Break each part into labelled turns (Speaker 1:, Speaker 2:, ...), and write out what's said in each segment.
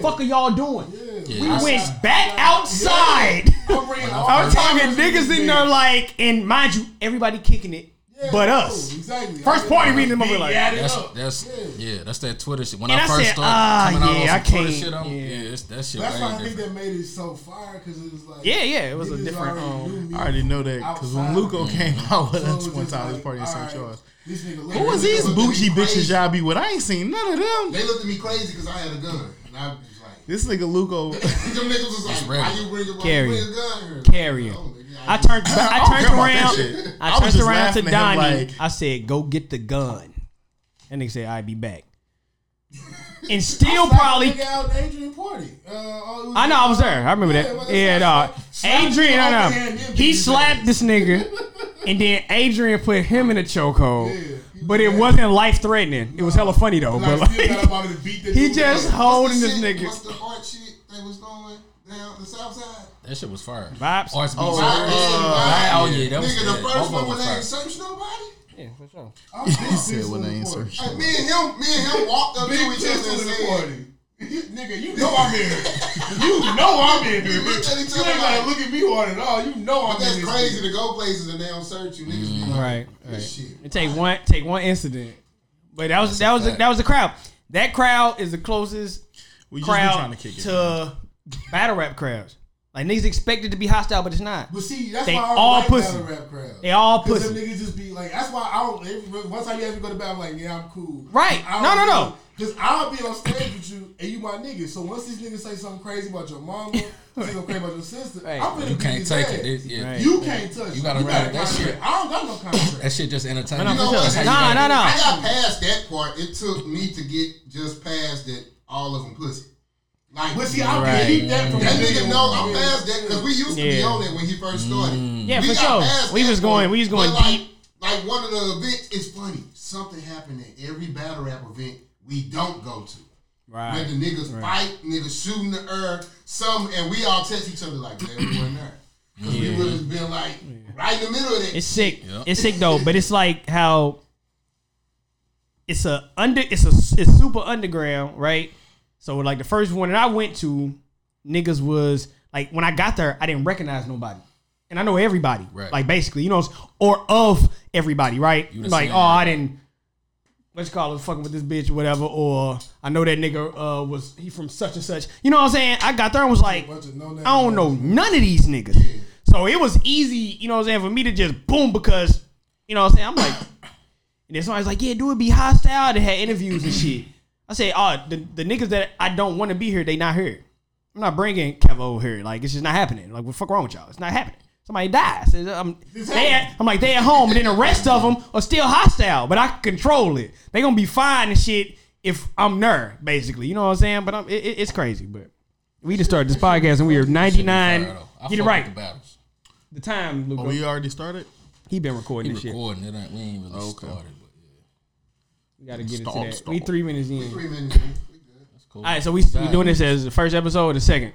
Speaker 1: fuck are y'all doing?
Speaker 2: Yeah.
Speaker 1: We
Speaker 2: I
Speaker 1: went back outside.
Speaker 2: I'm ran all
Speaker 1: I'm
Speaker 2: the
Speaker 1: talking
Speaker 2: hours these
Speaker 1: niggas in there
Speaker 2: days.
Speaker 1: like, and mind you, everybody kicking it,
Speaker 2: Yeah,
Speaker 1: but
Speaker 2: no,
Speaker 1: us.
Speaker 2: Exactly.
Speaker 1: First party reading them over
Speaker 2: Big
Speaker 1: like,
Speaker 2: added
Speaker 3: That's
Speaker 2: up.
Speaker 3: that's
Speaker 2: yeah.
Speaker 3: yeah. That's that Twitter shit. When
Speaker 1: And
Speaker 3: I
Speaker 1: I
Speaker 3: first
Speaker 1: said,
Speaker 3: started
Speaker 1: "Ah,
Speaker 3: coming
Speaker 1: yeah,
Speaker 3: out
Speaker 1: I
Speaker 3: on some Twitter
Speaker 1: can't,
Speaker 3: shit, I'm,
Speaker 1: yeah."
Speaker 3: yeah, it's, that shit.
Speaker 2: That's why I
Speaker 3: way
Speaker 2: think
Speaker 3: different.
Speaker 2: that made it so fire because it was like
Speaker 1: yeah, yeah, it was a
Speaker 2: niggas
Speaker 1: different.
Speaker 2: already
Speaker 1: Um,
Speaker 2: knew me
Speaker 4: I already know that because when
Speaker 2: outside.
Speaker 4: Luco came out with
Speaker 2: So it
Speaker 4: us
Speaker 2: was
Speaker 4: one
Speaker 2: just
Speaker 4: time,
Speaker 2: like,
Speaker 4: this party in St.
Speaker 2: alright,
Speaker 4: Charles.
Speaker 2: This nigga
Speaker 4: Who was these
Speaker 5: They looked at
Speaker 4: bougie
Speaker 5: me crazy.
Speaker 4: bitches y'all be with? I ain't seen none of them.
Speaker 5: They looked at me crazy because I had a gun. And I was just like,
Speaker 4: This nigga Luco.
Speaker 5: them niggas was like, why
Speaker 3: regular.
Speaker 5: you bring, why
Speaker 1: Carry.
Speaker 5: you bring a gun here?
Speaker 1: Carrier.
Speaker 5: Oh, nigga,
Speaker 1: I
Speaker 5: just-
Speaker 1: turned. I
Speaker 4: don't
Speaker 1: turned
Speaker 4: care about Oh, that shit.
Speaker 1: around. I
Speaker 4: I was
Speaker 1: turned
Speaker 4: just
Speaker 1: around to
Speaker 4: laughing at him
Speaker 1: Donnie.
Speaker 4: like-
Speaker 1: I said, "Go get the gun," and they said, "I be back." And still probably.
Speaker 2: Nigga out at Adrian party. Uh,
Speaker 5: oh,
Speaker 2: all it was-
Speaker 1: I know I was there. I remember that. Yeah, no. Adrian,
Speaker 2: I
Speaker 1: no, no. He slapped this nigga, and then Adrian put him in a chokehold. But it wasn't life threatening. It was hella funny though. But
Speaker 2: Like, still got
Speaker 1: like,
Speaker 2: up out of the beat that
Speaker 1: he
Speaker 2: dude
Speaker 1: just
Speaker 2: was.
Speaker 1: holding this
Speaker 5: What's the shit- What's
Speaker 1: nigga.
Speaker 5: the art shit that was going down the south side?
Speaker 3: That shit was fire.
Speaker 1: Vibes.
Speaker 3: Arts beats.
Speaker 4: Oh,
Speaker 3: Oh,
Speaker 5: Why-
Speaker 3: oh, yeah, that was
Speaker 5: Nigga,
Speaker 3: that.
Speaker 5: the first
Speaker 3: Both
Speaker 5: one
Speaker 3: of
Speaker 5: when
Speaker 3: them
Speaker 5: they ain't
Speaker 3: was fire.
Speaker 5: searched nobody.
Speaker 2: I'm big
Speaker 4: He said
Speaker 2: pistol
Speaker 4: when
Speaker 2: in
Speaker 4: they
Speaker 2: the
Speaker 4: ain't
Speaker 2: party.
Speaker 4: searched.
Speaker 5: Like, me and him, me and him walked up to
Speaker 2: Big
Speaker 5: each
Speaker 2: pistol
Speaker 5: other and
Speaker 2: in the
Speaker 5: said,
Speaker 2: party. You- Nigga, you know I'm in here. You know I'm in here.
Speaker 5: We looked at
Speaker 2: bitch.
Speaker 5: each
Speaker 2: You
Speaker 5: other
Speaker 2: ain't gotta
Speaker 5: like-
Speaker 2: look at me hard at all. You know I'm in
Speaker 5: that's
Speaker 2: this
Speaker 5: crazy
Speaker 2: bitch.
Speaker 5: to go places and they don't search you. Niggas be like,
Speaker 1: Right,
Speaker 5: this
Speaker 1: right.
Speaker 5: shit.
Speaker 1: And take one, take one incident. But that was that was that was the crowd. That crowd is the closest
Speaker 4: We just be
Speaker 1: crowd
Speaker 4: trying to kick it.
Speaker 1: to battle rap crowds. Like niggas expected to be hostile, but it's not.
Speaker 2: But see, that's
Speaker 1: They
Speaker 2: why I don't
Speaker 1: all
Speaker 2: like
Speaker 1: pussy.
Speaker 2: battle rap crowds.
Speaker 1: They all
Speaker 2: Cause them
Speaker 1: pussy.
Speaker 2: niggas just be like, that's why I don't. Every, once I ever go to battle, I'm like, yeah, I'm cool.
Speaker 1: Right.
Speaker 2: I
Speaker 1: No,
Speaker 2: don't
Speaker 1: no,
Speaker 2: know. Cause I'll be on stage with you, and you my nigga. So once these niggas say something crazy about your mama, say something crazy about your sister,
Speaker 1: Right.
Speaker 2: I'm gonna
Speaker 3: You
Speaker 2: beat
Speaker 3: can't
Speaker 2: his
Speaker 3: take
Speaker 2: ass.
Speaker 3: it. It- yeah.
Speaker 1: Right.
Speaker 2: You can't touch. it.
Speaker 3: You gotta
Speaker 2: you
Speaker 3: run with
Speaker 2: got
Speaker 3: that shit.
Speaker 2: I don't got no contract.
Speaker 3: That shit just entertainment.
Speaker 1: No,
Speaker 5: You know
Speaker 1: no,
Speaker 5: what?
Speaker 1: no,
Speaker 5: Hey,
Speaker 1: no, no, no.
Speaker 5: I got past that part. It took me to get just past that all of them pussy. Like,
Speaker 2: But see, I
Speaker 1: Right.
Speaker 2: right. keep that from
Speaker 5: that
Speaker 2: the
Speaker 5: nigga
Speaker 2: video.
Speaker 5: know I'm
Speaker 2: Yeah.
Speaker 5: past that because we used to be
Speaker 1: Yeah. Mm.
Speaker 5: on it when he first started.
Speaker 1: Yeah, for
Speaker 5: got
Speaker 1: sure.
Speaker 5: past
Speaker 1: We
Speaker 5: that
Speaker 1: was going-
Speaker 5: point,
Speaker 1: we was going
Speaker 5: but like-
Speaker 1: deep.
Speaker 5: Like, one of the events, it's funny. Something happened at every battle rap event we don't go to. Where the niggas fight, niggas shooting the air, some, and we all text each other like, man, we weren't there. Because we would have been like, right in the middle of that.
Speaker 1: It's sick.
Speaker 3: Yeah.
Speaker 1: It's sick though, but it's like how it's a under it's a it's super underground, right? So like the first one that I went to, niggas was like when I got there, I didn't recognize nobody. And I know everybody.
Speaker 3: Right.
Speaker 1: Like basically, you know, or of everybody, right?
Speaker 3: You done
Speaker 1: Like,
Speaker 3: seen
Speaker 1: oh, I didn't let's call it fucking with this bitch, whatever, or I know that nigga uh was he from such and such. You know what I'm saying? I got there and was like,
Speaker 2: Bunch of no-name
Speaker 1: I don't know none of these niggas. So it was easy, you know what I'm saying, for me to just boom because, you know what I'm saying, I'm like, and then somebody's like, yeah, do it be hostile. They had interviews and shit. I say, oh, the, the niggas that I don't want to be here, they not here. I'm not bringing Kevo here. Like, it's just not happening. Like, what the fuck wrong with y'all? It's not happening. Somebody dies. It's- I'm, they at, I'm like, they at home, and then the rest of them are still hostile, but I can control it. They going to be fine and shit if I'm there, basically. You know what I'm saying? But I'm, it, it- it's crazy, but. We just started this podcast and we are
Speaker 3: Shit be fire,
Speaker 1: 99.
Speaker 3: though. I
Speaker 1: Get it
Speaker 3: fuck
Speaker 1: right
Speaker 3: with The battles.
Speaker 1: the time,
Speaker 4: Oh,
Speaker 1: Luca.
Speaker 4: we already started?
Speaker 1: he been recording
Speaker 3: We
Speaker 1: this shit.
Speaker 3: recording. It ain't, we ain't really
Speaker 4: Okay.
Speaker 3: started, but yeah,
Speaker 1: We gotta get
Speaker 4: Stop,
Speaker 1: into that.
Speaker 4: stop.
Speaker 1: We three minutes in.
Speaker 5: Three minutes. we good.
Speaker 3: that's cool.
Speaker 1: All right, so we, we doing this as the first episode or the second?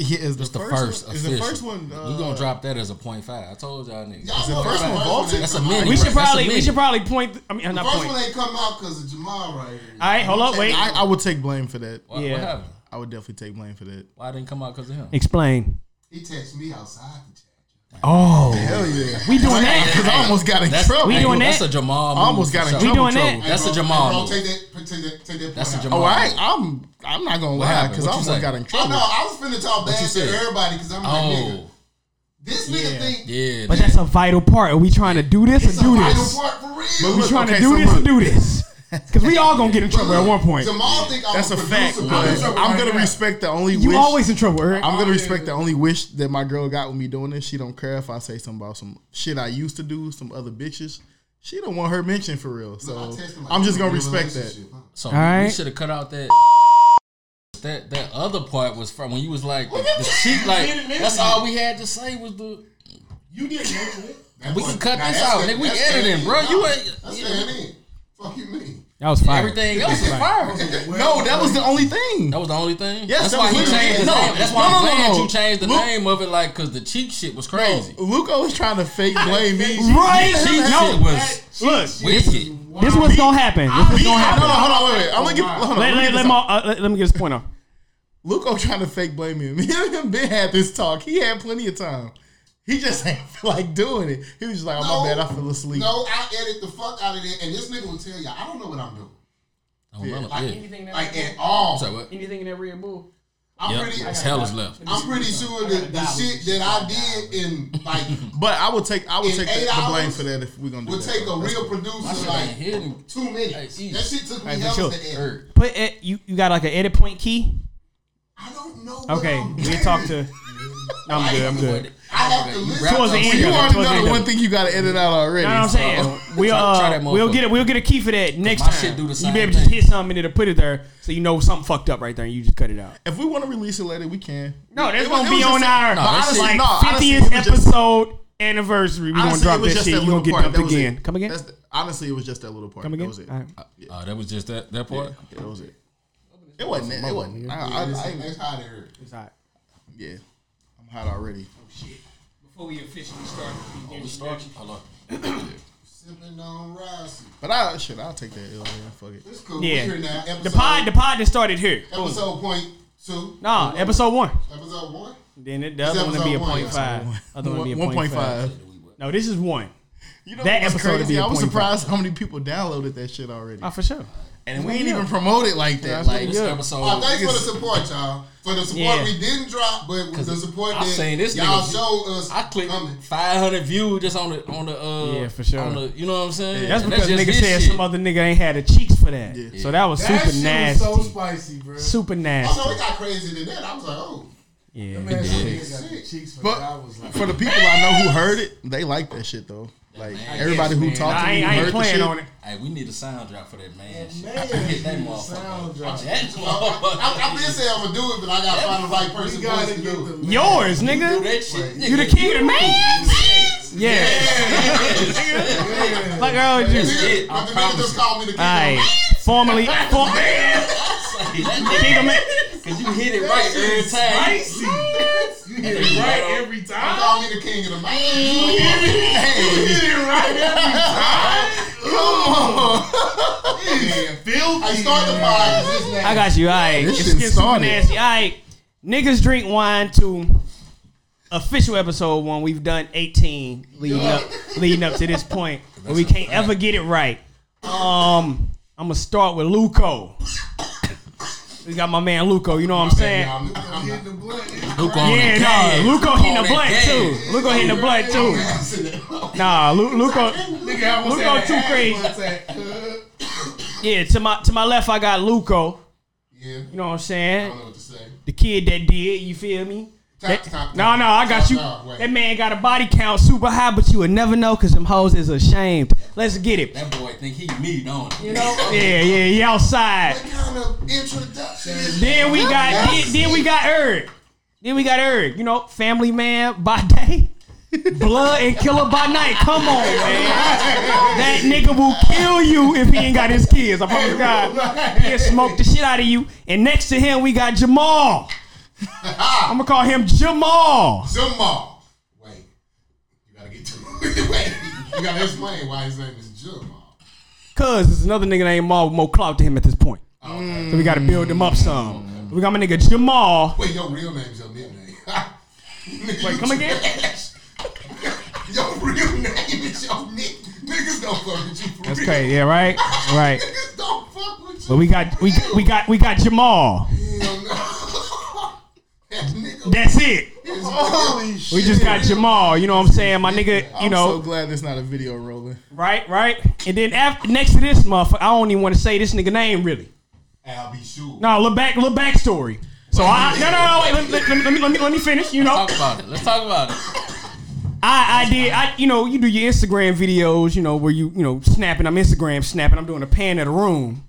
Speaker 4: Yeah, is the,
Speaker 3: It's the
Speaker 4: first,
Speaker 3: first.
Speaker 4: one, is the
Speaker 3: official.
Speaker 4: first one. Uh,
Speaker 3: we gonna drop that as a point five. I told y'all niggas.
Speaker 5: Y'all
Speaker 4: the
Speaker 5: know
Speaker 4: first
Speaker 5: about
Speaker 4: one
Speaker 5: the
Speaker 4: vaulted?
Speaker 5: that
Speaker 3: That's a
Speaker 5: come out.
Speaker 3: mini.
Speaker 1: We
Speaker 3: Right,
Speaker 1: should
Speaker 3: that's a
Speaker 1: probably we
Speaker 3: minute.
Speaker 1: should probably point. I mean, not
Speaker 5: First
Speaker 1: point.
Speaker 5: one ain't come out because of Jamal right here.
Speaker 1: All right, hold up, wait.
Speaker 4: I, I would take blame for that.
Speaker 3: Why,
Speaker 1: Yeah.
Speaker 3: What happened?
Speaker 4: I would definitely take blame for that.
Speaker 3: Why it didn't come out because of him?
Speaker 1: Explain.
Speaker 5: He texted me outside the chat.
Speaker 1: Oh,
Speaker 4: Hell yeah.
Speaker 1: we doing
Speaker 4: Because
Speaker 1: that.
Speaker 4: I almost got in
Speaker 3: That's,
Speaker 4: trouble.
Speaker 1: we doing
Speaker 3: that's
Speaker 1: that?
Speaker 3: a Jamal.
Speaker 4: I almost got in
Speaker 3: a
Speaker 4: trouble.
Speaker 1: We doing that?
Speaker 4: trouble.
Speaker 5: Hey,
Speaker 3: That's
Speaker 5: bro,
Speaker 3: a Jamal
Speaker 5: hey, bro,
Speaker 3: move.
Speaker 5: Take that, take that, take that.
Speaker 3: That's
Speaker 5: point
Speaker 3: a
Speaker 5: out.
Speaker 3: Jamal.
Speaker 4: Oh, I, I'm I'm not gonna lie
Speaker 3: happened?
Speaker 4: because I
Speaker 3: What you
Speaker 4: almost
Speaker 3: say?
Speaker 4: got in
Speaker 5: Oh
Speaker 4: trouble.
Speaker 5: no, I was finna talk
Speaker 3: you
Speaker 5: bad to
Speaker 3: said?
Speaker 5: everybody because I'm like, nigga,
Speaker 3: Oh,
Speaker 5: this nigga
Speaker 1: Yeah.
Speaker 5: think
Speaker 3: yeah.
Speaker 1: But
Speaker 3: that-
Speaker 1: that's a vital part. Are we trying to do this
Speaker 5: it's
Speaker 1: or
Speaker 5: a
Speaker 1: do
Speaker 5: vital
Speaker 1: this?
Speaker 5: part for real.
Speaker 4: But
Speaker 1: We
Speaker 4: look,
Speaker 1: trying to
Speaker 4: okay,
Speaker 1: do
Speaker 4: so
Speaker 1: this or
Speaker 4: look.
Speaker 1: do this? Because we all gonna get in trouble at one point.
Speaker 5: Jamal think I'm
Speaker 4: That's a fact.
Speaker 5: producer,
Speaker 4: But
Speaker 5: bro.
Speaker 2: Right.
Speaker 4: I'm gonna respect the only
Speaker 1: You
Speaker 4: wish.
Speaker 1: always in trouble, Eric.
Speaker 4: I'm
Speaker 5: Oh,
Speaker 4: gonna respect the only wish that my girl got with me doing this. She don't care if I say something about some shit I used to do, some other bitches. She don't want her mentioned for real. So
Speaker 5: I text him like,
Speaker 4: I'm just
Speaker 5: "You in
Speaker 4: gonna
Speaker 5: a
Speaker 4: respect that.
Speaker 5: relationship, huh?"
Speaker 3: So we,
Speaker 1: Alright.
Speaker 3: should have cut out that. That that other part was from when you was like the, the cheat like
Speaker 2: Minute, minute.
Speaker 3: that's all we had to say was the
Speaker 2: You didn't mention it.
Speaker 5: That
Speaker 3: we
Speaker 5: part-
Speaker 3: can cut
Speaker 5: now,
Speaker 3: this
Speaker 5: that's
Speaker 3: out
Speaker 5: that-
Speaker 3: nigga we
Speaker 5: that's that
Speaker 3: editing
Speaker 5: in.
Speaker 3: bro you
Speaker 5: Nah,
Speaker 3: ain't
Speaker 5: That's
Speaker 3: you-
Speaker 5: that in. Fuck you mean?
Speaker 1: That was fire.
Speaker 3: everything else is fire
Speaker 4: No, that was the only thing.
Speaker 3: that was the only thing
Speaker 4: Yes,
Speaker 3: that's
Speaker 4: that
Speaker 3: why he
Speaker 4: was literally
Speaker 3: changed the
Speaker 4: it. No,
Speaker 3: name that's why
Speaker 4: no,
Speaker 3: I'm
Speaker 4: no, no,
Speaker 3: glad
Speaker 4: no.
Speaker 3: you changed the
Speaker 4: Look-
Speaker 3: name of it like because the cheat shit was crazy
Speaker 4: Luco is trying to fake blame me.
Speaker 1: Right?
Speaker 3: the cheat shit
Speaker 1: No.
Speaker 3: was
Speaker 1: Look,
Speaker 3: wicked
Speaker 1: this was gonna happen. This was
Speaker 4: Be-
Speaker 1: gonna
Speaker 4: hold on,
Speaker 1: happen.
Speaker 5: Oh,
Speaker 4: hold on, wait, wait. I'm gonna get. Hold
Speaker 1: Let,
Speaker 4: on, let me
Speaker 1: let,
Speaker 4: get
Speaker 1: let,
Speaker 4: this
Speaker 1: Ma-
Speaker 4: out.
Speaker 1: uh, let, let me get this point off.
Speaker 4: Luco trying to fake blame him. Him and him Ben had this talk. He had plenty of time. He just ain't feel like doing it. He was just like, "Oh my bad, I fell asleep."
Speaker 5: No, I edit the fuck out of it, and this nigga will tell you, I don't know what I'm doing.
Speaker 3: Oh, yeah.
Speaker 5: Like,
Speaker 3: yeah.
Speaker 1: Anything in that
Speaker 5: Like
Speaker 1: Red
Speaker 5: at
Speaker 1: Bull?
Speaker 5: all.
Speaker 3: I'm sorry, what?
Speaker 1: Anything in that Red Bull?
Speaker 5: I'm
Speaker 3: Yep,
Speaker 5: pretty
Speaker 3: it's hell is left.
Speaker 5: I'm pretty sure that the shit that I did in like
Speaker 4: But I would take I would
Speaker 5: In
Speaker 4: take
Speaker 5: eight
Speaker 4: the, the blame
Speaker 5: hours,
Speaker 4: for that if we're gonna do
Speaker 5: would
Speaker 4: that.
Speaker 5: take a real
Speaker 3: My shit
Speaker 5: producer
Speaker 3: ain't
Speaker 5: like
Speaker 3: hidden.
Speaker 5: two minutes.
Speaker 3: Hey, easy.
Speaker 5: That shit took me
Speaker 1: Hey, for
Speaker 5: hours
Speaker 1: sure.
Speaker 5: to edit.
Speaker 3: Hurt.
Speaker 1: Put it, you you got like an edit point key.
Speaker 5: I don't know. What
Speaker 1: Okay,
Speaker 5: I'm
Speaker 1: we
Speaker 5: doing.
Speaker 1: talk to. No, I'm good. I'm
Speaker 3: Boy,
Speaker 1: good.
Speaker 3: that-
Speaker 5: I have to
Speaker 3: You
Speaker 5: listen.
Speaker 3: wrapped
Speaker 1: Towards
Speaker 3: up
Speaker 1: the
Speaker 3: shit.
Speaker 1: end.
Speaker 4: You
Speaker 1: Yeah, that's
Speaker 4: already know
Speaker 1: what
Speaker 4: the
Speaker 1: they
Speaker 4: one
Speaker 1: do.
Speaker 4: thing you gotta edit out already.
Speaker 1: No, I'm
Speaker 4: so-
Speaker 1: saying we'll
Speaker 3: Try- try
Speaker 1: uh,
Speaker 3: that
Speaker 1: we'll
Speaker 3: motherfucker.
Speaker 1: get it. We'll get a key for that next
Speaker 3: My
Speaker 1: time.
Speaker 3: shit do the
Speaker 1: you
Speaker 3: same
Speaker 1: be able to
Speaker 3: thing.
Speaker 1: hit something and it'll put it there, so you know something fucked up right there, and you just cut it out.
Speaker 4: If we want to release it later, we can.
Speaker 1: No, that's
Speaker 4: It was-
Speaker 1: gonna
Speaker 4: it was
Speaker 1: be on
Speaker 4: just a-
Speaker 1: our
Speaker 4: No, that shit-
Speaker 1: like
Speaker 4: no, honestly, it
Speaker 1: fiftieth
Speaker 4: was just-
Speaker 1: episode anniversary. We're gonna
Speaker 4: Honestly,
Speaker 1: drop
Speaker 4: it was
Speaker 1: that
Speaker 4: just
Speaker 1: shit.
Speaker 4: that
Speaker 1: You're gonna
Speaker 4: little
Speaker 1: get
Speaker 4: part.
Speaker 1: dumped
Speaker 4: That was
Speaker 1: again.
Speaker 4: it.
Speaker 1: Come again.
Speaker 4: That's the- honestly, it was just that little part.
Speaker 1: Come
Speaker 4: That
Speaker 1: again.
Speaker 4: was it.
Speaker 1: All right.
Speaker 3: Oh, that was just that that part.
Speaker 4: That was it. It wasn't. It, it wasn't. I, I,
Speaker 5: That's
Speaker 4: I,
Speaker 5: that's how they hurt.
Speaker 1: It's all right.
Speaker 4: yeah, I'm hot already.
Speaker 6: Shit. Before we officially start, we did
Speaker 3: Hold
Speaker 5: Sipping on rice.
Speaker 4: But I shit, I'll take that. L, man. Fuck it.
Speaker 5: It's cool.
Speaker 1: Yeah.
Speaker 5: We're here now. Episode,
Speaker 1: The pod, the pod that started here.
Speaker 5: episode point two.
Speaker 1: Nah, episode one.
Speaker 5: Episode one.
Speaker 1: Then it, the other one would be a
Speaker 5: episode one,
Speaker 1: point five. Other one would be a
Speaker 4: One point five.
Speaker 1: No, this is one.
Speaker 4: You know
Speaker 1: That
Speaker 4: what's
Speaker 1: episode would
Speaker 4: crazy?
Speaker 1: be a
Speaker 4: I was
Speaker 1: point
Speaker 4: surprised how many people downloaded that shit already,
Speaker 1: Oh, for sure.
Speaker 4: and we ain't
Speaker 1: yeah.
Speaker 4: even promote it like that.
Speaker 1: That's what
Speaker 4: Like
Speaker 1: we
Speaker 3: This
Speaker 1: Yeah.
Speaker 3: episode.
Speaker 2: Um,
Speaker 5: Oh, thanks for the support, y'all. For the support
Speaker 1: Yeah.
Speaker 5: we didn't drop, but the support
Speaker 3: I
Speaker 5: that
Speaker 3: seen this
Speaker 5: y'all
Speaker 3: nigga-
Speaker 5: showed us.
Speaker 3: I clicked
Speaker 5: coming.
Speaker 3: 500 views just on the on the uh
Speaker 1: Yeah, for sure.
Speaker 3: on the, you know what I'm saying
Speaker 1: That's
Speaker 3: And
Speaker 1: because
Speaker 3: just
Speaker 1: nigga
Speaker 3: his
Speaker 1: said
Speaker 3: shit.
Speaker 1: some other nigga ain't had the cheeks for that.
Speaker 4: Yeah.
Speaker 1: So that was
Speaker 2: That
Speaker 1: super
Speaker 2: shit
Speaker 1: nasty.
Speaker 2: was so spicy, bro.
Speaker 1: super nasty.
Speaker 5: Also, it got crazier than that. I was like, oh,
Speaker 1: Yeah.
Speaker 2: Man,
Speaker 3: Yeah.
Speaker 2: that nigga got the cheeks for
Speaker 4: But-
Speaker 2: that. I was like,
Speaker 4: for the people I know who heard it, they like that shit though. Like everybody who
Speaker 3: man.
Speaker 4: talked to
Speaker 1: I
Speaker 4: me,
Speaker 1: ain't,
Speaker 4: who
Speaker 1: I ain't
Speaker 4: heard the shit.
Speaker 1: playing on it.
Speaker 3: Hey, we need a sound drop for that man. shit.
Speaker 2: man,
Speaker 3: Get that
Speaker 2: you need a
Speaker 3: motherfucker.
Speaker 2: sound drop.
Speaker 3: That
Speaker 5: Oh, I, I, I've
Speaker 3: motherfucker.
Speaker 5: been saying I'm gonna do it, but I gotta find the right person
Speaker 2: we
Speaker 5: for us
Speaker 2: gotta
Speaker 5: to
Speaker 2: get
Speaker 5: do it.
Speaker 2: the
Speaker 1: Yours,
Speaker 3: Do
Speaker 1: nigga.
Speaker 3: that shit.
Speaker 1: You the king of the man. Yeah.
Speaker 2: man.
Speaker 1: Like I told you.
Speaker 3: I
Speaker 5: Nigga, but the nigga
Speaker 3: promise
Speaker 5: just called me the king.
Speaker 1: Alright.
Speaker 5: of
Speaker 1: Formally form- King of Man.
Speaker 3: Cause you hit it right every time.
Speaker 2: Spicy. You hit it right every
Speaker 5: the-
Speaker 2: time.
Speaker 5: Called me the king of the man.
Speaker 2: You hit it right every time.
Speaker 5: Yeah.
Speaker 2: Filthy.
Speaker 5: I start the pod. 'cause This
Speaker 1: I
Speaker 5: nigga-
Speaker 1: got you. All right.
Speaker 4: This
Speaker 1: It's
Speaker 4: shit
Speaker 1: getting super
Speaker 4: started.
Speaker 1: nasty. All right. Niggas drink wine to official episode one. We've done 18 leading up leading up to this point. But we can't ever get it right. Um I'm gonna start with Luco. We got my man Luco, you know what I'm saying?
Speaker 5: Y'all, I'm
Speaker 2: Hit
Speaker 5: not-
Speaker 2: the blunt.
Speaker 1: Yeah, no, Luco hitting the blunt
Speaker 3: gas.
Speaker 1: too. Luco hitting the blunt
Speaker 5: I'm
Speaker 1: too.
Speaker 5: passing it.
Speaker 1: Nah, Lu- Luco.
Speaker 2: Nigga almost
Speaker 1: Look
Speaker 2: had
Speaker 1: on
Speaker 2: an
Speaker 1: too
Speaker 2: ass
Speaker 1: crazy.
Speaker 2: one time.
Speaker 1: Yeah, to my to my left I got Luco.
Speaker 5: Yeah.
Speaker 1: You know what I'm
Speaker 5: I
Speaker 1: saying?
Speaker 5: don't know what to say.
Speaker 1: the kid that did. You feel me?
Speaker 5: Top,
Speaker 1: That-
Speaker 5: top,
Speaker 1: no,
Speaker 5: top.
Speaker 1: no, I got
Speaker 5: Top,
Speaker 1: you.
Speaker 5: top, wait.
Speaker 1: that man got a body count super high, but you would never know because them hoes is ashamed. Let's get it.
Speaker 3: That boy think he me, don't he?
Speaker 1: You know? yeah, yeah, he outside.
Speaker 5: What kind of introduction? is
Speaker 1: Then we
Speaker 5: that?
Speaker 1: got then, then we got Eric. Then we got Eric. You know, family man by day, blood and killer by night. Come on, man. That nigga will kill you if he ain't got his kids. I promise God. He'll smoke the shit out of you. And next to him, we got Jamal. I'm gonna call him Jamal.
Speaker 5: Jamal. Wait, you gotta get to Wait, you gotta explain why his name is Jamal.
Speaker 1: Cause there's another nigga named Maul with more clout to him at this point.
Speaker 5: Oh,
Speaker 1: So we gotta build him up some. We got my nigga Jamal.
Speaker 5: Wait, your real name's your nickname.
Speaker 1: Wait, come again?
Speaker 5: your real name is your nick. Niggas don't fuck with you for
Speaker 1: That's
Speaker 5: real.
Speaker 1: crazy, yeah, right? Right.
Speaker 5: Niggas don't fuck with you.
Speaker 1: But we got we we got we got Jamal.
Speaker 5: Hell no. that nigga.
Speaker 1: That's it.
Speaker 5: is
Speaker 4: Holy
Speaker 5: real.
Speaker 4: shit!
Speaker 1: We just got Jamal, you know what I'm saying? My nigga, you
Speaker 4: I'm so
Speaker 1: know,
Speaker 4: glad there's not a video rolling.
Speaker 1: right, right? And then after next to this motherfucker, I don't even want to say this nigga name really.
Speaker 5: I'll be sure.
Speaker 1: No, little back little backstory. So I no no no wait, let, let- let me let me let me finish, you know.
Speaker 3: Talk about it. Let's talk about it.
Speaker 1: I, I did. I, you know, you do your Instagram videos. You know, where you, you know, snapping. I'm Instagram snapping. I'm doing a pan of the room.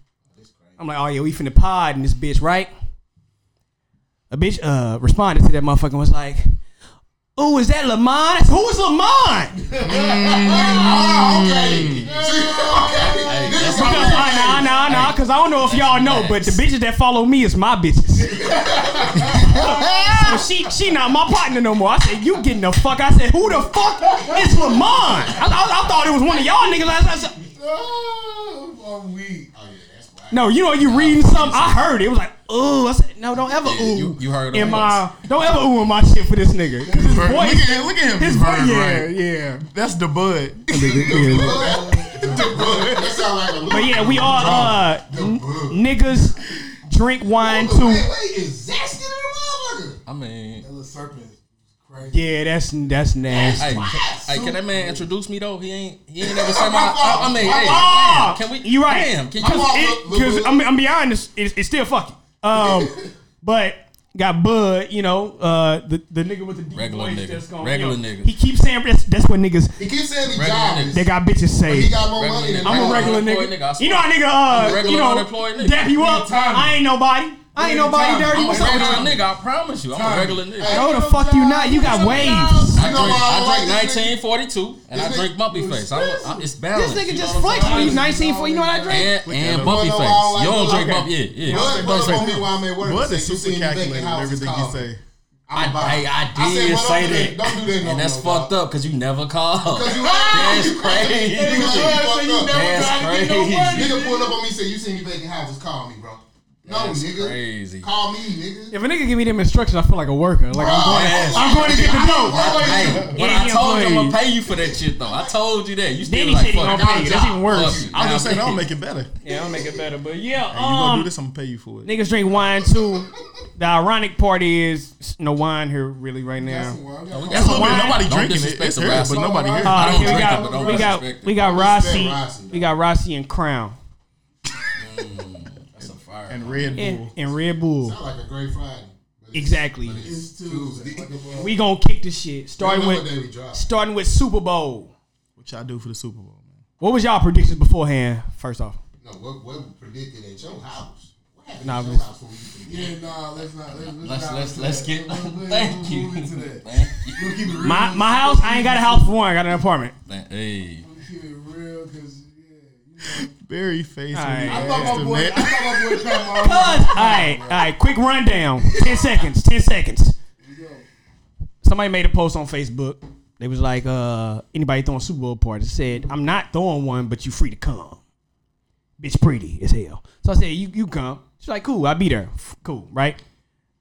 Speaker 1: I'm like, oh yeah, we finna pod in this bitch, right? A bitch uh, responded to that motherfucker and was like, "Oh, is that Lamont? Who is Lamont?"
Speaker 5: Oh, okay. okay. This is my
Speaker 1: Because
Speaker 5: real
Speaker 1: I, nah,
Speaker 5: name.
Speaker 1: nah, nah, because I don't know if y'all know, but the bitches that follow me is my bitches. so she, she not my partner no more. I said, you getting the fuck? I said, who the fuck is Lamont? I, I, I thought it was one of y'all niggas. I, I said,
Speaker 2: Oh, I'm weak.
Speaker 5: Oh, yeah, that's why.
Speaker 1: No, you know, you reading something. I heard it. It was like, oh, I said, no, no, don't ever
Speaker 3: Yeah,
Speaker 1: ooh
Speaker 3: you- you heard
Speaker 1: in
Speaker 3: him
Speaker 1: my don't ever ooh in my shit for this nigga. 'Cause His
Speaker 4: Look
Speaker 1: voice,
Speaker 4: at, look at him.
Speaker 1: his
Speaker 4: Vern,
Speaker 1: voice, yeah,
Speaker 4: right?
Speaker 1: yeah.
Speaker 4: That's the bud.
Speaker 5: that sound like a
Speaker 1: But yeah, we all uh n-
Speaker 5: bug.
Speaker 1: niggas drink wine
Speaker 5: Wait,
Speaker 1: too.
Speaker 5: wait, is Zesty in the motherfucker?
Speaker 3: I mean,
Speaker 2: That little serpent is crazy.
Speaker 1: Yeah, that's that's nasty.
Speaker 3: hey, hey, can that man introduce me though? He ain't, he ain't ever said my. I, I mean, hey,
Speaker 1: Ah,
Speaker 3: man, can we?
Speaker 1: You right?
Speaker 3: Damn, can
Speaker 1: Cause
Speaker 3: you?
Speaker 1: it- 'cause I'm, I'm beyond this. It's, it's still fucking. Um, but got Bud. You know, uh, the the nigga with the deep
Speaker 3: Regular
Speaker 1: voice
Speaker 3: nigga.
Speaker 1: that's gonna
Speaker 3: Regular
Speaker 1: you know,
Speaker 3: nigga.
Speaker 1: He keeps saying that's that's what niggas
Speaker 5: He keeps saying he
Speaker 3: Regular
Speaker 5: jobless.
Speaker 1: they got bitches
Speaker 5: He
Speaker 1: saved.
Speaker 5: got more
Speaker 3: Regular
Speaker 5: money than
Speaker 3: nigga.
Speaker 1: I'm a
Speaker 5: all.
Speaker 1: regular nigga.
Speaker 3: Unemployed nigga, I
Speaker 1: you know, a nigga,
Speaker 3: a
Speaker 1: uh,
Speaker 3: regular
Speaker 1: you
Speaker 3: unemployed
Speaker 1: know,
Speaker 3: nigga.
Speaker 1: dap you
Speaker 2: Me
Speaker 1: up.
Speaker 2: and Tommy.
Speaker 1: I ain't nobody. I ain't
Speaker 2: Me and
Speaker 1: nobody
Speaker 2: Tommy.
Speaker 1: dirty.
Speaker 2: I'm
Speaker 1: What's
Speaker 3: I'm
Speaker 1: up?
Speaker 3: a
Speaker 1: with
Speaker 3: regular
Speaker 1: you?
Speaker 3: nigga. I promise you, I'm a regular nigga.
Speaker 1: No, the fuck you not. You got waves.
Speaker 3: I drink,
Speaker 5: You know why I
Speaker 3: I
Speaker 5: like
Speaker 3: drink
Speaker 5: this nigga?
Speaker 3: 1942 and I
Speaker 5: This
Speaker 3: drink
Speaker 5: nigga-
Speaker 3: Bumpy Face. I'm, I'm, it's balanced.
Speaker 1: This nigga
Speaker 3: you
Speaker 1: just
Speaker 3: know what I'm
Speaker 1: flexed.
Speaker 3: saying?
Speaker 1: He's 19 for you know what I drink.
Speaker 3: And, and
Speaker 4: at
Speaker 3: Bumpy
Speaker 5: him.
Speaker 3: Face.
Speaker 5: Well, no, I don't
Speaker 3: you don't
Speaker 5: like
Speaker 3: drink
Speaker 1: him.
Speaker 3: Bumpy. Yeah, yeah.
Speaker 5: Bud
Speaker 4: Don't
Speaker 5: Bud
Speaker 4: say
Speaker 5: on me
Speaker 4: that.
Speaker 5: while I'm at work.
Speaker 4: Bud
Speaker 5: Say,
Speaker 4: is
Speaker 5: "You seen the
Speaker 4: super
Speaker 5: vacant
Speaker 4: calculated.
Speaker 5: house, it's
Speaker 4: Everything he
Speaker 5: called."
Speaker 4: say.
Speaker 3: I,
Speaker 5: I'm a buyer.
Speaker 3: I, I
Speaker 5: I said,
Speaker 3: did
Speaker 5: "Well,
Speaker 3: say
Speaker 5: don't do
Speaker 3: that.
Speaker 5: that. Don't do that no
Speaker 3: and that's
Speaker 5: more, dog.
Speaker 3: fucked up because you never called.
Speaker 5: Cause you
Speaker 3: That's crazy.
Speaker 5: You
Speaker 2: Nigga, you
Speaker 5: fucked up.
Speaker 2: never
Speaker 3: That's
Speaker 2: tried to get no
Speaker 3: crazy.
Speaker 2: money.
Speaker 5: Nigga pulled up on me and said, "You seen me vacant houses? Call me, bro." No,
Speaker 3: That's
Speaker 5: nigga.
Speaker 3: crazy.
Speaker 5: Call me,
Speaker 1: If
Speaker 5: nigga.
Speaker 1: a nigga give me them instructions, I feel like a worker. Like I'm going,
Speaker 3: Yes.
Speaker 1: I'm going to get the dough.
Speaker 3: Hey, but
Speaker 1: Yeah,
Speaker 3: I told you I'm
Speaker 1: please.
Speaker 3: gonna pay you for that shit though. I told you that.
Speaker 1: Then
Speaker 3: You still
Speaker 1: he said
Speaker 3: like
Speaker 1: he gonna
Speaker 3: fuck.
Speaker 1: pay you. That's even
Speaker 3: Fuck
Speaker 1: worse.
Speaker 3: you.
Speaker 4: I'm just saying, I'll make it better. Hey,
Speaker 1: Yeah, I'll make it better. But yeah,
Speaker 4: you gonna do
Speaker 1: um,
Speaker 4: this? I'm gonna pay you for it.
Speaker 1: niggas drink wine too. The ironic part is no wine here really right now.
Speaker 4: That's
Speaker 1: Don't
Speaker 4: what
Speaker 1: wine.
Speaker 4: nobody
Speaker 3: Don't
Speaker 4: drinking it.
Speaker 3: disrespect
Speaker 4: It's
Speaker 3: the
Speaker 4: here,
Speaker 3: rest.
Speaker 4: but nobody here.
Speaker 1: Uh,
Speaker 3: I don't
Speaker 1: here we
Speaker 3: drink it,
Speaker 1: got
Speaker 3: but don't
Speaker 1: we
Speaker 3: disrespect
Speaker 1: got
Speaker 3: it.
Speaker 1: we got
Speaker 5: Respect
Speaker 1: Rossi,
Speaker 5: Rossi, though.
Speaker 1: we got Rossi and Crown
Speaker 3: That's a fire.
Speaker 4: and Red Bull.
Speaker 1: and, and Red Bull.
Speaker 5: Sound like a great Friday. But it's-
Speaker 1: Exactly.
Speaker 5: but It's Tuesday.
Speaker 1: We gonna kick this shit. Starting
Speaker 5: Remember day
Speaker 1: with
Speaker 5: we dropped.
Speaker 1: starting with Super Bowl.
Speaker 4: What y'all do for the Super Bowl, man?
Speaker 1: What was y'all predictions beforehand? First off,
Speaker 5: No, what what we predicted at your house? What happened
Speaker 1: Nah,
Speaker 5: at your
Speaker 1: but-
Speaker 5: house when we used to meet?
Speaker 2: Yeah, nah, let's not. Let's,
Speaker 3: Let's
Speaker 2: not
Speaker 3: let's
Speaker 2: into
Speaker 3: let's
Speaker 2: that.
Speaker 3: get.
Speaker 2: Let's- let's
Speaker 3: Thank
Speaker 2: move
Speaker 3: you.
Speaker 2: into that.
Speaker 3: Thank
Speaker 2: We'll
Speaker 3: you.
Speaker 2: keep it real.
Speaker 1: my my house. I ain't got a house for one. I got an apartment.
Speaker 3: Thank- Hey.
Speaker 2: We'll keep it real, cause yeah. you know.
Speaker 4: Barry face.
Speaker 1: All
Speaker 4: when
Speaker 1: right.
Speaker 4: he
Speaker 2: I
Speaker 4: asked
Speaker 2: thought my
Speaker 4: him
Speaker 2: boy. I
Speaker 4: that.
Speaker 2: thought my boy Pat Mahomes.
Speaker 1: Cuz, all right, all right. Quick rundown. Ten seconds. Ten seconds. Somebody made a post on Facebook. They was like, uh, anybody throwing Super Bowl parties? I said, I'm not throwing one, but you free to come. Bitch, pretty as hell. So I said, you you come. She's like, cool. I'll be there. F- Cool, right?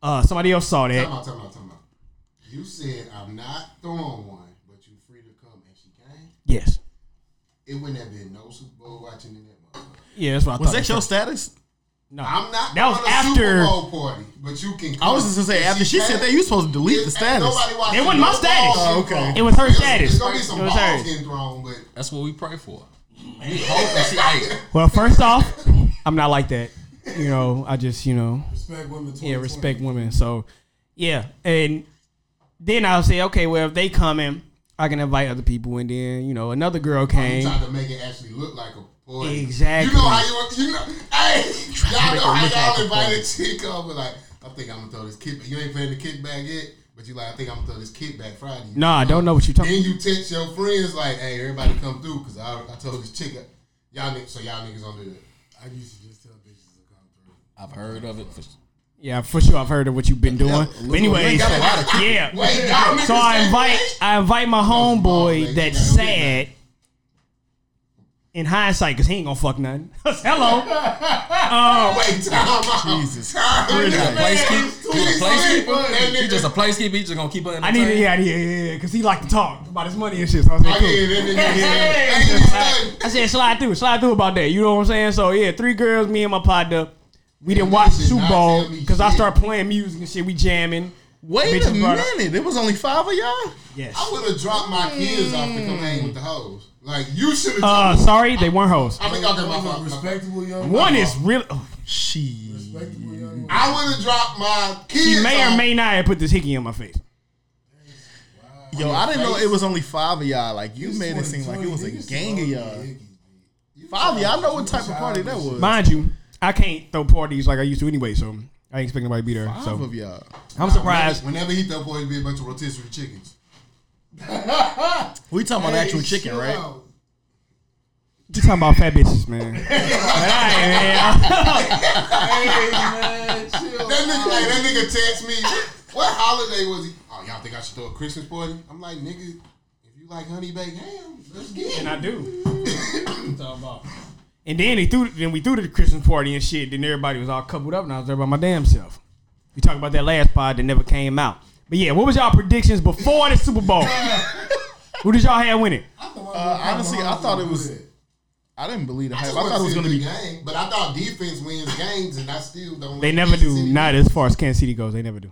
Speaker 1: Uh, somebody else saw
Speaker 5: Time
Speaker 1: that.
Speaker 5: out, time out, time out. You said I'm not throwing one, but you free to come, and she came.
Speaker 1: Yes.
Speaker 5: It wouldn't have been no Super Bowl watching in that motherfucker.
Speaker 1: Yeah, that's what I
Speaker 4: Was
Speaker 1: thought.
Speaker 4: that your status?
Speaker 1: No.
Speaker 5: I'm not.
Speaker 1: That was
Speaker 5: throwing a
Speaker 1: after.
Speaker 5: Super Bowl party, but you can. Come.
Speaker 4: I was just gonna say after she said that, you supposed to delete the status.
Speaker 1: It wasn't my status.
Speaker 4: Oh, okay.
Speaker 1: It was her status.
Speaker 5: It's gonna be some
Speaker 1: It was
Speaker 5: balls
Speaker 1: hers.
Speaker 5: getting thrown, but
Speaker 3: That's what we pray for. We hope that she hey,
Speaker 1: Well, first off, I'm not like that. You know, I just, you know,
Speaker 2: Respect women.
Speaker 1: yeah, respect women. So, yeah, and then I'll say, okay, well, if they come in, I can invite other people, and then you know, another girl
Speaker 5: Oh, you
Speaker 1: came.
Speaker 5: tried to make it actually look like a party.
Speaker 1: Exactly.
Speaker 5: You know how you. You know. Hey, y'all know
Speaker 4: make
Speaker 5: how
Speaker 4: it look
Speaker 5: y'all
Speaker 4: like a
Speaker 5: invited chick over. Like, I think I'm gonna throw this kick. You ain't playing the kickback yet, but you like, I think I'm gonna throw this kickback Friday.
Speaker 1: Nah, I don't know what you're talking.
Speaker 5: Then you text your friends like, "Hey, everybody come through," because I, I told this chick, y'all niggas, so y'all niggas don't do that.
Speaker 2: I used to just tell bitches to come through.
Speaker 3: I've heard of it. For,
Speaker 1: Yeah, for sure, I've heard of what you've been doing. But anyways, yeah.
Speaker 5: Wait, y'all niggas
Speaker 1: So I
Speaker 5: say-
Speaker 1: invite, I invite my homeboy
Speaker 5: man.
Speaker 1: that's
Speaker 5: You gotta do
Speaker 1: sad. In hindsight, cause he ain't gonna fuck nothing. Hello. Um,
Speaker 5: Wait, time out.
Speaker 4: Jesus.
Speaker 3: He just a
Speaker 4: Christ.
Speaker 3: placekeeper. He just a placekeeper. He
Speaker 5: That nigga-
Speaker 3: just a placekeeper. He just gonna keep it.
Speaker 1: I need it. Yeah, yeah, yeah, yeah. Cause he like to talk about his money and shit. So I was like,
Speaker 5: Oh,
Speaker 1: cool.
Speaker 5: yeah, that nigga-
Speaker 1: I, I said slide through, slide through about that. You know what I'm saying? So yeah, three girls, me and my partner. We didn't
Speaker 5: You
Speaker 1: watch the
Speaker 5: did
Speaker 1: Super
Speaker 5: not
Speaker 1: Bowl
Speaker 5: tell me
Speaker 1: because I
Speaker 5: shit.
Speaker 1: started playing music and shit. We jamming.
Speaker 4: Wait a
Speaker 1: Bitches brought up-
Speaker 4: minute. It was only five of y'all.
Speaker 5: I
Speaker 1: Yes.
Speaker 5: would have dropped my kids off to come hang with the hoes. Like you should have.
Speaker 1: Uh, sorry, they weren't hoes.
Speaker 5: I think I got my
Speaker 2: Those are
Speaker 5: fault.
Speaker 2: Respectable young.
Speaker 1: One is really. oh,
Speaker 4: She.
Speaker 2: Respectable young. women.
Speaker 5: I would have dropped my kids.
Speaker 1: She may
Speaker 5: off.
Speaker 1: or may not have put this hickey on my face.
Speaker 4: Yo, I didn't know it was only five of y'all. Like you made it seem like it was a
Speaker 2: 20,
Speaker 4: gang of y'all.
Speaker 2: niggas.
Speaker 4: Five of y'all. I know what type of party that was.
Speaker 1: Mind you, I can't throw parties like I used to anyway, so I ain't expect nobody to be there.
Speaker 4: Five
Speaker 1: So
Speaker 4: of y'all.
Speaker 1: I'm surprised.
Speaker 5: Whenever he thought boy, it'd be a bunch of rotisserie chickens.
Speaker 4: We talking about actual
Speaker 2: Hey,
Speaker 4: chicken,
Speaker 2: chill
Speaker 4: right?
Speaker 2: out.
Speaker 1: You talking about fat bitches, man? But I,
Speaker 2: Hey man, chill.
Speaker 5: That nigga, hey, that nigga text me. What holiday was he? Oh, y'all think I should throw a Christmas party? I'm like, nigga, if you like honey baked ham, let's get it.
Speaker 1: and I do.
Speaker 6: Talking about
Speaker 1: And then they threw then we threw the Christmas party and shit. Then everybody was all coupled up and I was there by my damn self. We talked about that last pod that never came out. But yeah, what was y'all predictions before the Super Bowl? Who did y'all have winning?
Speaker 4: Uh, honestly, I thought it was. I didn't believe the hype. I thought it was going to be.
Speaker 7: game, but I thought defense wins games, and I still don't.
Speaker 1: They
Speaker 7: like
Speaker 1: never
Speaker 7: Kansas
Speaker 1: do.
Speaker 7: City.
Speaker 1: Not as far as Kansas City goes. They never do.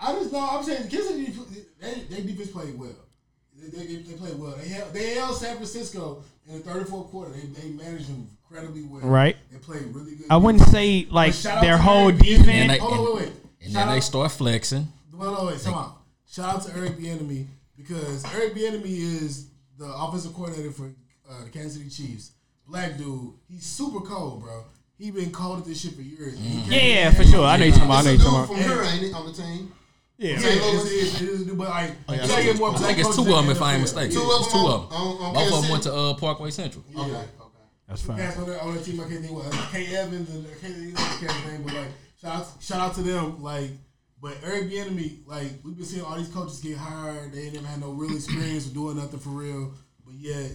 Speaker 5: I just know. I'm saying Kansas City, they, they defense played well. They, they, they played well. They held, they held San Francisco in the third and fourth quarter. They, they managed them incredibly well.
Speaker 1: Right.
Speaker 5: They played really good.
Speaker 1: I wouldn't say like
Speaker 5: shout out
Speaker 1: their
Speaker 5: to
Speaker 1: whole
Speaker 5: Eric Bieniemy.
Speaker 1: defense.
Speaker 3: And they-
Speaker 5: Hold on, wait, wait.
Speaker 3: And
Speaker 5: Shout
Speaker 3: then they
Speaker 5: out-
Speaker 3: start flexing.
Speaker 5: Well, no, wait, come on. Shout out to Eric Bieniemy because Eric Bieniemy is the offensive coordinator for uh, the Kansas City Chiefs. Black dude, he's super cold, bro. He been cold at this shit for years. He
Speaker 3: Mm-hmm.
Speaker 5: came-
Speaker 1: yeah, for sure. I know you talking about. I know you
Speaker 7: It's a dude
Speaker 1: talking
Speaker 7: from
Speaker 1: about.
Speaker 7: here, ain't it, on the team?
Speaker 1: Yeah.
Speaker 5: Yeah, it's, it's, it is, but like, you
Speaker 4: yeah,
Speaker 5: gotta get more
Speaker 3: Oh, I
Speaker 5: black
Speaker 3: think it's two
Speaker 5: coaches
Speaker 3: of them,
Speaker 5: in
Speaker 3: if
Speaker 5: the
Speaker 3: I ain't
Speaker 5: NFL.
Speaker 3: mistaken.
Speaker 7: Two of
Speaker 3: It's two
Speaker 7: them on-
Speaker 3: of
Speaker 7: on
Speaker 3: them. Both of
Speaker 7: Kansas
Speaker 3: them went
Speaker 7: City?
Speaker 3: to uh, Parkway Central.
Speaker 5: Yeah.
Speaker 7: Okay, okay.
Speaker 1: That's fine.
Speaker 5: Pass on the, on the team. I can't think what uh, K Evans and I can't think of the cat's name, but like shout out, shout out to them. Like, but Eric Bieniemy, like we've been seeing all these coaches get hired. They ain't even had no real experience of doing nothing for real. But yet,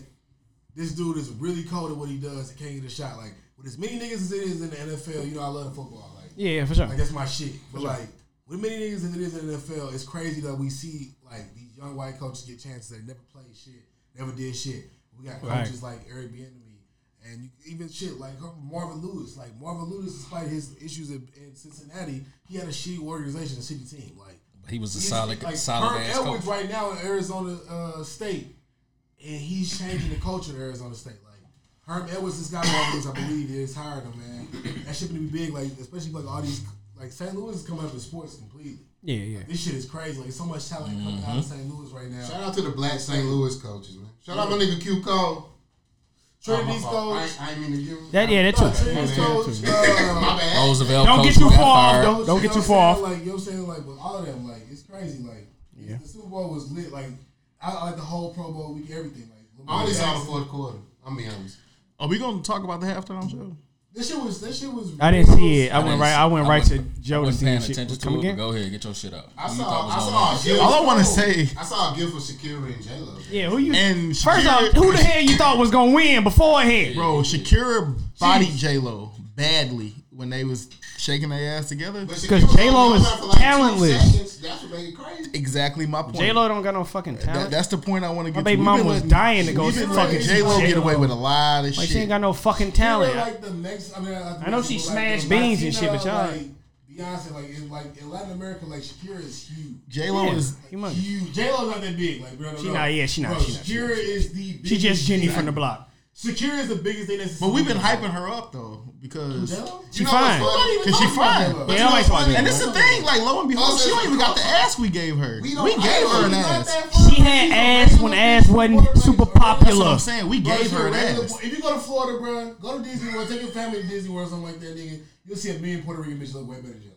Speaker 5: this dude is really cold at what he does. and can't get a shot. Like with as many niggas as it is in the NFL, you know I love football. Like
Speaker 1: Yeah, for sure.
Speaker 5: like that's my shit. But like with many niggas as it is in the NFL, it's crazy that we see like these young white coaches get chances. They never played shit, never did shit. We got
Speaker 1: Right.
Speaker 5: coaches like Eric Bieniemy, and you, even shit like Marvin Lewis. Like Marvin Lewis, despite his issues in, in Cincinnati, he had a shitty organization, a shitty team. Like
Speaker 3: He was a
Speaker 5: he's-
Speaker 3: solid,
Speaker 5: like,
Speaker 3: solid
Speaker 5: Herm
Speaker 3: ass
Speaker 5: Edwards
Speaker 3: coach.
Speaker 5: right now in Arizona uh, State, and he's changing the culture at Arizona State. Like Herm Edwards, this guy Marvin Lewis, I believe, is hired him, man. That shit gonna be big, like especially like all these like St. Louis is coming up in sports completely.
Speaker 1: Yeah, yeah.
Speaker 5: This shit is crazy. Like so much talent coming out of
Speaker 3: Mm-hmm.
Speaker 5: St. Louis right
Speaker 7: Shout
Speaker 5: now.
Speaker 7: out to the black St. Louis coaches, man. Shout out my nigga Q Cole.
Speaker 5: Trey
Speaker 7: My
Speaker 5: these
Speaker 7: fault. I,
Speaker 5: goals.
Speaker 7: ain't- I ain't mean to give him.
Speaker 1: That yeah, that
Speaker 5: No,
Speaker 1: too.
Speaker 5: Trey
Speaker 7: My
Speaker 5: these
Speaker 7: bad.
Speaker 5: goals,
Speaker 7: My
Speaker 5: uh,
Speaker 7: bad.
Speaker 3: Roosevelt
Speaker 1: Don't
Speaker 3: coach
Speaker 1: get too
Speaker 3: got
Speaker 1: far off,
Speaker 3: fired.
Speaker 1: though. Don't
Speaker 5: you
Speaker 1: get too
Speaker 5: know what I'm
Speaker 1: far
Speaker 5: saying?
Speaker 1: off.
Speaker 5: Like you know what I'm saying, like with all of them, like it's crazy. Like
Speaker 1: Yeah.
Speaker 5: the Super Bowl was lit. Like I, I like the whole Pro Bowl week, everything. Like
Speaker 7: I
Speaker 5: Lamar
Speaker 7: only saw the
Speaker 5: Jackson.
Speaker 7: fourth quarter. I'm be honest.
Speaker 4: Are we going to talk about the halftime show?
Speaker 5: This shit was. That shit was.
Speaker 1: I didn't see it. I
Speaker 3: didn't
Speaker 1: went right.
Speaker 3: see-
Speaker 1: I went right to
Speaker 3: wasn't-
Speaker 1: Joe
Speaker 3: I
Speaker 1: to
Speaker 3: wasn't
Speaker 1: see
Speaker 3: paying
Speaker 1: that shit.
Speaker 3: attention to
Speaker 1: Come
Speaker 3: it, but
Speaker 1: again?
Speaker 3: Go ahead, get your shit up.
Speaker 7: I
Speaker 3: You
Speaker 7: saw.
Speaker 3: thought it
Speaker 7: I
Speaker 3: was
Speaker 7: saw.
Speaker 3: on.
Speaker 7: a gif-
Speaker 4: All I wanna say-
Speaker 7: I saw a gift for Shakira and J Lo.
Speaker 1: Yeah, who you?
Speaker 4: And
Speaker 1: First
Speaker 4: Shakira-
Speaker 1: off, who the hell you thought was gonna win beforehand?
Speaker 4: Bro, Shakira bodied J Lo badly when they was shaking their ass together.
Speaker 7: But
Speaker 1: Because
Speaker 7: Shakira
Speaker 1: J-Lo
Speaker 7: only
Speaker 1: is
Speaker 7: held out for like two
Speaker 1: talentless.
Speaker 7: seconds. That's what made it crazy.
Speaker 4: Exactly my point.
Speaker 1: J Lo don't got no fucking
Speaker 4: That,
Speaker 1: talent.
Speaker 4: that's the point I want to get.
Speaker 1: baby
Speaker 4: to. We've
Speaker 1: mama
Speaker 4: been
Speaker 1: was
Speaker 4: letting-
Speaker 1: dying to go
Speaker 4: we've been
Speaker 1: see
Speaker 4: letting
Speaker 1: fucking
Speaker 4: J Lo get
Speaker 1: J-Lo.
Speaker 4: away with a lot of
Speaker 1: like
Speaker 4: shit.
Speaker 1: she ain't got no fucking
Speaker 5: They
Speaker 1: talent.
Speaker 5: were, like the next. I mean, I,
Speaker 1: I know she smashed beans and shit, but y'all-
Speaker 5: Like, Beyonce, like in like in Latin America, like Shakira is huge.
Speaker 4: J Lo
Speaker 1: Yeah.
Speaker 4: is
Speaker 1: You might-
Speaker 5: Huge. J Lo's not that big. Like, bro, no,
Speaker 1: She
Speaker 5: no.
Speaker 1: not- yeah, she not,
Speaker 5: Bro,
Speaker 1: she not, she
Speaker 5: Shakira
Speaker 1: not.
Speaker 5: is the. Biggest,
Speaker 1: she just Jenny from the block.
Speaker 5: Shakira is the biggest thing that's.
Speaker 4: But we've been hyping her up though because
Speaker 5: J-Lo?
Speaker 1: She
Speaker 7: know what's
Speaker 1: fine.
Speaker 7: funny?
Speaker 5: even
Speaker 4: because she
Speaker 5: talking about
Speaker 4: fine.
Speaker 5: J-Lo.
Speaker 1: Yeah, nobody's talking
Speaker 4: And
Speaker 1: about
Speaker 4: it's
Speaker 1: her.
Speaker 4: the thing, like lo and behold,
Speaker 7: Us
Speaker 4: she
Speaker 7: as
Speaker 4: don't even got the
Speaker 7: adults.
Speaker 4: ass we gave her. We,
Speaker 7: We don't-
Speaker 4: gave her an
Speaker 7: we not
Speaker 4: ass.
Speaker 7: that far.
Speaker 1: She had
Speaker 5: She's a
Speaker 1: ass when
Speaker 5: regular
Speaker 1: ass wasn't
Speaker 5: quarterback,
Speaker 1: super
Speaker 5: bro.
Speaker 4: That's what
Speaker 1: popular.
Speaker 4: I'm saying. We
Speaker 5: Bro,
Speaker 4: gave
Speaker 5: if
Speaker 4: her
Speaker 5: you're
Speaker 4: an
Speaker 5: regular-
Speaker 4: ass.
Speaker 5: If you go to Florida, bro, go to Disney World, take your family to Disney World, or something like that, nigga. You'll see a million Puerto Rican bitches look way better than J-Lo.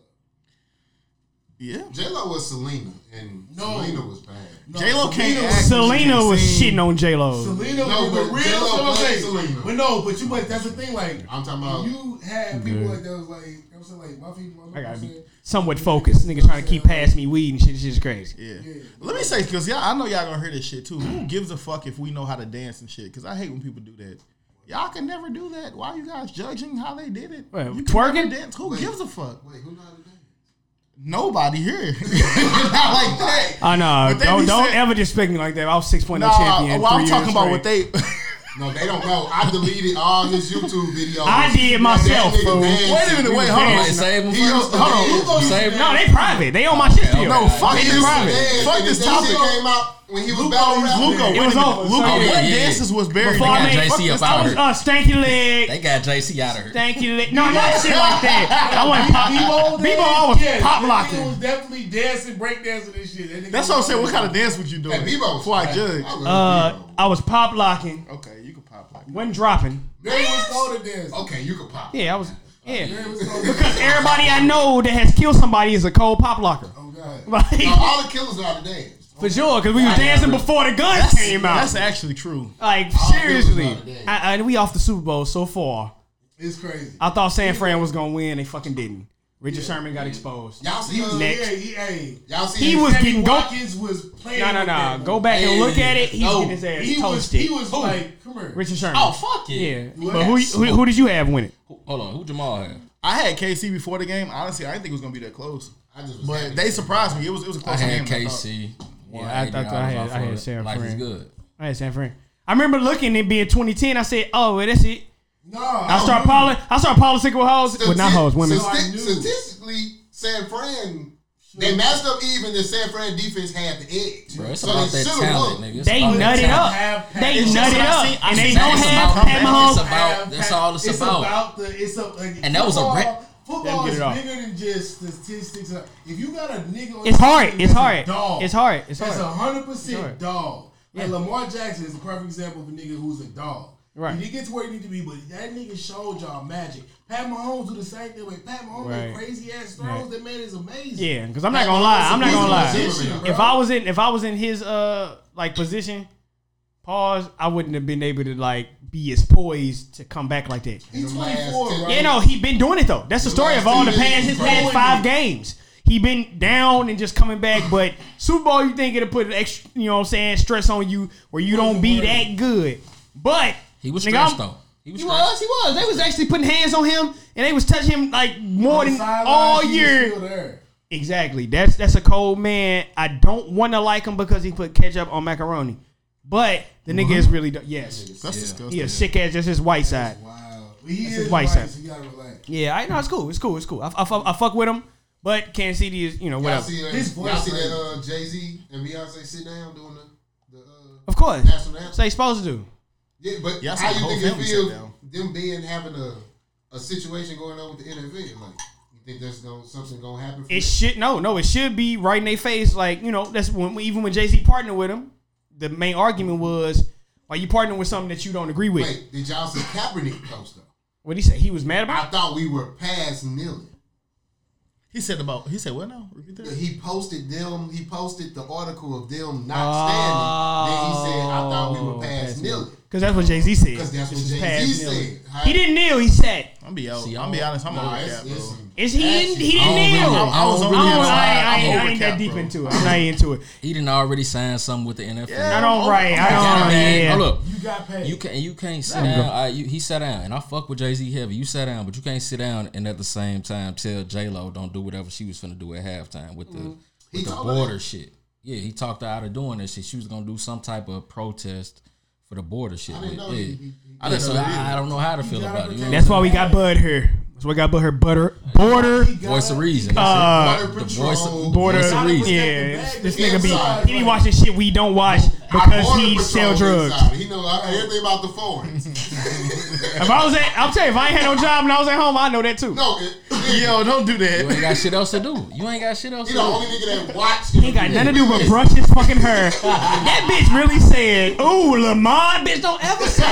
Speaker 4: Yeah.
Speaker 7: J Lo was Selena, and
Speaker 5: No.
Speaker 7: Selena was bad.
Speaker 5: No,
Speaker 4: J Lo
Speaker 5: Selena-
Speaker 4: can't act. when she
Speaker 1: Selena
Speaker 4: can't
Speaker 1: was
Speaker 4: sing.
Speaker 1: shitting on J Lo.
Speaker 5: Selena
Speaker 7: No,
Speaker 5: was
Speaker 7: but
Speaker 5: the real
Speaker 7: J-Lo
Speaker 5: so I'm
Speaker 7: played
Speaker 5: saying-
Speaker 7: Selena.
Speaker 5: But no, but you but that's the thing, like
Speaker 7: I'm talking about-
Speaker 5: you had people like that was like you know what I'm saying, like my people, my
Speaker 1: I gotta
Speaker 5: people
Speaker 1: be somewhat focused. Nigga trying to keep past me weed and shit. This shit is crazy.
Speaker 4: Yeah.
Speaker 5: Yeah.
Speaker 4: Let me say, because y'all, I know y'all gonna hear this shit too. Who gives a fuck if we know how to dance and shit? Because I hate when people do that. Y'all can never do that. Why you guys judging how they did it?
Speaker 1: Wait,
Speaker 4: you can
Speaker 1: twerking?
Speaker 4: never dance. Who gives a fuck?
Speaker 7: Wait, who not today?
Speaker 4: Nobody here. Not like that.
Speaker 1: I know.
Speaker 4: But they
Speaker 1: Don't,
Speaker 4: be
Speaker 1: don't
Speaker 4: saying-
Speaker 1: ever disrespect me like that. I was six point oh
Speaker 4: Nah,
Speaker 1: champion.
Speaker 4: well,
Speaker 1: three
Speaker 4: I'm
Speaker 1: years
Speaker 4: talking about what
Speaker 1: straight.
Speaker 4: they.
Speaker 7: No, they don't know. I deleted all his YouTube videos.
Speaker 1: I did
Speaker 7: That
Speaker 1: myself,
Speaker 7: nigga
Speaker 1: fool.
Speaker 7: dancing.
Speaker 4: Wait a minute,
Speaker 7: We
Speaker 4: wait,
Speaker 7: was
Speaker 4: hold on.
Speaker 3: Wait,
Speaker 7: dancing.
Speaker 3: save him
Speaker 7: He
Speaker 3: first.
Speaker 7: used- hold on.
Speaker 4: You
Speaker 7: gonna
Speaker 3: Save him.
Speaker 1: No, they private. They on my shit still.
Speaker 4: no, fuck
Speaker 7: He used
Speaker 4: this.
Speaker 7: to
Speaker 1: private.
Speaker 7: dance,
Speaker 4: Fuck
Speaker 7: and
Speaker 4: this
Speaker 7: then that
Speaker 4: topic.
Speaker 7: shit came out when he was battle rapping.
Speaker 4: Luco, wait a
Speaker 1: was
Speaker 4: minute.
Speaker 1: over.
Speaker 4: Luco,
Speaker 1: So,
Speaker 4: what
Speaker 1: yeah,
Speaker 3: yeah.
Speaker 4: dances was buried?
Speaker 1: Before I
Speaker 4: in
Speaker 1: made
Speaker 3: JC
Speaker 4: that? Fuck
Speaker 3: up
Speaker 4: this
Speaker 3: out
Speaker 1: I
Speaker 4: topic.
Speaker 1: was uh, stanky leg.
Speaker 3: They got JC out of her.
Speaker 1: Thank you. No, not shit like that. I wasn't pop. Bebo, I was pop
Speaker 5: He was
Speaker 1: locking.
Speaker 5: definitely dancing, breakdancing and shit. That nigga
Speaker 4: That's what I'm saying. What kind of dance would you do?
Speaker 7: Hey, Bebo.
Speaker 4: Before I judge.
Speaker 1: Uh, I was pop locking.
Speaker 4: Okay, you can pop like.
Speaker 1: Wasn't dropping.
Speaker 5: Mary was called to dance.
Speaker 7: okay, you can pop.
Speaker 1: Yeah, I was. Yeah.
Speaker 5: Mary was called to
Speaker 1: Because
Speaker 5: dance.
Speaker 1: everybody I know that has killed somebody is a cold pop locker.
Speaker 5: Oh god.
Speaker 1: Like,
Speaker 7: No, all the killers are out to dance.
Speaker 1: for sure. Because we was dancing before the guns came out.
Speaker 4: That's actually true.
Speaker 1: Like,
Speaker 7: All
Speaker 1: seriously.
Speaker 7: good was out of
Speaker 1: I, and we off the Super Bowl so far.
Speaker 5: It's crazy.
Speaker 1: I thought San Fran was going to win. They fucking didn't. Richard Sherman got exposed.
Speaker 7: Y'all see
Speaker 1: You
Speaker 7: uh,
Speaker 1: next.
Speaker 5: Yeah, he, hey.
Speaker 7: Y'all see
Speaker 1: He
Speaker 7: his-
Speaker 1: was
Speaker 5: Sammy
Speaker 1: getting go.
Speaker 5: Watkins was playing.
Speaker 1: No, no,
Speaker 5: with
Speaker 1: no.
Speaker 5: that,
Speaker 1: Go
Speaker 5: bro.
Speaker 1: back and look at it. He's
Speaker 7: No.
Speaker 1: getting his ass
Speaker 5: He was
Speaker 1: toasted.
Speaker 5: he was like, come here.
Speaker 1: Richard Sherman.
Speaker 3: Oh fuck it.
Speaker 1: Yeah. But who, who who did you have winning?
Speaker 3: Hold on. Who Jamal had?
Speaker 4: I had KC before the game. Honestly, I didn't think it was gonna be that close.
Speaker 5: I just was
Speaker 4: But
Speaker 5: happy.
Speaker 4: they surprised me. It was it was a
Speaker 3: I
Speaker 4: close game.
Speaker 3: had
Speaker 4: I thought.
Speaker 3: KC.
Speaker 1: Well, I thought I had- I had San
Speaker 3: Life is
Speaker 1: Fran.
Speaker 3: good.
Speaker 1: I had San Fran. I remember looking and being 2010. I said, "Oh, well, that's it."
Speaker 2: No,
Speaker 1: I
Speaker 5: Oh,
Speaker 1: start poli- I start politics with hoes, well, not hoes, women.
Speaker 2: So-
Speaker 5: Stati- statistically, San Fran, they matched up even. The San Fran defense had the edge.
Speaker 3: Bro, it's
Speaker 5: so
Speaker 3: about
Speaker 5: they
Speaker 3: that
Speaker 5: should
Speaker 3: talent,
Speaker 5: have
Speaker 3: nigga.
Speaker 5: won.
Speaker 3: It's
Speaker 1: They
Speaker 3: about that
Speaker 1: nutted
Speaker 3: talent.
Speaker 1: up.
Speaker 2: Half-pack.
Speaker 1: They
Speaker 2: It's
Speaker 1: nutted
Speaker 4: just-
Speaker 1: up,
Speaker 4: I see- I
Speaker 1: and they
Speaker 4: see-
Speaker 1: don't
Speaker 4: it's
Speaker 1: have
Speaker 4: about
Speaker 1: Pat
Speaker 3: comebacks.
Speaker 1: Mahomes.
Speaker 3: It's about- that's all it's about.
Speaker 2: the, it's a, like,
Speaker 3: And that was a
Speaker 2: football-
Speaker 3: rap.
Speaker 1: Let
Speaker 2: Football
Speaker 1: me get
Speaker 2: is
Speaker 1: it off.
Speaker 2: bigger than just statistics. If you got a nigga, on
Speaker 1: It's
Speaker 2: your
Speaker 1: hard.
Speaker 2: team
Speaker 1: It's
Speaker 2: that's a
Speaker 1: hard.
Speaker 2: dog,
Speaker 1: It's hard. It's
Speaker 2: That's a
Speaker 1: hard.
Speaker 2: hundred
Speaker 1: It's hard.
Speaker 2: percent dog. Like
Speaker 1: Yeah.
Speaker 2: Lamar Jackson is a perfect example of a nigga who's a dog.
Speaker 1: Right.
Speaker 2: He didn't get to where he need to be, but that nigga showed y'all magic. Pat Mahomes do the same thing. Like Pat Mahomes
Speaker 1: Right.
Speaker 2: made crazy ass throws.
Speaker 1: Right.
Speaker 2: That man is amazing.
Speaker 1: Yeah, because I'm not gonna lie. I'm not
Speaker 2: He's a
Speaker 1: gonna lie.
Speaker 2: magician,
Speaker 5: If
Speaker 2: bro.
Speaker 1: If I was in, if I was in his uh like position, pause. I wouldn't have been able to like be as poised to come back like that.
Speaker 2: he's
Speaker 5: Them last
Speaker 2: 24,
Speaker 5: ten-
Speaker 2: bro.
Speaker 1: Yeah, no, he been doing it though. That's the story of all the past his past five games. He been down and just coming back, but Super Bowl you think it'll put an extra, you know what I'm saying, stress on you where you don't be that good. But
Speaker 3: He was
Speaker 1: nigga,
Speaker 3: stressed
Speaker 1: I'm-
Speaker 3: though. He was
Speaker 1: He
Speaker 3: stressed.
Speaker 1: was, he was. They was actually putting hands on him and they was touching him like more
Speaker 2: On the
Speaker 1: than
Speaker 2: sideline,
Speaker 1: all
Speaker 2: he was
Speaker 1: year.
Speaker 2: still there.
Speaker 1: Exactly. That's that's a cold man. I don't want to like him because he put ketchup on macaroni. But the nigga is really do- yes.
Speaker 4: That's
Speaker 1: He
Speaker 4: disgusting.
Speaker 1: a sick ass. That's his white side.
Speaker 2: Wow. He
Speaker 1: That's
Speaker 2: is
Speaker 1: his white
Speaker 2: white,
Speaker 1: side.
Speaker 2: so you gotta relax.
Speaker 1: Yeah, I know it's cool. It's cool. It's cool. I, I, fuck- I fuck with him, but Kansas City is you know
Speaker 5: Y'all
Speaker 1: whatever.
Speaker 5: see that?
Speaker 2: His
Speaker 5: Y'all
Speaker 2: voice
Speaker 5: see
Speaker 2: is-
Speaker 5: that uh, Jay Z and Beyonce sit down doing the, the uh,
Speaker 1: Of course,
Speaker 5: national anthem?
Speaker 1: so they supposed to.
Speaker 5: Yeah, but
Speaker 4: Yeah, I saw
Speaker 5: how
Speaker 4: the
Speaker 5: you
Speaker 4: whole
Speaker 5: think it
Speaker 4: family
Speaker 5: feel
Speaker 4: sat down.
Speaker 5: them being having a a situation going on with the NFL? Like, you think that's gonna something gonna happen? For
Speaker 1: It
Speaker 5: them?
Speaker 1: should no, no. It should be right in their face. Like you know, that's when even when Jay Z partnered with him, the main argument was why you partnering with something that you don't agree with.
Speaker 5: Wait, did y'all see Kaepernick post though?
Speaker 1: What he say? He was mad about.
Speaker 5: I thought we were past kneeling.
Speaker 4: He said about he said what now? Repeat that.
Speaker 5: He posted them. He posted the article of them not standing. Then he said, "I thought we were
Speaker 1: Oh,
Speaker 5: past,
Speaker 1: past
Speaker 5: kneeling."
Speaker 1: Because that's what Jay Z said.
Speaker 5: Because that's
Speaker 1: This
Speaker 5: what
Speaker 1: is
Speaker 5: Jay-Z
Speaker 1: past
Speaker 5: said.
Speaker 1: kneeling.
Speaker 5: How-
Speaker 1: He didn't kneel. He sat.
Speaker 4: I'm be out.
Speaker 3: See,
Speaker 4: I'm be
Speaker 3: I'm-
Speaker 4: honest. I'm
Speaker 5: Nah,
Speaker 4: over
Speaker 5: it's,
Speaker 4: that, bro.
Speaker 5: it's,
Speaker 1: Is he?
Speaker 5: That's
Speaker 1: Didn't, he
Speaker 3: I
Speaker 1: didn't
Speaker 3: don't
Speaker 1: kneel.
Speaker 3: really-
Speaker 1: I
Speaker 3: I
Speaker 1: don't.
Speaker 3: don't
Speaker 1: I
Speaker 3: really
Speaker 1: don't-
Speaker 3: have
Speaker 1: I
Speaker 3: time.
Speaker 1: ain't- I
Speaker 4: I'm
Speaker 1: ain't that
Speaker 4: overcapped,
Speaker 1: deep
Speaker 4: bro.
Speaker 1: into it. I'm not into it.
Speaker 3: He didn't already sign something with the NFL.
Speaker 1: I don't.
Speaker 4: I'm
Speaker 1: Right. I
Speaker 3: Nah,
Speaker 1: don't.
Speaker 3: man.
Speaker 1: Yeah.
Speaker 3: Oh, look,
Speaker 2: You got paid.
Speaker 3: you can't you can't sit down. I, you, he sat down, and I fuck with Jay Z heavy. You sat down, but you can't sit down and at the same time tell J Lo don't do whatever she was finna do at halftime with the
Speaker 5: Mm-hmm.
Speaker 3: with the
Speaker 5: told her
Speaker 3: border shit. Yeah, he talked her out of doing that shit. She was gonna do some type of protest for the border shit.
Speaker 5: didn't
Speaker 3: Yeah.
Speaker 5: know he- he-
Speaker 3: Yeah, so I, I don't know how to feel
Speaker 2: gotta
Speaker 3: about it. You know
Speaker 2: protect-
Speaker 3: what
Speaker 1: That's why we got Bud here. That's why we got Bud here. Butter. Border.
Speaker 2: He
Speaker 3: I'm saying?
Speaker 2: got
Speaker 3: voice of
Speaker 2: it.
Speaker 3: reason. That's
Speaker 1: Uh,
Speaker 5: Border
Speaker 3: it. The
Speaker 5: Patrol,
Speaker 3: voice of,
Speaker 1: Border.
Speaker 3: voice of reason.
Speaker 1: Yeah. This
Speaker 2: Yeah,
Speaker 1: nigga
Speaker 2: inside,
Speaker 1: be. He be
Speaker 2: bro.
Speaker 1: watching shit we don't watch
Speaker 5: Our
Speaker 1: because
Speaker 5: Border
Speaker 1: he
Speaker 5: Patrol
Speaker 1: sell drugs.
Speaker 5: inside. He know uh, everything about the foreigns.
Speaker 1: If I was at, I'm telling you, if I ain't had no job and I was at home, I know that too.
Speaker 5: no, it,
Speaker 4: Yo, don't do
Speaker 3: You ain't
Speaker 4: that.
Speaker 3: got shit else to do. You ain't got shit else
Speaker 5: he
Speaker 3: to
Speaker 5: the
Speaker 3: do.
Speaker 5: only nigga that watched.
Speaker 1: He ain't got nothing to do but brush his fucking hair. That bitch really said, "Ooh, Lamar, bitch, don't ever say."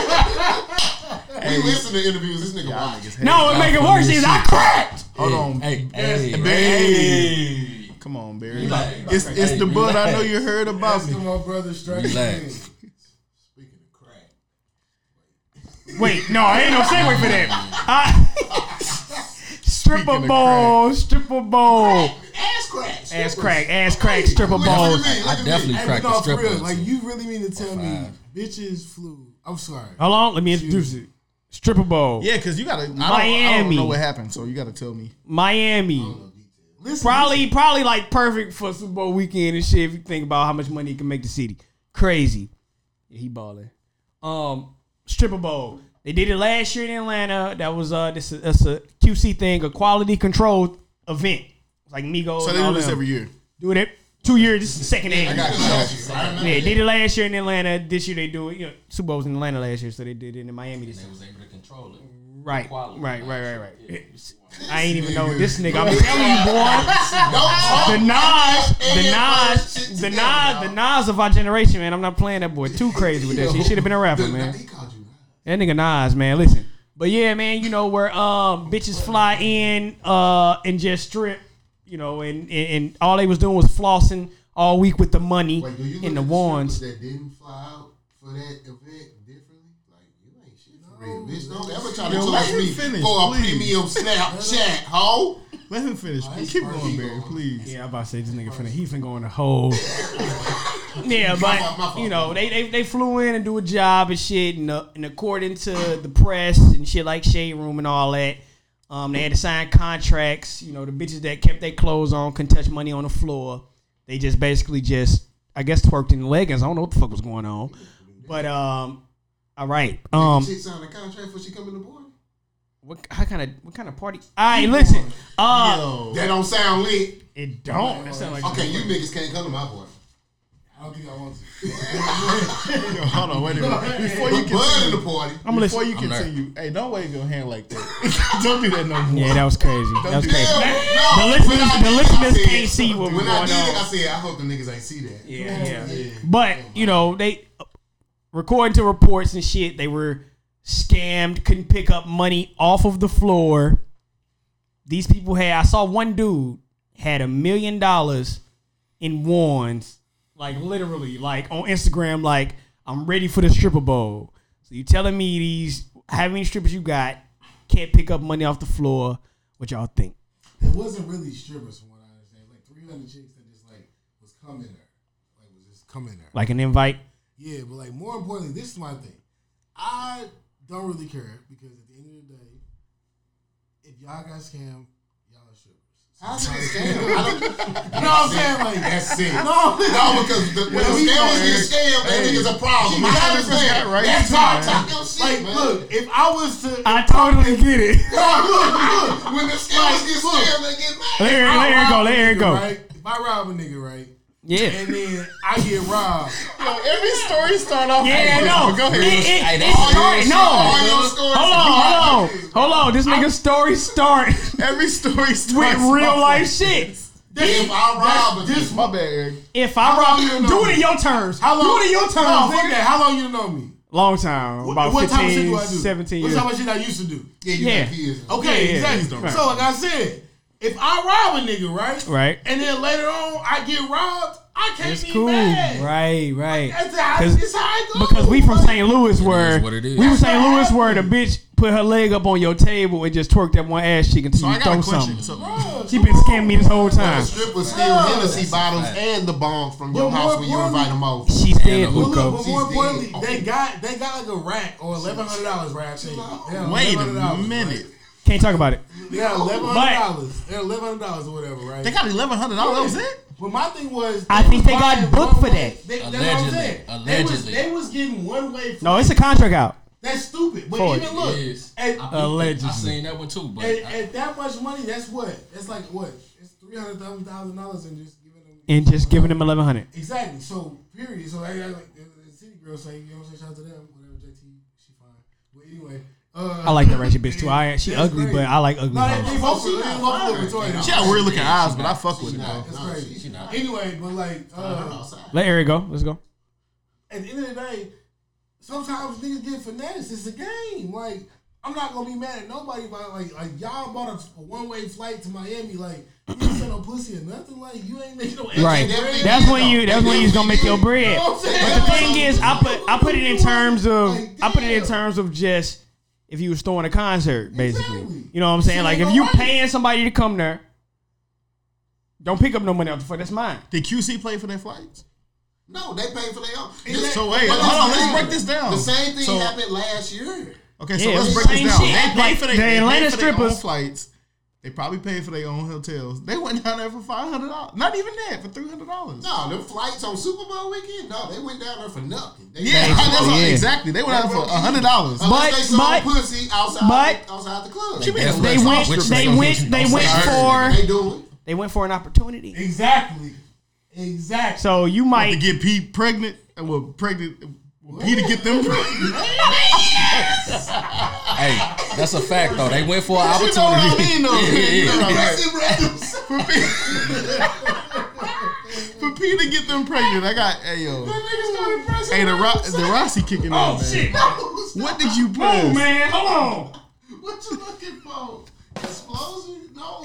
Speaker 5: We listen to interviews. This nigga watch.
Speaker 1: No, what make it worse is I cracked.
Speaker 4: Hold on.
Speaker 3: Hey, hey,
Speaker 4: Barry.
Speaker 3: hey.
Speaker 4: Come on, Barry.
Speaker 3: Relax.
Speaker 4: It's it's the
Speaker 3: Hey,
Speaker 4: bud I know
Speaker 3: relax.
Speaker 4: you heard about.
Speaker 2: That's my brother straight.
Speaker 3: Relax.
Speaker 5: Speaking of crack,
Speaker 1: Wait, no, ain't no segue for that. I, stripper
Speaker 4: of
Speaker 1: bowl, stripper bowl,
Speaker 5: ass crack,
Speaker 1: ass crack, ass crack, stripper
Speaker 5: Look at
Speaker 1: bowl.
Speaker 5: me, look
Speaker 3: I
Speaker 5: at me.
Speaker 3: definitely
Speaker 2: Hey,
Speaker 3: cracked
Speaker 2: but
Speaker 3: the
Speaker 2: no, for
Speaker 3: stripper.
Speaker 2: real. Like
Speaker 3: too.
Speaker 2: you really mean to tell me
Speaker 3: five.
Speaker 2: bitches flew? I'm sorry.
Speaker 1: Hold on, let me introduce it. Stripper bowl,
Speaker 4: Yeah, cause you gotta. I don't, I don't
Speaker 1: Miami.
Speaker 4: know what happened, so you gotta tell me.
Speaker 1: Miami.
Speaker 2: Listen,
Speaker 1: Probably, probably like perfect for Super Bowl weekend and shit. If you think about how much money he can make the city, crazy. Yeah, he balling. Um, stripper bowl. They did it last year in Atlanta. That was uh, this is that's a QC thing, a quality control event. It's like Migos.
Speaker 4: So
Speaker 1: and
Speaker 4: they do
Speaker 1: all
Speaker 4: this
Speaker 1: them.
Speaker 4: every year.
Speaker 1: Do it every- two years. This is the second
Speaker 5: I
Speaker 1: annual.
Speaker 5: got you. I got you. I
Speaker 1: Yeah,
Speaker 5: remember
Speaker 1: they did it last year in Atlanta. This year they do it. You know, Super Bowl was in Atlanta last year, so they did it in Miami this
Speaker 3: They
Speaker 1: year.
Speaker 3: was able to control it.
Speaker 1: Right,
Speaker 3: Quality.
Speaker 1: right, right, right, right. I ain't even know this nigga. I'm telling you, boy. The
Speaker 5: Don't
Speaker 1: Nas, the
Speaker 5: Yeah, shit
Speaker 1: Nas, the
Speaker 5: together,
Speaker 1: Nas,
Speaker 5: dog.
Speaker 1: the Nas of our generation, man. I'm not playing that boy too crazy with that shit. He should have been a rapper,
Speaker 5: The-
Speaker 1: man.
Speaker 5: He called you.
Speaker 1: That nigga Nas, man. Listen, but yeah, man. You know where um bitches fly in, uh, and just strip, you know, and and, and all they was doing was flossing all week with the money
Speaker 5: Wait, do you look
Speaker 1: and
Speaker 5: at
Speaker 1: the
Speaker 5: the
Speaker 1: wands.
Speaker 5: strippers that didn't fly out for that event differently? Like you ain't shit for real, bitch. Don't ever try to
Speaker 4: Yo, let
Speaker 5: charge
Speaker 4: him
Speaker 5: me
Speaker 4: finish,
Speaker 5: for a
Speaker 4: please.
Speaker 5: premium Snapchat, hoe.
Speaker 4: Let him finish. Keep going, Barry, please.
Speaker 1: Yeah, I'm about to say this nigga finna he finna go in the hole. yeah,
Speaker 5: My fault, my
Speaker 1: but
Speaker 5: fault.
Speaker 1: you know they, they they flew in and do a job and shit, and, uh, and according to the press and shit like shade room and all that, Um, they had to sign contracts. You know, the bitches that kept their clothes on couldn't touch money on the floor. They just basically just, I guess, twerked in the leggings. I don't know what the fuck was going on, but um, all right. Um,
Speaker 8: She signed a contract before she come in the board.
Speaker 1: what how kind of what kind of party? All right, listen. Uh,
Speaker 8: That don't sound lit.
Speaker 1: it don't. That sound like
Speaker 8: Okay, you niggas can't come to my board.
Speaker 5: I don't think I want to.
Speaker 4: Hold on, wait a minute. Before you
Speaker 8: Put Bud in the
Speaker 4: continue,
Speaker 8: party.
Speaker 1: I'm
Speaker 4: before
Speaker 1: listening.
Speaker 4: you
Speaker 3: I'm
Speaker 4: continue, hey, don't wave your hand like that. don't do that no more.
Speaker 1: Yeah, that was crazy. That was crazy.
Speaker 8: Hell
Speaker 1: The
Speaker 8: no. When
Speaker 1: listeners-
Speaker 8: I
Speaker 1: the
Speaker 8: did it,
Speaker 1: listeners
Speaker 8: I said-
Speaker 1: can't see what was
Speaker 8: When I
Speaker 1: going
Speaker 8: did it,
Speaker 1: on.
Speaker 8: I said, I hope the niggas ain't see that.
Speaker 1: Yeah, yeah.
Speaker 8: Yeah.
Speaker 1: But you know, they according to reports and shit, they were scammed, couldn't pick up money off of the floor. These people had. I saw one dude had a million dollars in wands, like literally, like on Instagram, like I'm ready for the stripper bowl. So you telling me these how many strippers you got can't pick up money off the floor? What y'all think?
Speaker 5: It wasn't really strippers from what I understand. Like 300 chicks that just like was coming there. Like was just coming there.
Speaker 1: Like an invite?
Speaker 5: Yeah, but like more importantly, this is my thing. I don't really care because at the end of the day, if y'all got scammed, y'all are strippers.
Speaker 8: How's it a scam? I don't,
Speaker 5: You know what I'm saying? Like
Speaker 8: that's it.
Speaker 5: No,
Speaker 8: No, because the, when
Speaker 5: Hey,
Speaker 8: the scammers get scammed, that
Speaker 4: hey.
Speaker 8: nigga's a problem. I
Speaker 4: got it
Speaker 8: understand.
Speaker 4: right, right?
Speaker 8: That's
Speaker 4: You
Speaker 8: hard.
Speaker 4: too, man.
Speaker 8: Talk your shit,
Speaker 5: like
Speaker 8: man.
Speaker 5: look, if I was to
Speaker 1: I totally get it.
Speaker 8: No, look, look. When the scammers get
Speaker 5: Look.
Speaker 8: scammed, they get mad.
Speaker 1: There, there it go. There
Speaker 5: you
Speaker 1: it go.
Speaker 5: Right? If I rob a nigga, right,
Speaker 1: Yeah.
Speaker 5: and then I get robbed,
Speaker 4: Every story start off.
Speaker 1: Yeah,
Speaker 4: like,
Speaker 1: no.
Speaker 4: Go ahead.
Speaker 1: It, it,
Speaker 3: Hey,
Speaker 1: it
Speaker 3: that's all
Speaker 1: started-
Speaker 8: your
Speaker 1: no.
Speaker 8: story. All your
Speaker 1: Hold
Speaker 8: stories.
Speaker 1: on, hold on, hold on. This nigga's story start
Speaker 4: Every story starts
Speaker 1: with
Speaker 4: off
Speaker 1: real
Speaker 4: like-
Speaker 1: life shit.
Speaker 8: If I rob a
Speaker 5: this
Speaker 8: nigga,
Speaker 4: My bad, Eric.
Speaker 1: If I
Speaker 5: long you
Speaker 1: rob,
Speaker 5: know
Speaker 1: do it
Speaker 5: me?
Speaker 1: in your terms.
Speaker 5: how long?
Speaker 1: do it in your terms.
Speaker 5: No, fuck
Speaker 1: nigga.
Speaker 5: that. How long you know me?
Speaker 1: Long time, about
Speaker 5: what type of shit
Speaker 1: 15,
Speaker 5: do I do?
Speaker 1: 17
Speaker 5: What
Speaker 1: years.
Speaker 5: type of shit I used to do?
Speaker 8: yeah, you
Speaker 1: Yeah.
Speaker 8: confused.
Speaker 5: Okay,
Speaker 1: Yeah, yeah,
Speaker 5: exactly.
Speaker 1: right.
Speaker 5: So like I said, if I rob a nigga, right?
Speaker 1: Right.
Speaker 5: And then later on I get robbed, I can't
Speaker 1: It's
Speaker 5: be
Speaker 1: cool,
Speaker 5: mad.
Speaker 1: right, right.
Speaker 5: That's how,
Speaker 1: 'Cause-
Speaker 5: that's how I go.
Speaker 1: Because we from
Speaker 5: Like,
Speaker 1: St. Louis, where
Speaker 3: what it is.
Speaker 1: we from
Speaker 5: That's
Speaker 1: St.
Speaker 5: what
Speaker 1: Louis, where the bitch put her leg up on your table and just twerked that one ass cheek until
Speaker 4: So I
Speaker 1: you
Speaker 4: got
Speaker 1: throw
Speaker 4: a question.
Speaker 1: something.
Speaker 4: So-
Speaker 5: bro,
Speaker 1: She been scamming me this whole
Speaker 8: The
Speaker 1: time.
Speaker 8: strippers steal Hennessy bottles and the bongs from your
Speaker 5: But
Speaker 8: house
Speaker 5: more
Speaker 8: when you
Speaker 5: importantly-
Speaker 8: invite them over.
Speaker 1: She said,
Speaker 3: And
Speaker 5: But look,
Speaker 1: "Hookah."
Speaker 5: but more
Speaker 8: She's
Speaker 5: importantly,
Speaker 8: dead.
Speaker 5: they got they got like a rack or eleven hundred dollars right thing.
Speaker 4: Wait a minute.
Speaker 1: Can't talk about it.
Speaker 5: They got eleven hundred dollars. They're eleven hundred dollars or whatever, right?
Speaker 4: They got eleven hundred dollars. That was it.
Speaker 5: But my thing was,
Speaker 1: I think they got
Speaker 5: buying
Speaker 1: booked
Speaker 5: one
Speaker 1: for
Speaker 5: way.
Speaker 1: that.
Speaker 5: They, that's what I'm
Speaker 3: Allegedly.
Speaker 5: saying.
Speaker 3: Allegedly.
Speaker 5: they was, they was getting one way. From
Speaker 1: No, it's a contract out.
Speaker 5: That's stupid. But
Speaker 1: For it.
Speaker 5: even look,
Speaker 3: Yes.
Speaker 5: at,
Speaker 3: I-
Speaker 1: Allegedly.
Speaker 3: I seen that one too, but
Speaker 5: at,
Speaker 3: I-
Speaker 5: at that much money, that's what? That's like what? It's three hundred thousand thousand dollars and just giving them.
Speaker 1: and just giving them eleven hundred.
Speaker 5: Exactly. So period. So like, I like the, the city girl say, you know what I'm saying? Shout out to them. Whatever, JT, she fine. But anyway, uh,
Speaker 1: I like that ratchet bitch too. I she
Speaker 5: That's
Speaker 1: ugly,
Speaker 5: crazy.
Speaker 1: but I like ugly.
Speaker 5: No, they,
Speaker 1: hoes.
Speaker 5: they both they both look retarded.
Speaker 4: She got weird looking eyes, but I fuck with it.
Speaker 8: Nah,
Speaker 4: though.
Speaker 5: That's
Speaker 8: nah,
Speaker 5: crazy.
Speaker 8: she- she not.
Speaker 5: Anyway, but like uh,
Speaker 8: Outside.
Speaker 1: Let Eric go. Let's go.
Speaker 5: at the end of the day, sometimes niggas get finessed. It's a game. Like I'm not gonna be mad at nobody about like like y'all bought a, one way flight to Miami. Like you ain't sell no pussy or nothing. Like you ain't making no extra
Speaker 1: Right.
Speaker 5: bread.
Speaker 1: That's when you. That's when you gonna make your bread.
Speaker 5: You know what I'm
Speaker 1: But
Speaker 5: saying?
Speaker 1: the thing is, I put I put it in terms of
Speaker 5: Like,
Speaker 1: I put it in
Speaker 5: damn.
Speaker 1: terms of just if you was throwing a concert, basically.
Speaker 5: Exactly.
Speaker 1: You know what I'm saying?
Speaker 5: Shit
Speaker 1: Like if
Speaker 5: ain't no
Speaker 1: you
Speaker 5: money.
Speaker 1: paying somebody to come there, don't pick up no money off the fuck. That's mine.
Speaker 4: Did QC play for their flights?
Speaker 8: No, they pay for their own.
Speaker 5: that-
Speaker 4: So wait,
Speaker 8: But this
Speaker 4: hold on. Let's
Speaker 8: happened.
Speaker 4: break this down.
Speaker 8: The same thing
Speaker 4: So-
Speaker 8: happened last year.
Speaker 4: Okay, so
Speaker 1: Yeah,
Speaker 4: let's
Speaker 1: it's
Speaker 4: break this
Speaker 1: same
Speaker 4: down.
Speaker 1: shit.
Speaker 4: They paid
Speaker 1: Like,
Speaker 4: for their,
Speaker 1: the
Speaker 4: they
Speaker 1: Atlanta
Speaker 4: paid for their own
Speaker 1: strippers-
Speaker 4: flights. They probably paid for their own hotels. They went down there for five hundred dollars. Not even that for three hundred dollars.
Speaker 8: No, them flights on Super Bowl weekend. No, they went down there for nothing. They
Speaker 4: Yeah,
Speaker 8: Unless
Speaker 4: that's all-
Speaker 1: Yeah.
Speaker 4: exactly. They went out for hundred dollars.
Speaker 1: But-
Speaker 8: they sold
Speaker 1: but-
Speaker 8: pussy outside,
Speaker 1: but-
Speaker 8: outside the club.
Speaker 4: She been-
Speaker 3: that's
Speaker 1: They
Speaker 3: what
Speaker 1: went.
Speaker 3: I'm saying.
Speaker 1: They went. They went
Speaker 8: They
Speaker 1: for.
Speaker 8: doing.
Speaker 1: They went for an opportunity.
Speaker 5: Exactly. Exactly.
Speaker 1: So you
Speaker 4: to
Speaker 1: might.
Speaker 4: get Pete pregnant. uh, Well, pregnant. well, Pete to get them pregnant.
Speaker 3: Hey, that's a fact though. They went for an
Speaker 4: You know what I
Speaker 3: opportunity.
Speaker 4: mean, though.
Speaker 3: Yeah, yeah, yeah.
Speaker 8: That's it, bro.
Speaker 4: For Pete- For Pete to get them pregnant, I got hey yo. Hey, the, Ro- the Rossi kicking
Speaker 1: Oh
Speaker 4: in, man.
Speaker 1: shit!
Speaker 4: What did you press?
Speaker 1: Oh man, hold on.
Speaker 8: What you looking for? Explosion? No.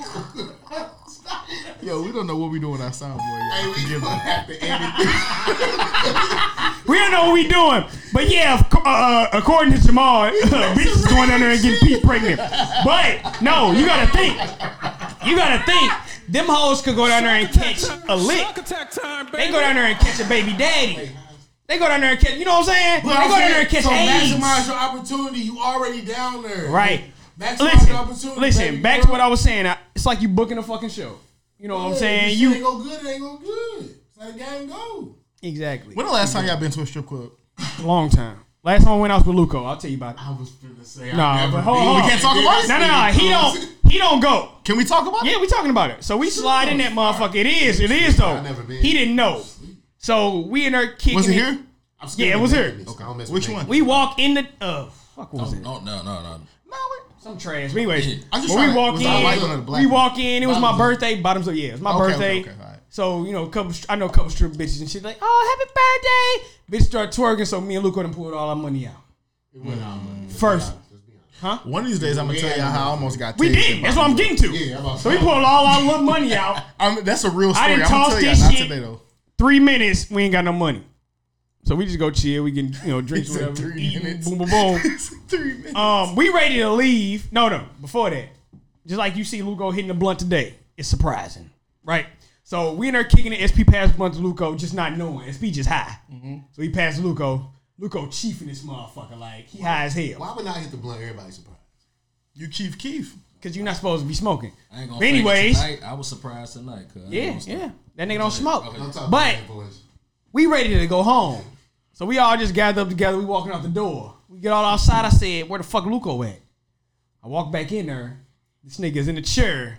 Speaker 8: Stop it.
Speaker 4: Yo, we don't know what we doing our sound boy.
Speaker 8: Hey,
Speaker 4: Y'all.
Speaker 8: we
Speaker 4: Forgive
Speaker 8: gonna
Speaker 4: me.
Speaker 8: have to end it.
Speaker 1: We don't know what we doing, but yeah, of co- uh, according to Jamal, bitches is going down there and getting Pete pregnant. But no, you gotta think, you gotta think. Them hoes could go down there and catch a lick. They go down there and catch a baby daddy. They go down there and catch, you know what I'm saying? They
Speaker 5: But I'm
Speaker 1: go down
Speaker 5: saying,
Speaker 1: there and catch
Speaker 5: so maximize
Speaker 1: AIDS.
Speaker 5: your opportunity. You already down there.
Speaker 1: Right.
Speaker 2: Back to the
Speaker 1: Listen,
Speaker 2: opportunity,
Speaker 1: listen.
Speaker 2: baby
Speaker 1: Back to
Speaker 2: girl.
Speaker 1: what I was saying. I, it's like you booking a fucking show. You know what I'm
Speaker 2: Yeah,
Speaker 1: saying?
Speaker 2: if
Speaker 1: You
Speaker 2: shit ain't go good, it ain't go good. It's how the game go.
Speaker 1: exactly.
Speaker 4: When the last time y'all been to a strip club?
Speaker 1: Long time. Last time I went out with Luco. I'll tell you about it.
Speaker 5: I was finna say.
Speaker 1: Nah,
Speaker 5: I
Speaker 1: but
Speaker 5: never
Speaker 1: hold
Speaker 5: been.
Speaker 1: on.
Speaker 4: We can't talk about it?
Speaker 1: No, no, no. He don't. He don't go.
Speaker 4: Can we talk about it?
Speaker 1: Yeah, we talking about it. So we slide in that motherfucker. It is. It is though.
Speaker 5: I've never been.
Speaker 1: He didn't know. So we and her kicking.
Speaker 4: Was it here?
Speaker 5: I'm scared
Speaker 1: Yeah, it
Speaker 5: of
Speaker 1: was her.
Speaker 5: nakedness. I don't mess with
Speaker 4: Which one?
Speaker 5: nakedness.
Speaker 1: We walk in the. Uh, fuck what was
Speaker 4: Oh,
Speaker 3: No,
Speaker 1: it?
Speaker 3: no, no, no, no.
Speaker 1: Some trash. But anyway,
Speaker 4: I'm
Speaker 1: when
Speaker 4: just trying
Speaker 1: we
Speaker 4: to-
Speaker 1: walk
Speaker 4: was I white or the
Speaker 1: in,
Speaker 4: black
Speaker 1: we
Speaker 4: one?
Speaker 1: walk in. It was my
Speaker 5: Bottoms up.
Speaker 1: birthday. Bottoms up. Yeah, it was my
Speaker 4: Okay, okay,
Speaker 1: birthday.
Speaker 4: okay, all right.
Speaker 1: So you know, a couple. str- I know a couple strip bitches and shit. Like, oh, happy birthday! Bitch start twerking. So me and Luca done pulled all our money out.
Speaker 5: It went out, man.
Speaker 1: First,
Speaker 5: Let's be honest.
Speaker 4: One of these days, I'm gonna tell y'all how I almost got.
Speaker 1: we
Speaker 4: tased
Speaker 1: did.
Speaker 4: in
Speaker 1: That's what I'm
Speaker 4: Boston.
Speaker 1: getting to.
Speaker 5: Yeah, I'm about to
Speaker 1: so we
Speaker 5: say.
Speaker 1: pulled all our little money out.
Speaker 4: I'm- that's a real
Speaker 1: I
Speaker 4: story. I'm
Speaker 1: didn't
Speaker 4: gonna
Speaker 1: toss
Speaker 4: tell y'all.
Speaker 1: this
Speaker 4: Not
Speaker 1: shit.
Speaker 4: today though.
Speaker 1: three minutes, we ain't got no money. So we just go chill. We can, you know, drinks,
Speaker 4: He said
Speaker 1: whatever.
Speaker 4: three
Speaker 1: eat,
Speaker 4: minutes.
Speaker 1: Boom, boom, boom.
Speaker 4: Three minutes.
Speaker 1: um, we ready to leave. No, no. Before that, just like you see Luco hitting the blunt today, it's surprising, right? So we in there kicking the SP pass blunt to Luco, just not knowing. SP just high. So he passed Luco. Luco chiefing this motherfucker like he high as hell
Speaker 5: Why would I hit the blunt? Everybody surprised.
Speaker 4: you Chief Keith.
Speaker 1: because you're not supposed to be smoking.
Speaker 3: I ain't
Speaker 1: But
Speaker 3: gonna. fake it
Speaker 1: anyways,
Speaker 3: tonight. I was surprised tonight. Cause I ain't
Speaker 1: yeah,
Speaker 3: gonna stop.
Speaker 1: yeah, that nigga don't smoke.
Speaker 5: Don't talk
Speaker 1: But-
Speaker 5: about that, boys.
Speaker 1: we ready to go home. So we all just gathered up together. We walking out the door. We get all outside. I said, "Where the fuck Luco at?" I walk back in there. This nigga's in the chair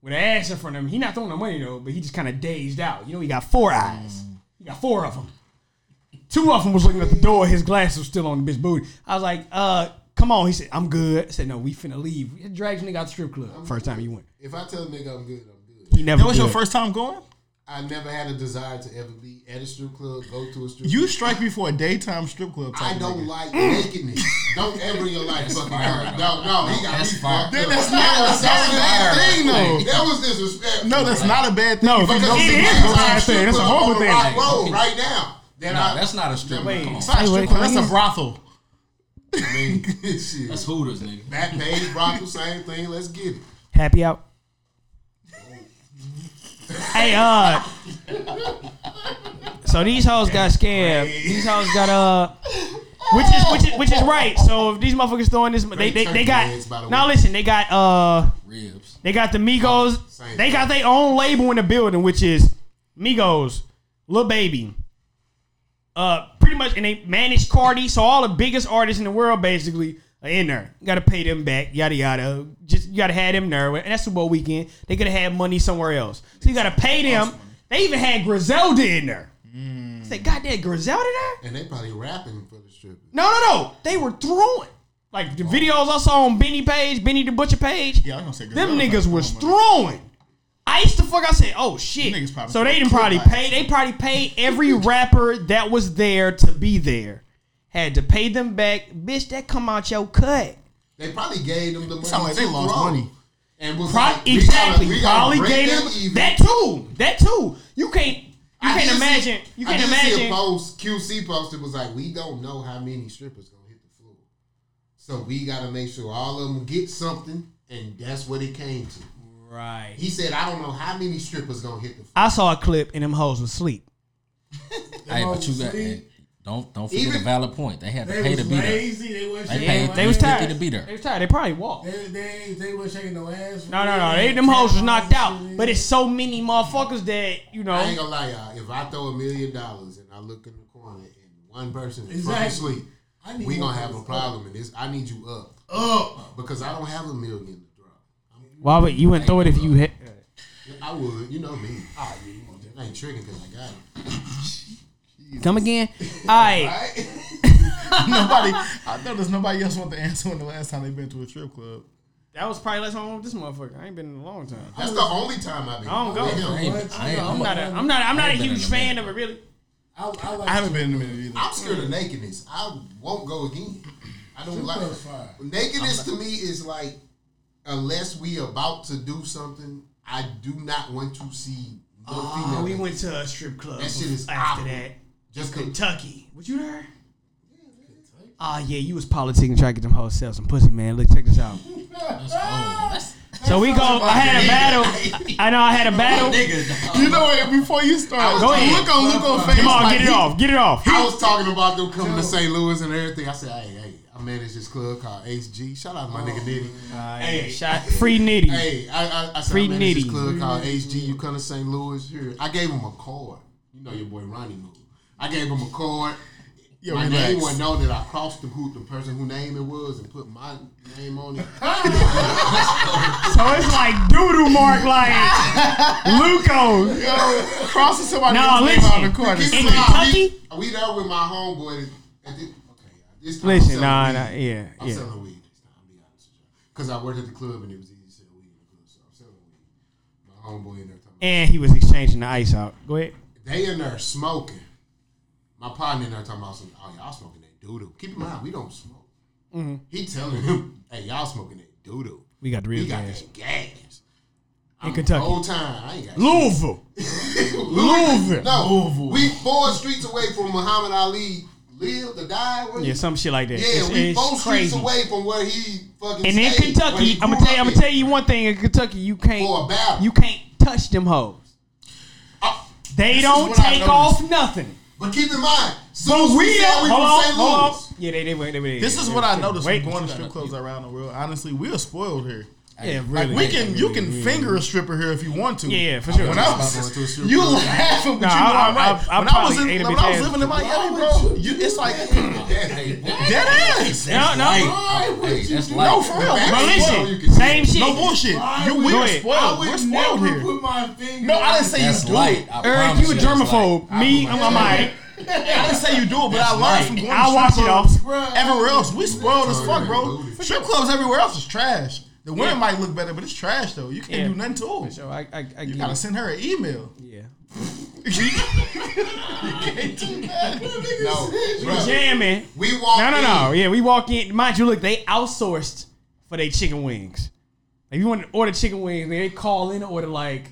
Speaker 1: with an ass in front of him. He not throwing no money though, but he just kind of dazed out. You know, he got four eyes. He got four of them. Two of them was looking at the door. His glasses was still on the bitch booty. I was like, "Uh, come on." He said, "I'm good." I said, "No, we finna leave." He dragged the nigga out the strip club. First time you went,
Speaker 5: If I tell a nigga I'm good, I'm good.
Speaker 1: he never.
Speaker 4: That was your
Speaker 1: good.
Speaker 4: first time going.
Speaker 5: I never had a desire to ever be at a strip club, go to a strip
Speaker 4: You
Speaker 5: club.
Speaker 4: strike me for a daytime strip club. Type
Speaker 5: I don't
Speaker 4: nigga.
Speaker 5: like nakedness. Don't ever in your life fucking hurt. No, no, he got
Speaker 3: That's
Speaker 5: me
Speaker 3: fire.
Speaker 5: fucked
Speaker 4: That-
Speaker 5: up.
Speaker 4: that's not- that's not a bad thing, though.
Speaker 5: That was disrespectful.
Speaker 4: No, that's not a bad thing.
Speaker 1: No,
Speaker 4: if you
Speaker 1: it
Speaker 4: don't
Speaker 1: is
Speaker 4: think
Speaker 1: a
Speaker 4: about
Speaker 1: bad
Speaker 4: it.
Speaker 1: thing. That's a horrible thing.
Speaker 5: Rock road right now. Then
Speaker 3: Nah,
Speaker 5: I,
Speaker 3: that's not a strip. club.
Speaker 1: Wait.
Speaker 3: Come on.
Speaker 4: It's not a
Speaker 1: Hey,
Speaker 4: strip
Speaker 1: wait,
Speaker 4: club,
Speaker 1: can
Speaker 4: That's
Speaker 1: we-
Speaker 4: a brothel.
Speaker 5: I mean, shit.
Speaker 3: That's Hooters, nigga.
Speaker 5: Back page, Brock, same thing. Let's get it.
Speaker 1: Happy out. hey, uh. So these hoes got scammed. These hoes got uh, which is which is which is right. So if these motherfuckers throwing this, they they, they got now. Listen, they got uh,
Speaker 3: Ribs.
Speaker 1: they got the Migos. They got their own label in the building, which is Migos, Lil Baby. Uh, pretty much, and they managed Cardi, so all the biggest artists in the world basically are in there. You gotta pay them back, yada yada. Just you gotta have them there, and that's Super Bowl weekend. They could have had money somewhere else, so you gotta pay them. They even had Griselda in there. I said, God damn, Griselda there?
Speaker 5: And they probably rapping for the stripper.
Speaker 1: No, no, no. They were throwing. Like the videos I saw on Benny page, Benny the Butcher page.
Speaker 4: Yeah, I was gonna say
Speaker 1: Them
Speaker 4: Griselda
Speaker 1: niggas
Speaker 4: probably
Speaker 1: was
Speaker 4: throwing
Speaker 1: throwing. Ice the fuck! I said, oh shit.
Speaker 4: Them niggas probably
Speaker 1: so they didn't
Speaker 4: killed
Speaker 1: probably
Speaker 4: by
Speaker 1: pay. They probably paid every rapper that was there to be there. Had to pay them back, bitch. That come out your cut.
Speaker 5: They probably gave them the money.
Speaker 4: Sound like they
Speaker 5: to
Speaker 4: lost
Speaker 5: throw.
Speaker 4: money.
Speaker 5: And was
Speaker 1: Pro-
Speaker 5: like, we
Speaker 1: exactly.
Speaker 5: gotta- we gotta
Speaker 1: Probably
Speaker 5: break
Speaker 1: gave
Speaker 5: that
Speaker 1: them
Speaker 5: even.
Speaker 1: that too. That too. You can't. You
Speaker 5: I
Speaker 1: can't
Speaker 5: did see-
Speaker 1: imagine. you can't
Speaker 5: I did See a
Speaker 1: imagine.
Speaker 5: post QC post. It was like we don't know how many strippers gonna hit the floor, so we gotta make sure all of them get something, and that's what it came to.
Speaker 1: Right.
Speaker 5: He said, I don't know how many strippers gonna hit the floor.
Speaker 1: I saw a clip and them hoes was asleep.
Speaker 3: Hey, but you
Speaker 2: hoes
Speaker 3: got
Speaker 2: was
Speaker 3: hey,
Speaker 2: sleep.
Speaker 3: don't don't forget
Speaker 5: Even-
Speaker 3: a valid point. They had to
Speaker 2: They
Speaker 3: pay
Speaker 2: was
Speaker 3: to be there.
Speaker 2: lazy. They wasn't
Speaker 3: They
Speaker 2: shaking
Speaker 3: paid-
Speaker 2: no
Speaker 3: they
Speaker 2: ass.
Speaker 3: was tired. to be there.
Speaker 1: They was tired. They probably walked.
Speaker 2: They, they, they wasn't shaking no ass.
Speaker 1: No, no, no. They, them hoes was knocked out. But it's so many motherfuckers that, you know.
Speaker 5: I ain't gonna lie, y'all. If I throw a million dollars and I look in the corner and one person is fucking
Speaker 2: Exactly.
Speaker 5: asleep,
Speaker 2: I need
Speaker 5: we
Speaker 2: one
Speaker 5: gonna have a
Speaker 2: person.
Speaker 5: problem in this. I need you up
Speaker 2: up.
Speaker 5: because I don't have a million to drop.
Speaker 1: Why would you wouldn't throw it if you hit?
Speaker 5: I would, you know me.
Speaker 1: Ah,
Speaker 5: I ain't tricking because I got it.
Speaker 1: Come again? All right.
Speaker 5: Right?
Speaker 4: Nobody. I know there's nobody else want to answer when the last time they been to a strip club.
Speaker 1: That was probably last time I went with this motherfucker. I ain't been in a long time.
Speaker 5: That's the only time I've been.
Speaker 1: I don't go.
Speaker 5: with him.
Speaker 3: I ain't-
Speaker 2: What?
Speaker 3: I ain't-
Speaker 1: I'm
Speaker 3: I'm
Speaker 1: not a,
Speaker 3: a-
Speaker 1: I'm not, I'm not a
Speaker 3: ain't been in
Speaker 1: huge
Speaker 3: a
Speaker 1: fan
Speaker 3: minute.
Speaker 1: of it, really.
Speaker 2: I, I like
Speaker 4: I haven't been in a minute either.
Speaker 5: I'm scared of nakedness. I won't go again. I don't
Speaker 2: Strip
Speaker 5: like
Speaker 2: club's fire.
Speaker 5: nakedness. To me, is like unless we about to do something, I do not want to see no female.
Speaker 1: Ah, we
Speaker 5: naked.
Speaker 1: went to a strip club
Speaker 5: That shit is
Speaker 1: after
Speaker 5: awkward.
Speaker 1: that.
Speaker 5: just cause
Speaker 1: Kentucky. Was you there? Ah, yeah, you was politicking trying to get them hoes sell some pussy, man. Look, check this out. So we go. I had a battle. I know I had a battle.
Speaker 4: You know what? Before you start,
Speaker 1: Go ahead.
Speaker 4: look on look on face.
Speaker 1: Come on,
Speaker 4: like
Speaker 1: get it
Speaker 4: he-
Speaker 1: off. Get it off.
Speaker 5: I was talking about them coming to St. Louis and everything. I said, hey, hey, I manage this club called HG. Shout out to my
Speaker 1: Oh,
Speaker 5: nigga Nitty. hey,
Speaker 1: Shot free nitty.
Speaker 5: Hey, I, I, I said
Speaker 1: Free
Speaker 5: I manage
Speaker 1: Nitty.
Speaker 5: this club called
Speaker 4: Mm-hmm.
Speaker 5: HG. You come to St. Louis here. I gave him a card. You know your boy Ronnie moved. I gave him a card.
Speaker 4: Yo,
Speaker 5: my
Speaker 4: relax.
Speaker 5: name wasn't on it. I crossed the who the person whose name it was and put my name on it.
Speaker 1: So it's like doodle mark, like Luco.
Speaker 4: Crossing somebody
Speaker 1: No,
Speaker 4: else's name out
Speaker 1: listen.
Speaker 4: of the corner.
Speaker 5: This
Speaker 1: In
Speaker 5: is how I
Speaker 1: Kentucky?
Speaker 5: did- We there with my homeboy. At this, okay, this
Speaker 1: Listen,
Speaker 5: time I'm selling
Speaker 1: nah,
Speaker 5: weed.
Speaker 1: nah, yeah,
Speaker 5: I'm
Speaker 1: yeah.
Speaker 5: selling weed this time. I'll be honest with you, because I worked at the club and it was easy to sell weed in the club, so I'm selling weed. My homeboy in there talking. about-
Speaker 1: And he was exchanging the ice out. Go ahead.
Speaker 5: They in there smoking. My partner in there talking about some. Oh, y'all smoking that doodle. Keep in mind, we don't smoke. He telling him, "Hey, y'all smoking that doodle.
Speaker 1: Mm-hmm. We got the real
Speaker 5: We got
Speaker 1: gas
Speaker 5: that gas."
Speaker 1: in
Speaker 5: The
Speaker 1: Kentucky.
Speaker 5: whole time, I ain't got
Speaker 1: Louisville.
Speaker 5: Louisville. No, we four streets away from Muhammad Ali lived or died. wasn't he?
Speaker 1: Yeah, some shit like that.
Speaker 5: Yeah,
Speaker 1: it's,
Speaker 5: we
Speaker 1: it's
Speaker 5: four streets
Speaker 1: crazy.
Speaker 5: away from where he fucking.
Speaker 1: And in
Speaker 5: stayed, where
Speaker 1: Kentucky,
Speaker 5: he
Speaker 1: I'm gonna
Speaker 5: grew
Speaker 1: tell you, I'm
Speaker 5: up
Speaker 1: gonna tell you one thing. In Kentucky, you can't
Speaker 5: For a battle.
Speaker 1: you can't touch them hoes.
Speaker 5: I-
Speaker 1: They
Speaker 5: this is
Speaker 1: don't
Speaker 5: what I
Speaker 1: take
Speaker 5: noticed.
Speaker 1: off nothing.
Speaker 5: Uh, But keep in mind,
Speaker 1: But
Speaker 5: soon as we said
Speaker 1: hold
Speaker 5: we from
Speaker 1: on,
Speaker 5: St.
Speaker 1: hold on.
Speaker 5: Louis.
Speaker 1: Yeah, they they went. They, they,
Speaker 4: This is
Speaker 1: they-
Speaker 4: what I
Speaker 1: they-
Speaker 4: noticed
Speaker 1: wait.
Speaker 4: from going to strip clubs around the world. Honestly, we are spoiled here.
Speaker 1: Yeah,
Speaker 4: Like
Speaker 1: really.
Speaker 4: we can, you can finger a stripper here if you want to.
Speaker 1: Yeah, yeah, for sure.
Speaker 4: When I
Speaker 3: I'm going
Speaker 4: was,
Speaker 3: to a strip
Speaker 4: you
Speaker 3: club.
Speaker 4: laughing, but
Speaker 1: Nah,
Speaker 4: you know
Speaker 1: I-
Speaker 4: I'm right.
Speaker 1: I- I
Speaker 4: when I was
Speaker 1: probably ate
Speaker 4: in,
Speaker 1: a
Speaker 4: when
Speaker 1: bitch
Speaker 4: I was
Speaker 1: ass
Speaker 4: living in
Speaker 1: before.
Speaker 4: Miami, bro, you, it's like
Speaker 5: mm,
Speaker 3: Hey, that-
Speaker 4: dead ass.
Speaker 1: No, no.
Speaker 5: Why would you
Speaker 3: that's
Speaker 5: do
Speaker 3: light.
Speaker 4: No, for real.
Speaker 5: that?
Speaker 1: But
Speaker 5: That's
Speaker 1: listen,
Speaker 5: where you can
Speaker 1: same shit.
Speaker 4: No bullshit.
Speaker 2: Why
Speaker 4: You
Speaker 2: would-
Speaker 4: we
Speaker 1: Go
Speaker 4: are
Speaker 1: ahead.
Speaker 2: I
Speaker 4: spoiled. We're
Speaker 2: would
Speaker 4: spoiled
Speaker 2: never
Speaker 4: here.
Speaker 2: put my finger.
Speaker 4: No, I didn't say
Speaker 3: That's
Speaker 4: you do it.
Speaker 3: light. I
Speaker 1: Eric,
Speaker 3: promise
Speaker 1: you a
Speaker 3: that's light.
Speaker 1: germaphobe. Me, I'm, I'm alright.
Speaker 4: I didn't say you do it, but I learned
Speaker 3: light.
Speaker 4: from going to
Speaker 1: I'll
Speaker 4: strip
Speaker 1: wash it
Speaker 4: clubs.
Speaker 1: off.
Speaker 4: Everywhere else, we spoiled as fuck, bro.
Speaker 5: Absolutely.
Speaker 4: Strip clubs everywhere else is trash. The
Speaker 1: Yeah.
Speaker 4: women might look better, but it's trash though. You can't
Speaker 1: Yeah.
Speaker 4: do nothing to them.
Speaker 1: So I, I, I
Speaker 4: You
Speaker 1: get
Speaker 4: gotta
Speaker 1: it.
Speaker 4: send her an email.
Speaker 1: Yeah.
Speaker 5: No, bruh.
Speaker 1: Jamming.
Speaker 5: we walked.
Speaker 1: No, no, no.
Speaker 5: in.
Speaker 1: Yeah, we walk in. Mind you, look, they outsourced for their chicken wings. If you want to order chicken wings, they call in and order like.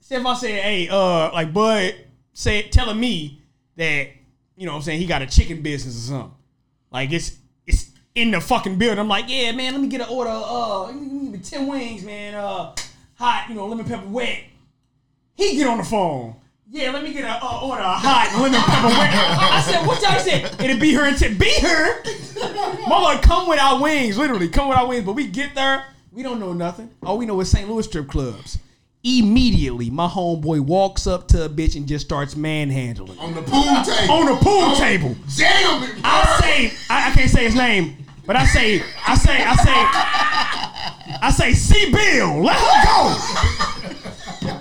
Speaker 1: Say if I say, hey, uh, like Bud say telling me that you know what I'm saying he got a chicken business or something. Like it's it's in the fucking building. I'm like, yeah, man, let me get an order. Uh, let me- let me get ten wings, man. Uh, hot, you know, lemon pepper wet. He get on the phone. Yeah, let me get a uh, order of hot lemon pepper wet. I said, what y'all said? It'll be here until be here. Mama, come with our wings, literally, come with our wings. But we get there, we don't know nothing. All we know is St. Louis strip clubs. Immediately, my homeboy walks up to a bitch and just starts manhandling
Speaker 5: on the pool table.
Speaker 1: on the pool table.
Speaker 5: Damn it!
Speaker 1: I say I, I can't say his name, but I say I say I say I say C Bill, let her go.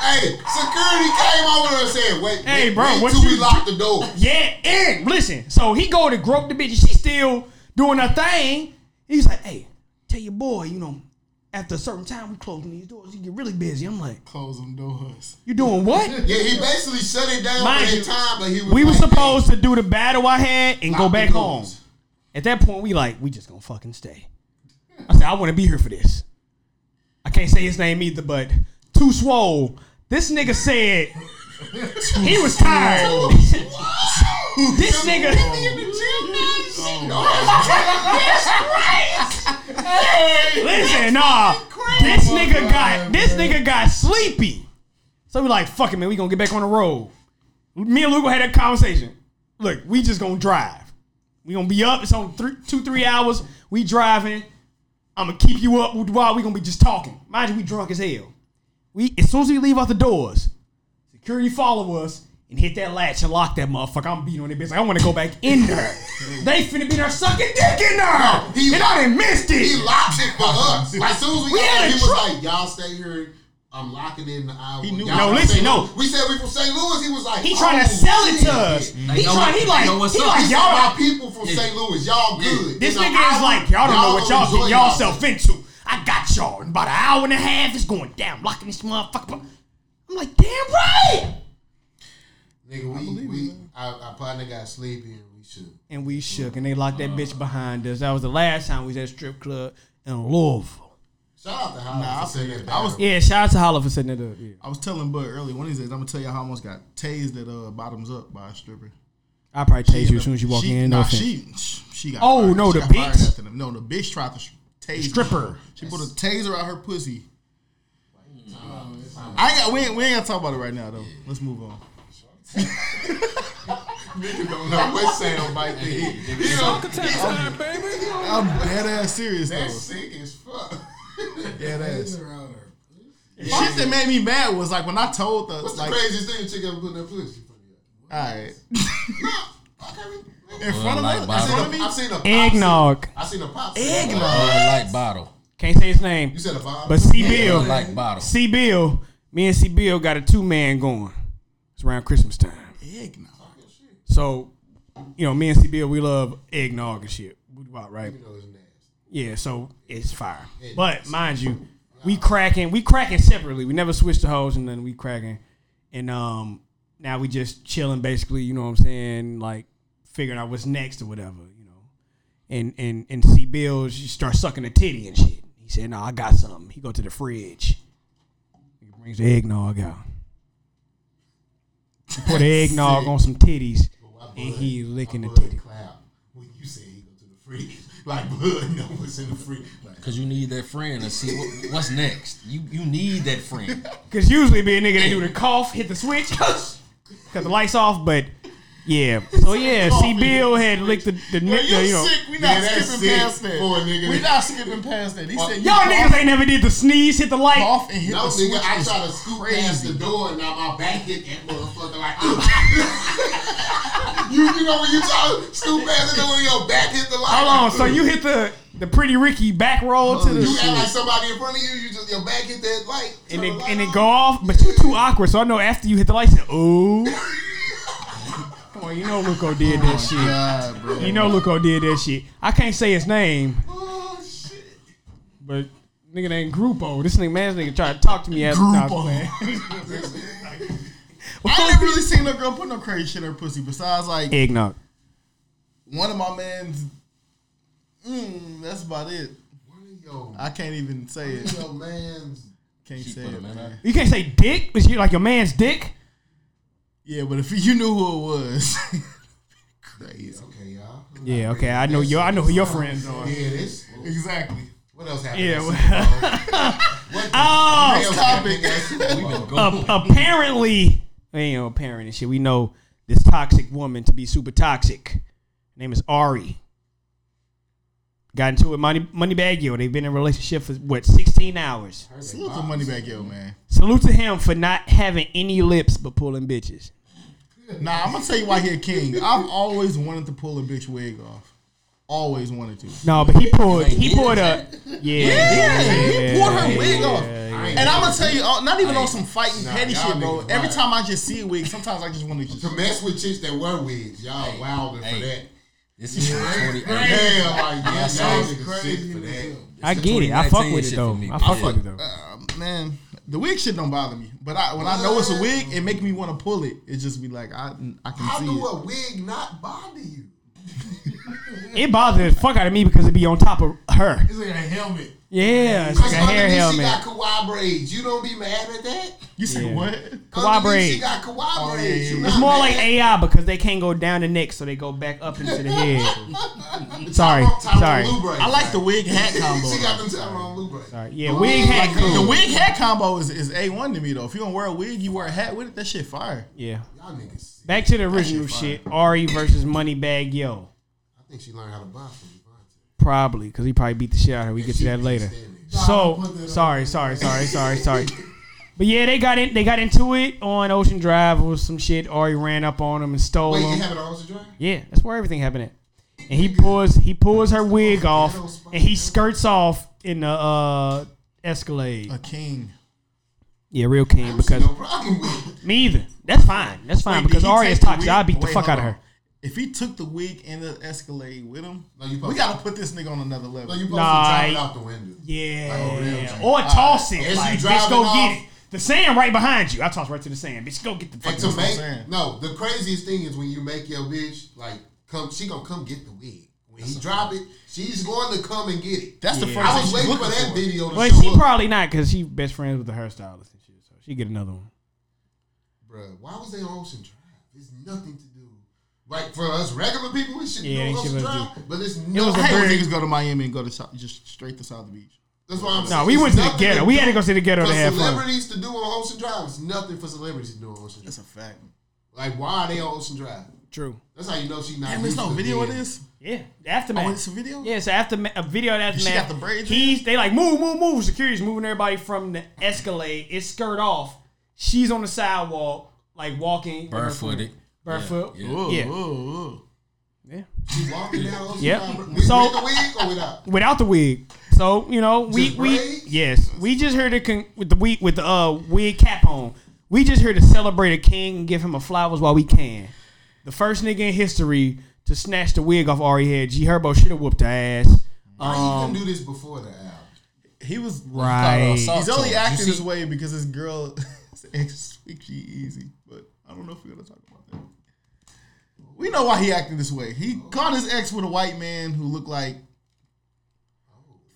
Speaker 5: Hey, security came over and said, "Wait,
Speaker 1: Hey,
Speaker 5: wait,
Speaker 1: bro,
Speaker 5: wait
Speaker 1: what
Speaker 5: till we
Speaker 1: you-
Speaker 5: lock the door."
Speaker 1: Yeah, and listen, so he go to grope the bitch, and she still doing her thing. He's like, hey, tell your boy, you know, after a certain time we closing these doors, you get really busy. I'm like,
Speaker 4: Close them doors.
Speaker 1: you doing what?
Speaker 5: Yeah, he basically shut it down
Speaker 1: Mind
Speaker 5: for
Speaker 1: you,
Speaker 5: that time, but he was
Speaker 1: We were
Speaker 5: like,
Speaker 1: supposed to do the battle I had and go
Speaker 5: Lock the
Speaker 1: back home.
Speaker 5: doors.
Speaker 1: At that point, we like, we just gonna fucking stay. I said, I wanna be here for this. I can't say his name either, but Too Swole. This nigga said he was tired. this nigga. Listen, nah. This nigga got this nigga got sleepy. So we like, fuck it, man. We gonna get back on the road. Me and Lugo had that conversation. Look, we just gonna drive. We gonna be up. It's on three, two, three hours. We driving. I'm gonna keep you up while we gonna be just talking. Mind you, we drunk as hell. We as soon as we leave out the doors, security follow us and hit that latch and lock that motherfucker. I'm beating on that bitch. Like, I want to go back in there. they finna be there sucking dick in there,
Speaker 5: He-
Speaker 1: and I done missed it.
Speaker 5: He locked it for us. Like, as soon as we,
Speaker 1: We
Speaker 5: got
Speaker 1: had
Speaker 5: there,
Speaker 1: a
Speaker 5: he was
Speaker 1: truck.
Speaker 5: like, "Y'all stay here. I'm locking in the hour."
Speaker 4: He knew-
Speaker 5: Y'all
Speaker 4: No,
Speaker 5: from
Speaker 1: listen,
Speaker 5: St.
Speaker 1: no.
Speaker 5: Louis." We said we from St. Louis. He was like,
Speaker 1: He trying to
Speaker 5: "Oh,
Speaker 1: sell it
Speaker 5: shit."
Speaker 1: to us.
Speaker 5: He
Speaker 1: He
Speaker 3: know
Speaker 1: trying. He
Speaker 3: what-
Speaker 1: like.
Speaker 3: they know what's
Speaker 1: He
Speaker 3: up.
Speaker 1: like
Speaker 5: said, "My
Speaker 1: y'all.
Speaker 5: people from St. Louis. Y'all good."
Speaker 1: This
Speaker 5: In an
Speaker 1: nigga is
Speaker 5: hour,
Speaker 1: like y'all don't know what y'all
Speaker 5: enjoy
Speaker 1: get y'all self into. I got y'all in about an hour and a half. It's going down. Locking this motherfucker. up. I'm like damn right.
Speaker 5: Nigga, we, we our, our partner got sleepy and we should.
Speaker 1: And we shook and they locked that bitch behind us. That was the last time we was at strip club in Louisville.
Speaker 5: Shout out to Hollis
Speaker 4: Nah, I
Speaker 5: for saying that.
Speaker 4: feel- I was-
Speaker 5: battle.
Speaker 1: Yeah, shout out to Holla for setting that up. Yeah.
Speaker 4: I was telling Bud early one of these days. I'm gonna tell you how I almost got tased at uh, bottoms up by a stripper.
Speaker 1: I probably
Speaker 4: She
Speaker 1: taste you
Speaker 4: ended
Speaker 1: as soon
Speaker 4: up-
Speaker 1: as you walk
Speaker 4: she,
Speaker 1: in. No
Speaker 4: Nah,
Speaker 1: offense.
Speaker 4: she she got.
Speaker 1: Oh,
Speaker 4: fired.
Speaker 1: no,
Speaker 4: She
Speaker 1: the
Speaker 4: got fired
Speaker 1: bitch?
Speaker 4: after them. No, the bitch tried to sh- tase me.
Speaker 1: Stripper.
Speaker 4: She put a taser out her pussy. I ain't got. We ain't, we ain't gotta talk about it right now though. Let's move on.
Speaker 5: Nigga don't know what sound bite to hit. He don't-
Speaker 4: I'm dead ass serious though.
Speaker 5: That's sick as fuck.
Speaker 4: Dead ass.
Speaker 2: around her.
Speaker 4: Shit that made me mad was like when I told the
Speaker 5: What's the
Speaker 4: like,
Speaker 5: craziest thing a chick ever put in her pussy?
Speaker 4: all right,
Speaker 5: Fuck everything.
Speaker 4: in front of
Speaker 3: like
Speaker 4: us,
Speaker 3: Bob.
Speaker 4: in front of me.
Speaker 5: I've seen a pop.
Speaker 1: Eggnog.
Speaker 5: I seen a pop.
Speaker 4: Eggnog.
Speaker 3: Bud Light bottle.
Speaker 1: Can't say his name.
Speaker 5: You said a bomb.
Speaker 1: But C Bill,
Speaker 3: Bud Light bottle.
Speaker 1: C Bill, me and C Bill got a two man going. It's around Christmas time.
Speaker 4: Eggnog.
Speaker 1: So, you know, me and C Bill, we love eggnog and shit. We about right.
Speaker 5: You know it's nasty.
Speaker 1: Yeah, so it's fire. But mind you, we cracking, we cracking separately. We never switched the hoes and then we cracking. And um now we just chilling basically, you know what I'm saying? Like figuring out what's next or whatever, you know. And and and C Bill, she start sucking a titty and shit. He said, No, I got something. He go to the fridge. He brings the eggnog out. He Put the eggnog on some titties and he licking the
Speaker 5: Bud
Speaker 1: titty.
Speaker 5: Cloud. When you said he go to the freak, like Bud know what's in the freak. Like,
Speaker 3: Cause you need that friend to see what, what's next. You you need that friend.
Speaker 1: Cause usually be a nigga that do the cough, hit the switch, cut the lights off. But yeah, so yeah, C. Bill had licked the the
Speaker 4: Yo,
Speaker 1: nigga.
Speaker 4: you
Speaker 1: you know,
Speaker 4: sick? We
Speaker 5: Yeah,
Speaker 4: not
Speaker 5: that's
Speaker 4: skipping
Speaker 5: sick
Speaker 4: past that.
Speaker 5: for a nigga
Speaker 4: We
Speaker 5: that-
Speaker 4: not skipping past that. He said you
Speaker 1: y'all niggas
Speaker 4: cough-
Speaker 1: ain't never did the sneeze, hit the light.
Speaker 4: cough and hit
Speaker 5: no,
Speaker 4: the
Speaker 5: nigga,
Speaker 4: switch.
Speaker 5: I
Speaker 4: is
Speaker 5: try to scoop past the
Speaker 4: crazy.
Speaker 5: door and now my back hit that motherfucker like. "Ugh." you, you know when you try to scoop past the door and your back hit the light.
Speaker 1: Hold on, so you hit the the pretty Ricky back roll to
Speaker 5: You act
Speaker 1: the
Speaker 5: like somebody in front of you. You just your back hit that light.
Speaker 1: and
Speaker 5: turn
Speaker 1: it
Speaker 5: the light
Speaker 1: and it
Speaker 5: on.
Speaker 1: go off, but you too awkward. So I know after you hit the light, you said, "Ooh." Come on, you know Luco did that shit.
Speaker 4: God, bro.
Speaker 1: You know Luco did that shit. I can't say his name,
Speaker 5: Oh shit.
Speaker 1: but nigga named Grupo. This nigga, man, this nigga tried to talk to me after. nah,
Speaker 4: Group on. I
Speaker 1: Well,
Speaker 4: never really seen no girl put no crazy shit in her pussy. Besides, like
Speaker 1: Eggnog.
Speaker 4: one of my man's. Mm, that's about it.
Speaker 5: One of your,
Speaker 4: I can't even say it.
Speaker 5: your man's.
Speaker 4: Can't
Speaker 3: She
Speaker 4: say
Speaker 3: put
Speaker 4: it,
Speaker 3: him in
Speaker 4: man.
Speaker 3: her.
Speaker 1: You can't say dick, but you like your man's dick.
Speaker 4: Yeah, but if you knew who it was, crazy.
Speaker 5: Okay, y'all.
Speaker 1: Yeah, okay. I know your I know who your friends are.
Speaker 5: Yeah, this.
Speaker 4: Exactly.
Speaker 5: What else happened?
Speaker 1: Yeah,
Speaker 5: at
Speaker 1: well-
Speaker 5: Super Bowl? what the
Speaker 1: Oh,
Speaker 5: hell
Speaker 4: topic.
Speaker 5: happened at Super Bowl?
Speaker 1: a- apparently, you know, apparent and shit. We know this toxic woman to be super toxic. Her name is Ari. Got into it with Money Moneybag Yo. They've been in a relationship for what sixteen hours.
Speaker 4: Salute the money back, yo, man.
Speaker 1: Salute to him for not having any lips but pulling bitches.
Speaker 4: Nah, I'm gonna tell you why he a king. I've always wanted to pull a bitch wig off. Always wanted to.
Speaker 1: No, but he pulled.
Speaker 3: ain't
Speaker 1: He
Speaker 3: did
Speaker 1: pulled a yeah.
Speaker 4: Yeah, he pulled her wig off.
Speaker 5: yeah.
Speaker 4: And I'm gonna tell you, uh, not even on some fighting
Speaker 5: Nah,
Speaker 4: petty
Speaker 5: y'all
Speaker 4: shit, bro.
Speaker 5: niggas
Speaker 4: Every
Speaker 5: wild.
Speaker 4: time I just see a wig, sometimes I just want to just.
Speaker 5: To mess with chicks that wear wigs, y'all wilding for that.
Speaker 3: Hey. This is from 28.
Speaker 5: Yeah, like yeah, y'all
Speaker 2: That's
Speaker 5: niggas sick
Speaker 2: crazy
Speaker 5: for
Speaker 2: as
Speaker 5: that.
Speaker 2: hell.
Speaker 1: I
Speaker 3: the
Speaker 1: get it. I fuck
Speaker 3: 2019
Speaker 1: with it
Speaker 3: shit
Speaker 1: though.
Speaker 3: for me.
Speaker 1: I fuck
Speaker 3: Yeah.
Speaker 1: with it though.
Speaker 4: Uh, man, the wig shit don't bother me, but I when I know it's a wig, it make me want to pull it. It just be like I I can
Speaker 5: How
Speaker 4: see
Speaker 5: do
Speaker 4: it.
Speaker 5: a wig not bother you?
Speaker 1: It bothered the fuck out of me because it be on top of her.
Speaker 2: It's like a helmet.
Speaker 1: Yeah, it's like a hair
Speaker 5: underneath she
Speaker 1: helmet.
Speaker 5: got kawaii braids. You don't be mad at that.
Speaker 4: You see
Speaker 1: Yeah.
Speaker 4: what?
Speaker 1: Kawaii
Speaker 5: Underneath She
Speaker 1: braids. Oh,
Speaker 5: got kawaii
Speaker 4: yeah,
Speaker 5: braids.
Speaker 4: yeah,
Speaker 5: You
Speaker 4: yeah.
Speaker 5: not
Speaker 1: It's more like
Speaker 5: mad.
Speaker 1: AI because they can't go down the neck, so they go back up into the head. Sorry,
Speaker 5: Tyrone
Speaker 1: sorry,
Speaker 5: Lue braids.
Speaker 4: I like the wig hat combo.
Speaker 5: She got them Tyrone Lue braids.
Speaker 1: sorry. Yeah, wig hat.
Speaker 5: Like,
Speaker 4: the wig hat combo is, is a one to me though. If you don't wear a wig, you wear a hat with it. That shit fire.
Speaker 1: Yeah.
Speaker 5: Y'all niggas. sick.
Speaker 1: Back to the original shit. Ari versus Moneybag Yo.
Speaker 5: I think she learned how to box from Devontae.
Speaker 1: Probably because he probably beat the shit out of her. We get to that later. So
Speaker 2: Put that on.
Speaker 1: sorry, sorry, sorry, sorry, sorry. But yeah, they got in. They got into it on Ocean Drive. It was some shit. Ari ran up on him and stole
Speaker 5: Wait,
Speaker 1: him.
Speaker 5: you have it on Ocean Drive?
Speaker 1: Yeah, that's where everything happened at. And he pulls he pulls her wig off and he skirts off in the uh Escalade.
Speaker 4: A king.
Speaker 1: Yeah, real king because
Speaker 5: no problem with it.
Speaker 1: me either. That's fine. That's fine
Speaker 4: Wait, did
Speaker 1: because
Speaker 4: he
Speaker 1: Ari
Speaker 4: take
Speaker 1: is
Speaker 4: the
Speaker 1: toxic.
Speaker 4: wig-
Speaker 1: I beat the
Speaker 4: wait,
Speaker 1: fuck out
Speaker 4: hold
Speaker 1: of
Speaker 4: on.
Speaker 1: her.
Speaker 4: If he took the wig and the Escalade with him,
Speaker 5: No, you
Speaker 4: we
Speaker 5: supposed-
Speaker 4: gotta put this nigga on another level.
Speaker 5: So you supposed
Speaker 1: Nah,
Speaker 5: to drive
Speaker 1: I-
Speaker 5: it out the window.
Speaker 1: Oh, Yeah.
Speaker 5: real
Speaker 1: Or toss it.
Speaker 5: As you
Speaker 1: Like, bitch,
Speaker 5: driving
Speaker 1: go
Speaker 5: off-
Speaker 1: get it. The sand right behind you. I toss right to the sand. Bitch, go get the
Speaker 5: And
Speaker 1: fucking
Speaker 5: to
Speaker 4: what I'm
Speaker 5: make
Speaker 4: saying.
Speaker 5: no, the craziest thing is when you make your bitch like come, she gonna come get the wig. When he drop it, she's going to come and get it.
Speaker 4: That's the first.
Speaker 5: I
Speaker 4: thing
Speaker 5: was
Speaker 4: she's
Speaker 5: waiting for
Speaker 4: looking
Speaker 5: that video to
Speaker 1: But
Speaker 5: show
Speaker 1: she
Speaker 5: up.
Speaker 1: probably not because she best friends with the hairstylist and shit. So she get another one.
Speaker 5: Bruh, why was they on Ocean Drive? It's nothing to do. Like for us regular people, it should
Speaker 1: Yeah,
Speaker 5: be
Speaker 1: ain't
Speaker 5: on Ocean
Speaker 1: shit much to
Speaker 5: Drive, but it's
Speaker 4: It was
Speaker 5: no.
Speaker 4: a
Speaker 5: Hey,
Speaker 4: bird. Niggas go to Miami and go to South, just straight to South Beach.
Speaker 5: that's why I'm saying.
Speaker 1: No, we
Speaker 5: it's
Speaker 1: went to the
Speaker 5: nothing
Speaker 1: ghetto. We had to go to the ghetto
Speaker 5: For
Speaker 1: to have fun.
Speaker 5: celebrities to do on Ocean Drive, it's nothing for celebrities to do on Ocean Drive.
Speaker 4: That's a fact.
Speaker 5: Like, why are they on Ocean Drive?
Speaker 1: True.
Speaker 5: That's how you know she's not.
Speaker 4: Damn, there's
Speaker 5: used
Speaker 4: no
Speaker 5: to
Speaker 4: video of
Speaker 5: being-
Speaker 4: this.
Speaker 1: Yeah, the aftermath.
Speaker 4: Oh, it's a video?
Speaker 1: Yeah, it's an aftermath. A video of the
Speaker 4: She
Speaker 1: aftermath.
Speaker 4: got the braids in?
Speaker 1: He's they like move, move, move. Security's moving everybody from the Escalade. It's skirt off. She's on the sidewalk, like walking with her
Speaker 3: Barefooted.
Speaker 1: foot- Barefoot.
Speaker 3: Yeah.
Speaker 4: Whoa,
Speaker 1: Yeah.
Speaker 4: whoa, whoa.
Speaker 1: Yeah.
Speaker 5: She walking down Ocean
Speaker 1: Yep.
Speaker 5: Drive with,
Speaker 1: So-
Speaker 5: with the wig or without.
Speaker 1: Without the wig. So you know we
Speaker 5: Just
Speaker 1: we
Speaker 5: braids?
Speaker 1: yes we just here to con- with the wig with the uh wig cap on. We just here to celebrate a king and give him a flowers while we can. The first nigga in history to snatch the wig off Ari head. G Herbo should have whooped her ass.
Speaker 5: Why you
Speaker 1: Um,
Speaker 5: couldn't do this before the album?
Speaker 4: He was
Speaker 1: right.
Speaker 3: Caught her
Speaker 4: He's only
Speaker 3: assault charge.
Speaker 4: acting
Speaker 3: You
Speaker 4: this
Speaker 3: see-
Speaker 4: way because his girl is extra easy. But I don't know if we're gonna talk about that. We know why he acted this way. He caught his ex with a white man who looked like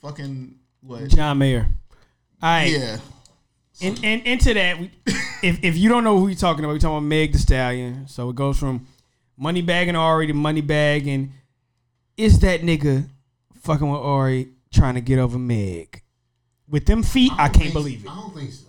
Speaker 4: fucking what?
Speaker 1: John Mayer. All right.
Speaker 4: Yeah.
Speaker 1: And, and into that, we, if if you don't know who we talking about, we talking about Meg the Stallion. So it goes from Moneybag and Ari to Moneybag, and is that nigga fucking with Ari trying to get over Meg with them feet? I
Speaker 5: don't
Speaker 1: can't
Speaker 5: think-
Speaker 1: believe it.
Speaker 5: I don't think so.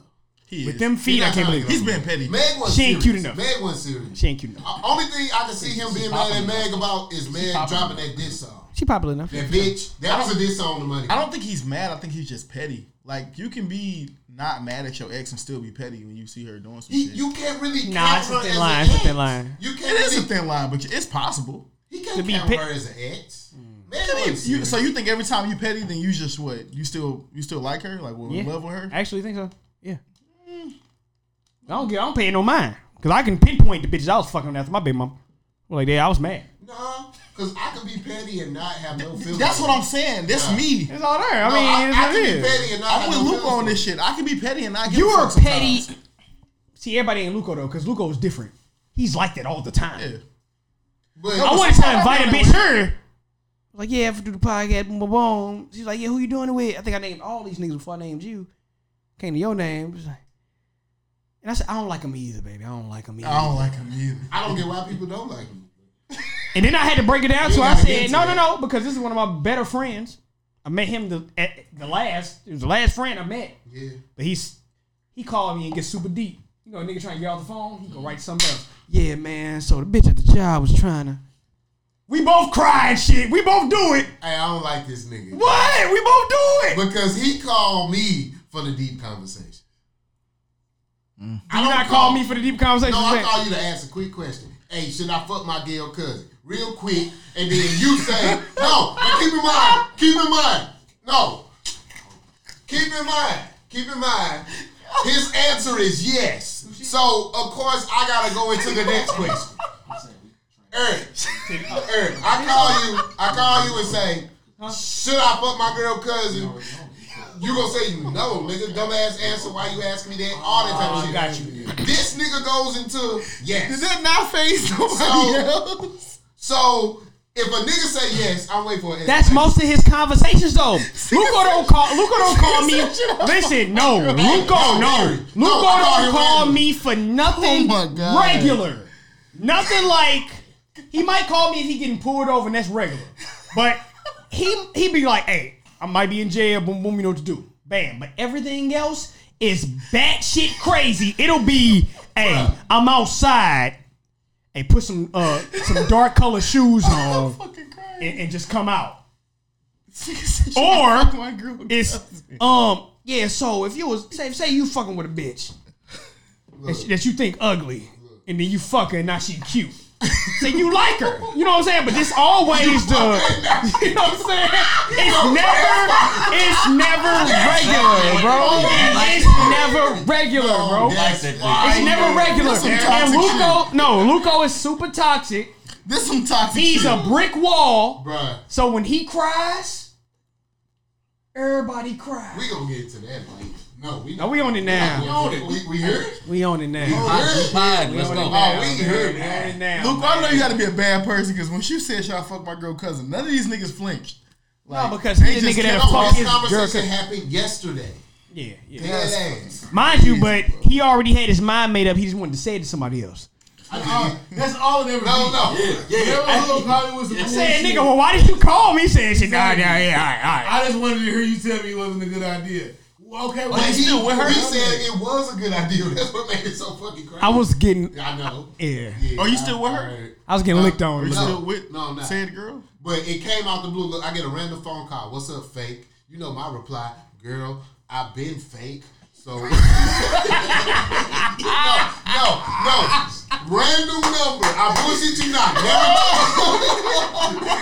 Speaker 4: He
Speaker 1: With
Speaker 4: is.
Speaker 1: them feet, I can't believe it.
Speaker 4: He's been petty.
Speaker 5: Meg was
Speaker 1: She ain't
Speaker 5: serious.
Speaker 1: cute enough.
Speaker 5: Meg was serious.
Speaker 1: She ain't cute enough.
Speaker 5: Uh, only thing I can see him being mad at
Speaker 3: popping
Speaker 5: Meg about is Meg dropping that diss song.
Speaker 1: She popular enough.
Speaker 5: That bitch, that was a diss song to money.
Speaker 4: I don't think he's mad. I think he's just petty. Like you can be not mad at your ex and still be petty when you see her doing some
Speaker 5: He,
Speaker 4: shit.
Speaker 5: you can't really
Speaker 1: Nah,
Speaker 5: count
Speaker 1: it's a
Speaker 5: her
Speaker 1: thin
Speaker 5: as
Speaker 1: line,
Speaker 5: an
Speaker 1: it's a
Speaker 5: ex.
Speaker 1: thin line.
Speaker 5: You can't
Speaker 4: it is a
Speaker 5: really,
Speaker 4: thin line, but it's possible.
Speaker 5: he
Speaker 1: To
Speaker 5: can't
Speaker 1: be Mm.
Speaker 5: count
Speaker 1: pit-
Speaker 5: her as an ex. Meg
Speaker 4: Petty.
Speaker 5: was
Speaker 4: You-
Speaker 5: serious.
Speaker 4: so you think every time you petty, then you just what? You still you still like her? Like we're
Speaker 1: Yeah.
Speaker 4: in love with her?
Speaker 1: I actually think so. Yeah. I don't get. I don't pay no mind because I can pinpoint the bitches I was fucking with after my big mom. Like yeah, I was mad.
Speaker 5: Nah, because I could be petty and not have no feelings.
Speaker 4: That's what I'm saying. That's
Speaker 5: Yeah.
Speaker 4: me.
Speaker 1: It's all there. I
Speaker 5: No,
Speaker 1: mean,
Speaker 5: I,
Speaker 1: it's
Speaker 5: I
Speaker 1: what
Speaker 5: could
Speaker 1: it
Speaker 5: be
Speaker 1: is.
Speaker 5: petty and not
Speaker 4: I'm
Speaker 5: have
Speaker 4: with
Speaker 5: no
Speaker 4: Luke
Speaker 5: feelings.
Speaker 4: on this shit. I can be petty and not get
Speaker 1: You are petty. See, everybody ain't Luco though, because Luco's different. He's like that all the time.
Speaker 4: Yeah.
Speaker 5: But
Speaker 1: I wanted to invite a
Speaker 4: sometimes
Speaker 1: bitch
Speaker 4: I
Speaker 1: here. Like, yeah, if we do the podcast, boom, boom, boom. She's like, yeah, who you doing it with? I think I named all these niggas before I named you. Came to your name. She's like- and I said, I don't like him either, baby. I don't like him either.
Speaker 4: I don't like him either.
Speaker 5: I don't get why people don't like me.
Speaker 1: And then I had to break it down,
Speaker 5: You
Speaker 1: so I
Speaker 5: gotta
Speaker 1: said,
Speaker 5: get
Speaker 1: no, no,
Speaker 5: to it.
Speaker 1: no, because this is one of my better friends. I met him the at the last. It was the last friend I met.
Speaker 5: Yeah.
Speaker 1: But he's he called me and gets super deep. You know, a nigga trying to get off the phone, he go write something else. Yeah, man. So the bitch at the job was trying to. We both cry and shit. We both do it.
Speaker 5: Hey, I don't like this nigga.
Speaker 1: What? We both do it.
Speaker 5: Because he called me for the deep conversation.
Speaker 1: Do you not call me for the deep conversation.
Speaker 5: No, I call you to ask a quick question. Hey, should I fuck my gay cousin? Real quick, and then you say no. But keep in mind, keep in mind, no. Keep in mind, keep in mind. His answer is yes. So of course I gotta go into the next question. Eric, Eric, I call you, I call you and say, should I fuck my girl cousin? You gonna say no, nigga? Dumbass answer. Why you asking me that? All that type of shit.
Speaker 1: Oh, got you.
Speaker 5: This nigga goes into
Speaker 4: Did
Speaker 5: yes.
Speaker 4: that not phase nobody
Speaker 5: So-
Speaker 4: else?
Speaker 5: So if a nigga say yes, I'm waiting for it.
Speaker 1: That's most of his conversations though. Luco don't call. Luco don't call me. Listen, no. Luco, no.
Speaker 5: Larry.
Speaker 1: Luco
Speaker 5: No, I call
Speaker 1: don't
Speaker 5: him
Speaker 1: call
Speaker 5: Larry.
Speaker 1: me for nothing
Speaker 4: Oh my God.
Speaker 1: regular. Nothing like. He might call me if he getting pulled over, and that's regular. But he he be like, "Hey, I might be in jail. Boom, boom. You know what to do. Bam." But everything else is batshit crazy. It'll be, "Hey, I'm outside. Hey, put some uh some dark color shoes on."
Speaker 4: Fucking crying.
Speaker 1: and, and just come out.
Speaker 4: Fuck my girl.
Speaker 1: It's um yeah. So if you was say say you fucking with a bitch that, you- that you think ugly, and then you fuck her, and now she cute. so you like her, you know what I'm saying? But this always the, you know what I'm saying? It's never, it's never regular, bro. It's never regular, bro.
Speaker 5: That's
Speaker 3: that nigga.
Speaker 5: why
Speaker 1: It's never regular.
Speaker 4: That's some
Speaker 1: And
Speaker 4: toxic
Speaker 1: Luco, no, Luco is super toxic.
Speaker 4: This some toxic
Speaker 1: He's
Speaker 4: shit.
Speaker 1: a brick wall.
Speaker 5: Bruh,
Speaker 1: So when he cries, everybody cries.
Speaker 5: we gonna get into that later. No, we
Speaker 1: No, we on it now.
Speaker 5: on it. We, we heard it.
Speaker 1: We on it now.
Speaker 3: We pod. Let's
Speaker 1: We
Speaker 3: go.
Speaker 1: on it
Speaker 5: Oh,
Speaker 1: now.
Speaker 5: we
Speaker 1: man.
Speaker 5: heard
Speaker 1: We
Speaker 5: that.
Speaker 1: on it now.
Speaker 4: Luke, I know you got to be a bad person because when she said, "Should I fuck my girl cousin?" None of these niggas flinched.
Speaker 1: No,
Speaker 4: Like,
Speaker 1: because he's a
Speaker 4: just
Speaker 1: nigga
Speaker 4: kept
Speaker 1: that'll
Speaker 4: on
Speaker 1: fuck
Speaker 5: No,
Speaker 1: his
Speaker 5: this
Speaker 1: girl.
Speaker 5: conversation happened yesterday.
Speaker 1: Yeah, yeah.
Speaker 5: Dead ass.
Speaker 1: Mind you, but he already had his mind made up. He just wanted to say it to somebody else. Uh,
Speaker 2: I- That's all it ever.
Speaker 5: No,
Speaker 2: be.
Speaker 5: no.
Speaker 2: Whenever Lil Poppy was the cool
Speaker 1: Say,
Speaker 2: shit,
Speaker 1: nigga, well, why did you call me? Saying shit. Nah, nah, yeah, all right, all right.
Speaker 2: I just wanted to hear you tell me it wasn't a good idea. Well, okay, well,
Speaker 5: But
Speaker 2: he-
Speaker 5: he,
Speaker 3: still with her?
Speaker 5: he said it was a good idea. That's what made it so fucking crazy.
Speaker 1: I was getting
Speaker 5: I know.
Speaker 1: yeah.
Speaker 5: Yeah,
Speaker 4: Are Oh, you still with her?
Speaker 5: I heard.
Speaker 1: I was getting licked
Speaker 4: Are
Speaker 1: on.
Speaker 4: you
Speaker 5: No.
Speaker 4: still with
Speaker 5: No, I'm not.
Speaker 4: said girl?
Speaker 5: But it came out the blue. Look, I get a random phone call. What's up, fake? You know my reply, girl. I've been fake. So no, no, no. Random number. I bullshit you not. Never.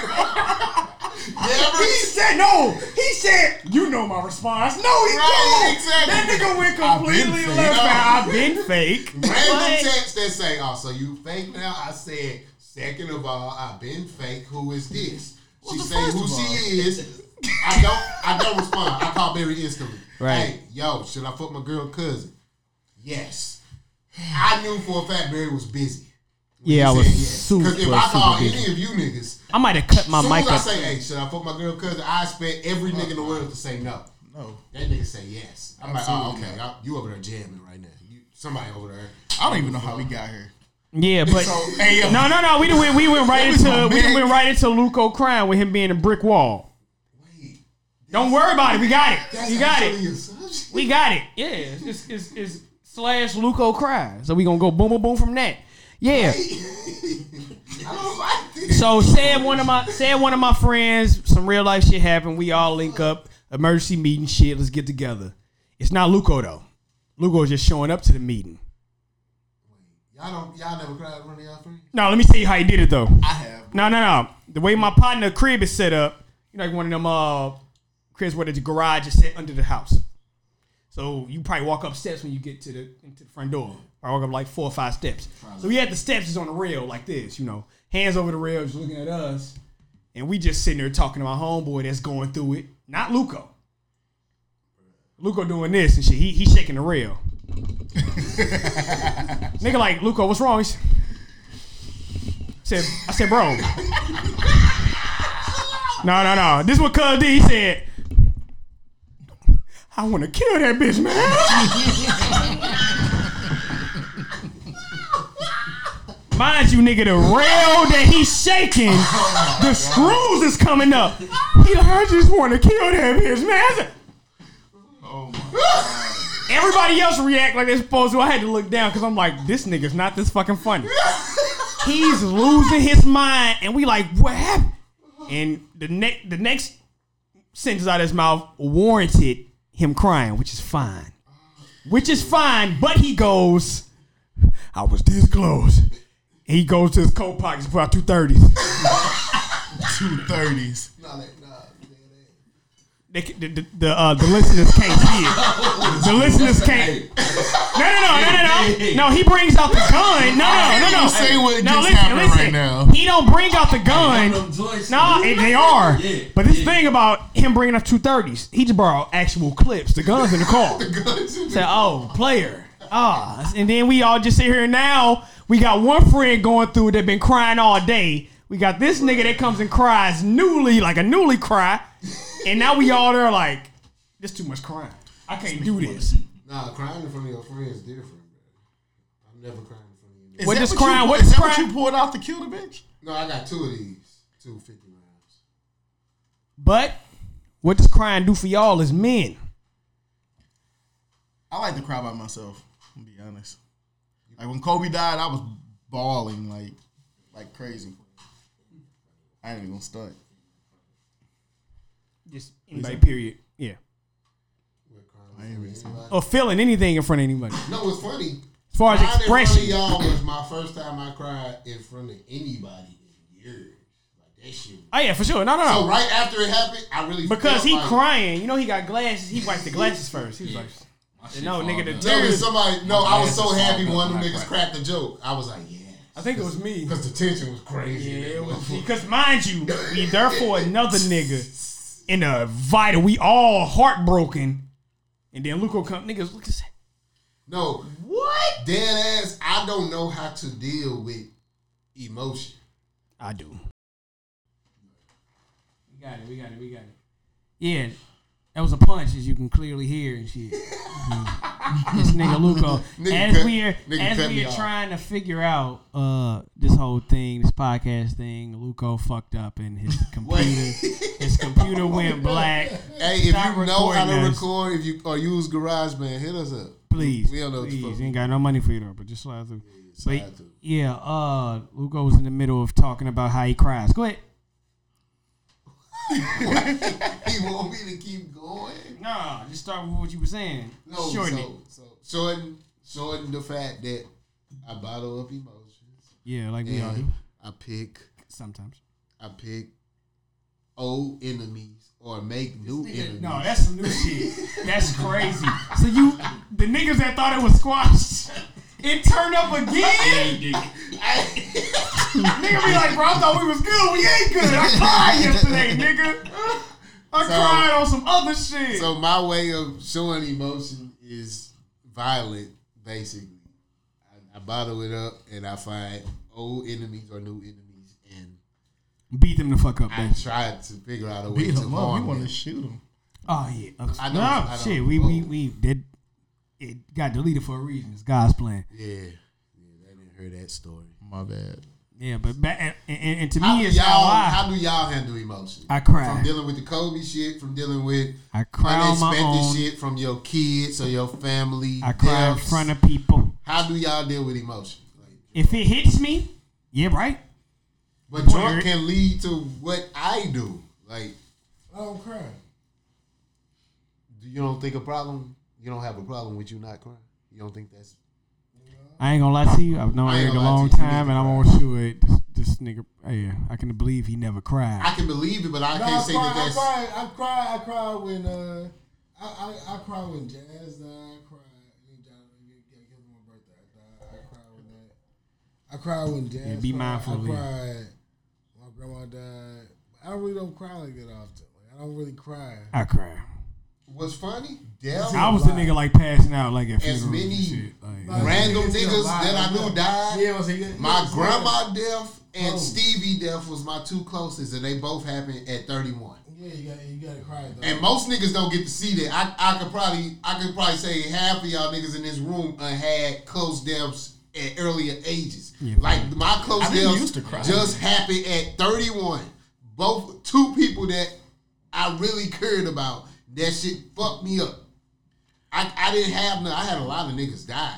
Speaker 5: Never.
Speaker 1: He said no. He said you know my response. No, he
Speaker 5: Right,
Speaker 1: don't.
Speaker 5: exactly.
Speaker 1: That nigga went
Speaker 5: I've been
Speaker 1: completely
Speaker 5: fake.
Speaker 1: left
Speaker 5: No.
Speaker 1: out. I've been fake.
Speaker 5: Random
Speaker 1: Like,
Speaker 5: text that say, "Oh, so you fake now?" I said, second of all, I've been fake. Who is this?" She say who she is. I don't. I don't respond. I call Barry instantly.
Speaker 1: Right.
Speaker 5: Hey, yo, should I fuck my girl cousin? Yes. I knew for a fact Barry was busy.
Speaker 1: Yeah, I was super,
Speaker 5: Because if I call
Speaker 1: super busy.
Speaker 5: any of you niggas,
Speaker 1: I might have cut my
Speaker 5: soon as
Speaker 1: mic
Speaker 5: I
Speaker 1: up.
Speaker 5: say, "Hey, should I fuck my girl cousin?" I expect every nigga in the world to say no.
Speaker 4: No.
Speaker 5: That nigga say yes. I'm like, oh, okay. I- you over there jamming right now. You somebody over there.
Speaker 1: Oh,
Speaker 4: I don't even know how we got here.
Speaker 1: yeah, but
Speaker 4: So, hey, yo.
Speaker 1: no, no, no. We done went, we went right
Speaker 4: That was my
Speaker 1: into we done
Speaker 4: man.
Speaker 1: went right into Luco crying with him being a brick wall. Don't worry about it. We got it. We got it. We got it. Yeah, it's, it's, it's slash Luco cry. So we gonna go boom boom boom from that. Yeah.
Speaker 5: I don't like this.
Speaker 1: So said one of my said one of my friends, some real life shit happened. We all link up, emergency meeting shit, let's get together. It's not Luco though. Luco's just showing up to the meeting.
Speaker 5: Y'all don't. Y'all never cried in front of y'all friends.
Speaker 1: No, let me tell you how he did it though.
Speaker 4: I have.
Speaker 1: No, no, no. The way my partner crib is set up, you know, like one of them uh cribs where the garage is set under the house. So you probably walk up steps when you get to the into the front door. I walk up like four or five steps. So we had the steps is on the rail like this, you know, hands over the rail, just looking at us, and we just sitting there talking to my homeboy that's going through it, not Luco. Luco doing this and shit. He he shaking the rail. Nigga like Luco, what's wrong? He said, said- I said, bro. no, no, no. This is what Cuz D said. I want to kill that bitch, man. Mind you, nigga, the rail that he's shaking, the screws is coming up. He like, I just want to kill that bitch, man. I said,
Speaker 4: Oh my.
Speaker 1: Everybody else react like they're supposed to. I had to look down because I'm like, this nigga's not this fucking funny. He's losing his mind, and we like, what happened? And the next the next sentence out of his mouth warranted him crying, which is fine, which is fine. But he goes, I was this close. And he goes to his coat pockets for two thirties.
Speaker 4: Two thirties.
Speaker 5: Nah, like, nah, nigga,
Speaker 1: They, c- the the, the, uh, the listeners can't see it. The listeners can't. No, no, no, no, no, no. No, he brings out the gun. No, no, no, no.
Speaker 4: You say what
Speaker 1: No,
Speaker 4: just
Speaker 1: listen,
Speaker 4: happened
Speaker 1: listen.
Speaker 4: right now.
Speaker 1: He don't bring out the gun.
Speaker 6: Them joints.
Speaker 1: No, and they are.
Speaker 6: Yeah,
Speaker 1: But this
Speaker 6: yeah.
Speaker 1: thing about him bringing up two thirties, he just borrowed actual clips. The guns in the car. Say, oh, player. Ah, and then we all just sit here now. We got one friend going through that been crying all day. We got this nigga that comes and cries newly, like a newly cry, and now we all there like, this too much crying. I can't do this.
Speaker 5: nah, crying in front of your friends different. Bro. I'm never crying in front of you.
Speaker 4: Is
Speaker 1: What
Speaker 4: that
Speaker 1: is
Speaker 4: you-
Speaker 1: crime? What
Speaker 4: is
Speaker 1: is
Speaker 4: that what
Speaker 1: crime?
Speaker 4: you pulled out to kill the bitch?
Speaker 5: No, I got two of these, two fifty rounds.
Speaker 1: But what does crying do for y'all as men?
Speaker 4: I like to cry by myself. To be honest, like when Kobe died, I was bawling like, like crazy. I ain't even gonna stunt.
Speaker 1: Just anybody, period. Yeah.
Speaker 5: We're crying in front of anybody.
Speaker 1: Or feeling anything in front of anybody.
Speaker 5: No, it's funny.
Speaker 1: As far as
Speaker 5: Crying
Speaker 1: expression.
Speaker 5: in front of y'all was my first time I cried in front of anybody in years. Like that shit.
Speaker 1: Oh yeah, for sure. No, no, no.
Speaker 5: So right after it happened, I really
Speaker 1: because
Speaker 5: felt
Speaker 1: he
Speaker 5: like,
Speaker 1: crying, you know he got glasses. He wiped the glasses first. He was like, "No, nigga, the
Speaker 5: There
Speaker 1: tears."
Speaker 5: is somebody. No, I was
Speaker 3: ass
Speaker 5: so
Speaker 3: is
Speaker 5: happy
Speaker 3: all
Speaker 5: one of
Speaker 3: up
Speaker 5: them
Speaker 3: when I
Speaker 5: niggas
Speaker 3: cry.
Speaker 5: cracked a joke. I was like, yeah,
Speaker 1: I think it was me.
Speaker 5: because the tension was crazy.
Speaker 1: Yeah,
Speaker 5: It
Speaker 1: it was
Speaker 5: was-
Speaker 1: because mind you, we there for another nigga in a vital. We all heartbroken, and then Luco come niggas. Look at that.
Speaker 5: No,
Speaker 1: What?
Speaker 5: dead ass. I don't know how to deal with emotion.
Speaker 1: I do. We got it. We got it. We got it. Yeah, that was a punch, as you can clearly hear and shit. this nigga Luco.
Speaker 5: Nigga
Speaker 1: as
Speaker 5: cut-
Speaker 1: we are
Speaker 5: nigga
Speaker 1: as
Speaker 5: cut
Speaker 1: we
Speaker 5: me
Speaker 1: are
Speaker 5: off.
Speaker 1: trying to figure out uh this whole thing, this podcast thing, Luco fucked up and his computer his computer went black.
Speaker 5: Hey, if you
Speaker 1: Stop
Speaker 5: know how
Speaker 1: recording
Speaker 5: to
Speaker 1: us.
Speaker 5: record, if you or use GarageBand, hit us up.
Speaker 1: Please,
Speaker 5: We don't know what the
Speaker 1: please.
Speaker 5: fuck-
Speaker 1: You ain't got no money for you though, but just slide through.
Speaker 5: slide
Speaker 1: But,
Speaker 5: through.
Speaker 1: Yeah, uh, Luco was in the middle of talking about how he cries. Go ahead.
Speaker 5: He want me to keep going.
Speaker 1: Nah, just start with what you were saying.
Speaker 5: No,
Speaker 1: Shorten it.
Speaker 5: so, so shorten, shorten the fact that I bottle up emotions.
Speaker 1: Yeah, like we all do
Speaker 5: And I pick,
Speaker 1: sometimes.
Speaker 5: I pick old enemies or make new enemies.
Speaker 1: No, that's some new shit. That's crazy. So you, the niggas that thought it was squashed, it turned up again. nigga be like, bro, I thought we was good. We ain't good. I cried yesterday, nigga. I cried on some other shit.
Speaker 5: So my way of showing emotion is violent, basically. I, I bottle it up and I find old enemies or new enemies, and
Speaker 1: Beat them the fuck up,
Speaker 5: I
Speaker 1: bitch.
Speaker 5: try to figure out a way
Speaker 4: Beat
Speaker 5: to
Speaker 4: him up. We
Speaker 5: harm
Speaker 4: want
Speaker 5: them.
Speaker 4: to shoot him.
Speaker 1: Oh yeah. Okay.
Speaker 5: I Oh. don't-
Speaker 1: no,
Speaker 5: I don't-
Speaker 1: shit. We, we we did. It got deleted for a reason. It's God's plan.
Speaker 5: Yeah, yeah, they didn't hear that story.
Speaker 4: My bad.
Speaker 1: Yeah, but ba- and, and, and to
Speaker 5: How
Speaker 1: me,
Speaker 5: do
Speaker 1: it's
Speaker 5: y'all?
Speaker 1: how I
Speaker 5: How do y'all handle emotion?
Speaker 1: I
Speaker 5: From
Speaker 1: cry.
Speaker 5: dealing with the Kobe shit, from dealing with
Speaker 1: I cry on my
Speaker 5: unexpected
Speaker 1: own.
Speaker 5: shit from your kids or your family.
Speaker 1: I cry in
Speaker 5: deaths.
Speaker 1: front of people.
Speaker 5: How do y'all deal with emotion? Like,
Speaker 1: If it hits me, yeah, right.
Speaker 5: But joy
Speaker 1: Word.
Speaker 5: can lead to what I do. Like,
Speaker 2: I don't cry.
Speaker 5: you don't think a problem? You don't have a problem with you not crying? You don't think that's
Speaker 1: I ain't gonna lie to you. I've known
Speaker 5: I ain't
Speaker 1: Eric a
Speaker 5: gonna lie
Speaker 1: long
Speaker 5: to you.
Speaker 1: time,
Speaker 5: You need
Speaker 1: and
Speaker 5: to
Speaker 1: I'm
Speaker 5: cry.
Speaker 1: on sure it. This, this nigga, yeah, I can believe he never cried.
Speaker 5: I can believe it, but I
Speaker 2: No,
Speaker 5: can't
Speaker 2: I,
Speaker 5: say
Speaker 2: cry,
Speaker 5: that that's.
Speaker 2: I cry. I cry. I cry when uh, I, I I cry when Jazz died. I cry. me and Jonathan, we get- get- give him a birthday. I died. I cry when that. I cry when Jazz.
Speaker 1: Yeah, be
Speaker 2: cried.
Speaker 1: mindful of
Speaker 2: I
Speaker 1: him.
Speaker 2: cried. My grandma died. I really don't cry like that often. Like, I don't really cry.
Speaker 1: I cry.
Speaker 5: What's funny? Damn.
Speaker 1: I was the nigga like passing out like at funerals
Speaker 5: As
Speaker 1: and
Speaker 5: many-
Speaker 1: shit. Like,
Speaker 2: Like,
Speaker 5: Random
Speaker 2: It's
Speaker 5: niggas
Speaker 2: alive.
Speaker 5: that I knew died.
Speaker 2: Yeah, I was like, yeah,
Speaker 5: My
Speaker 2: yeah,
Speaker 5: grandma death and
Speaker 2: Oh.
Speaker 5: Stevie death was my two closest, and they both happened at 31.
Speaker 2: Yeah, you got you got to cry though.
Speaker 5: And most niggas don't get to see that. I, I could probably I could probably say half of y'all niggas in this room uh, had close deaths at earlier ages.
Speaker 1: Yeah.
Speaker 5: Like my close
Speaker 4: I didn't
Speaker 5: deaths
Speaker 4: used to cry.
Speaker 5: just happened at 31. Both two people that I really cared about. That shit fucked me up. I, I didn't have no. I had a lot of niggas die,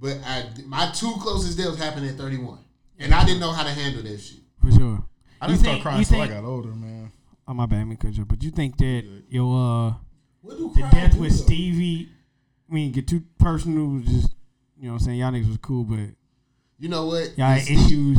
Speaker 5: but I my two closest deaths happened at 31, and I didn't know how to handle that shit.
Speaker 1: for sure.
Speaker 4: I
Speaker 1: You
Speaker 4: didn't
Speaker 1: think-
Speaker 4: start crying
Speaker 1: you
Speaker 4: until I
Speaker 1: think-
Speaker 4: got older, man.
Speaker 1: Oh my bad, I mean, cut you off, but you think that your uh,
Speaker 2: what do
Speaker 1: the
Speaker 2: cry
Speaker 1: death
Speaker 2: do,
Speaker 1: with
Speaker 2: though?
Speaker 1: Stevie, I mean, get too personal. was Just you know, what I'm saying y'all niggas was cool, but
Speaker 5: You know what?
Speaker 1: y'all
Speaker 5: the,
Speaker 1: had issues.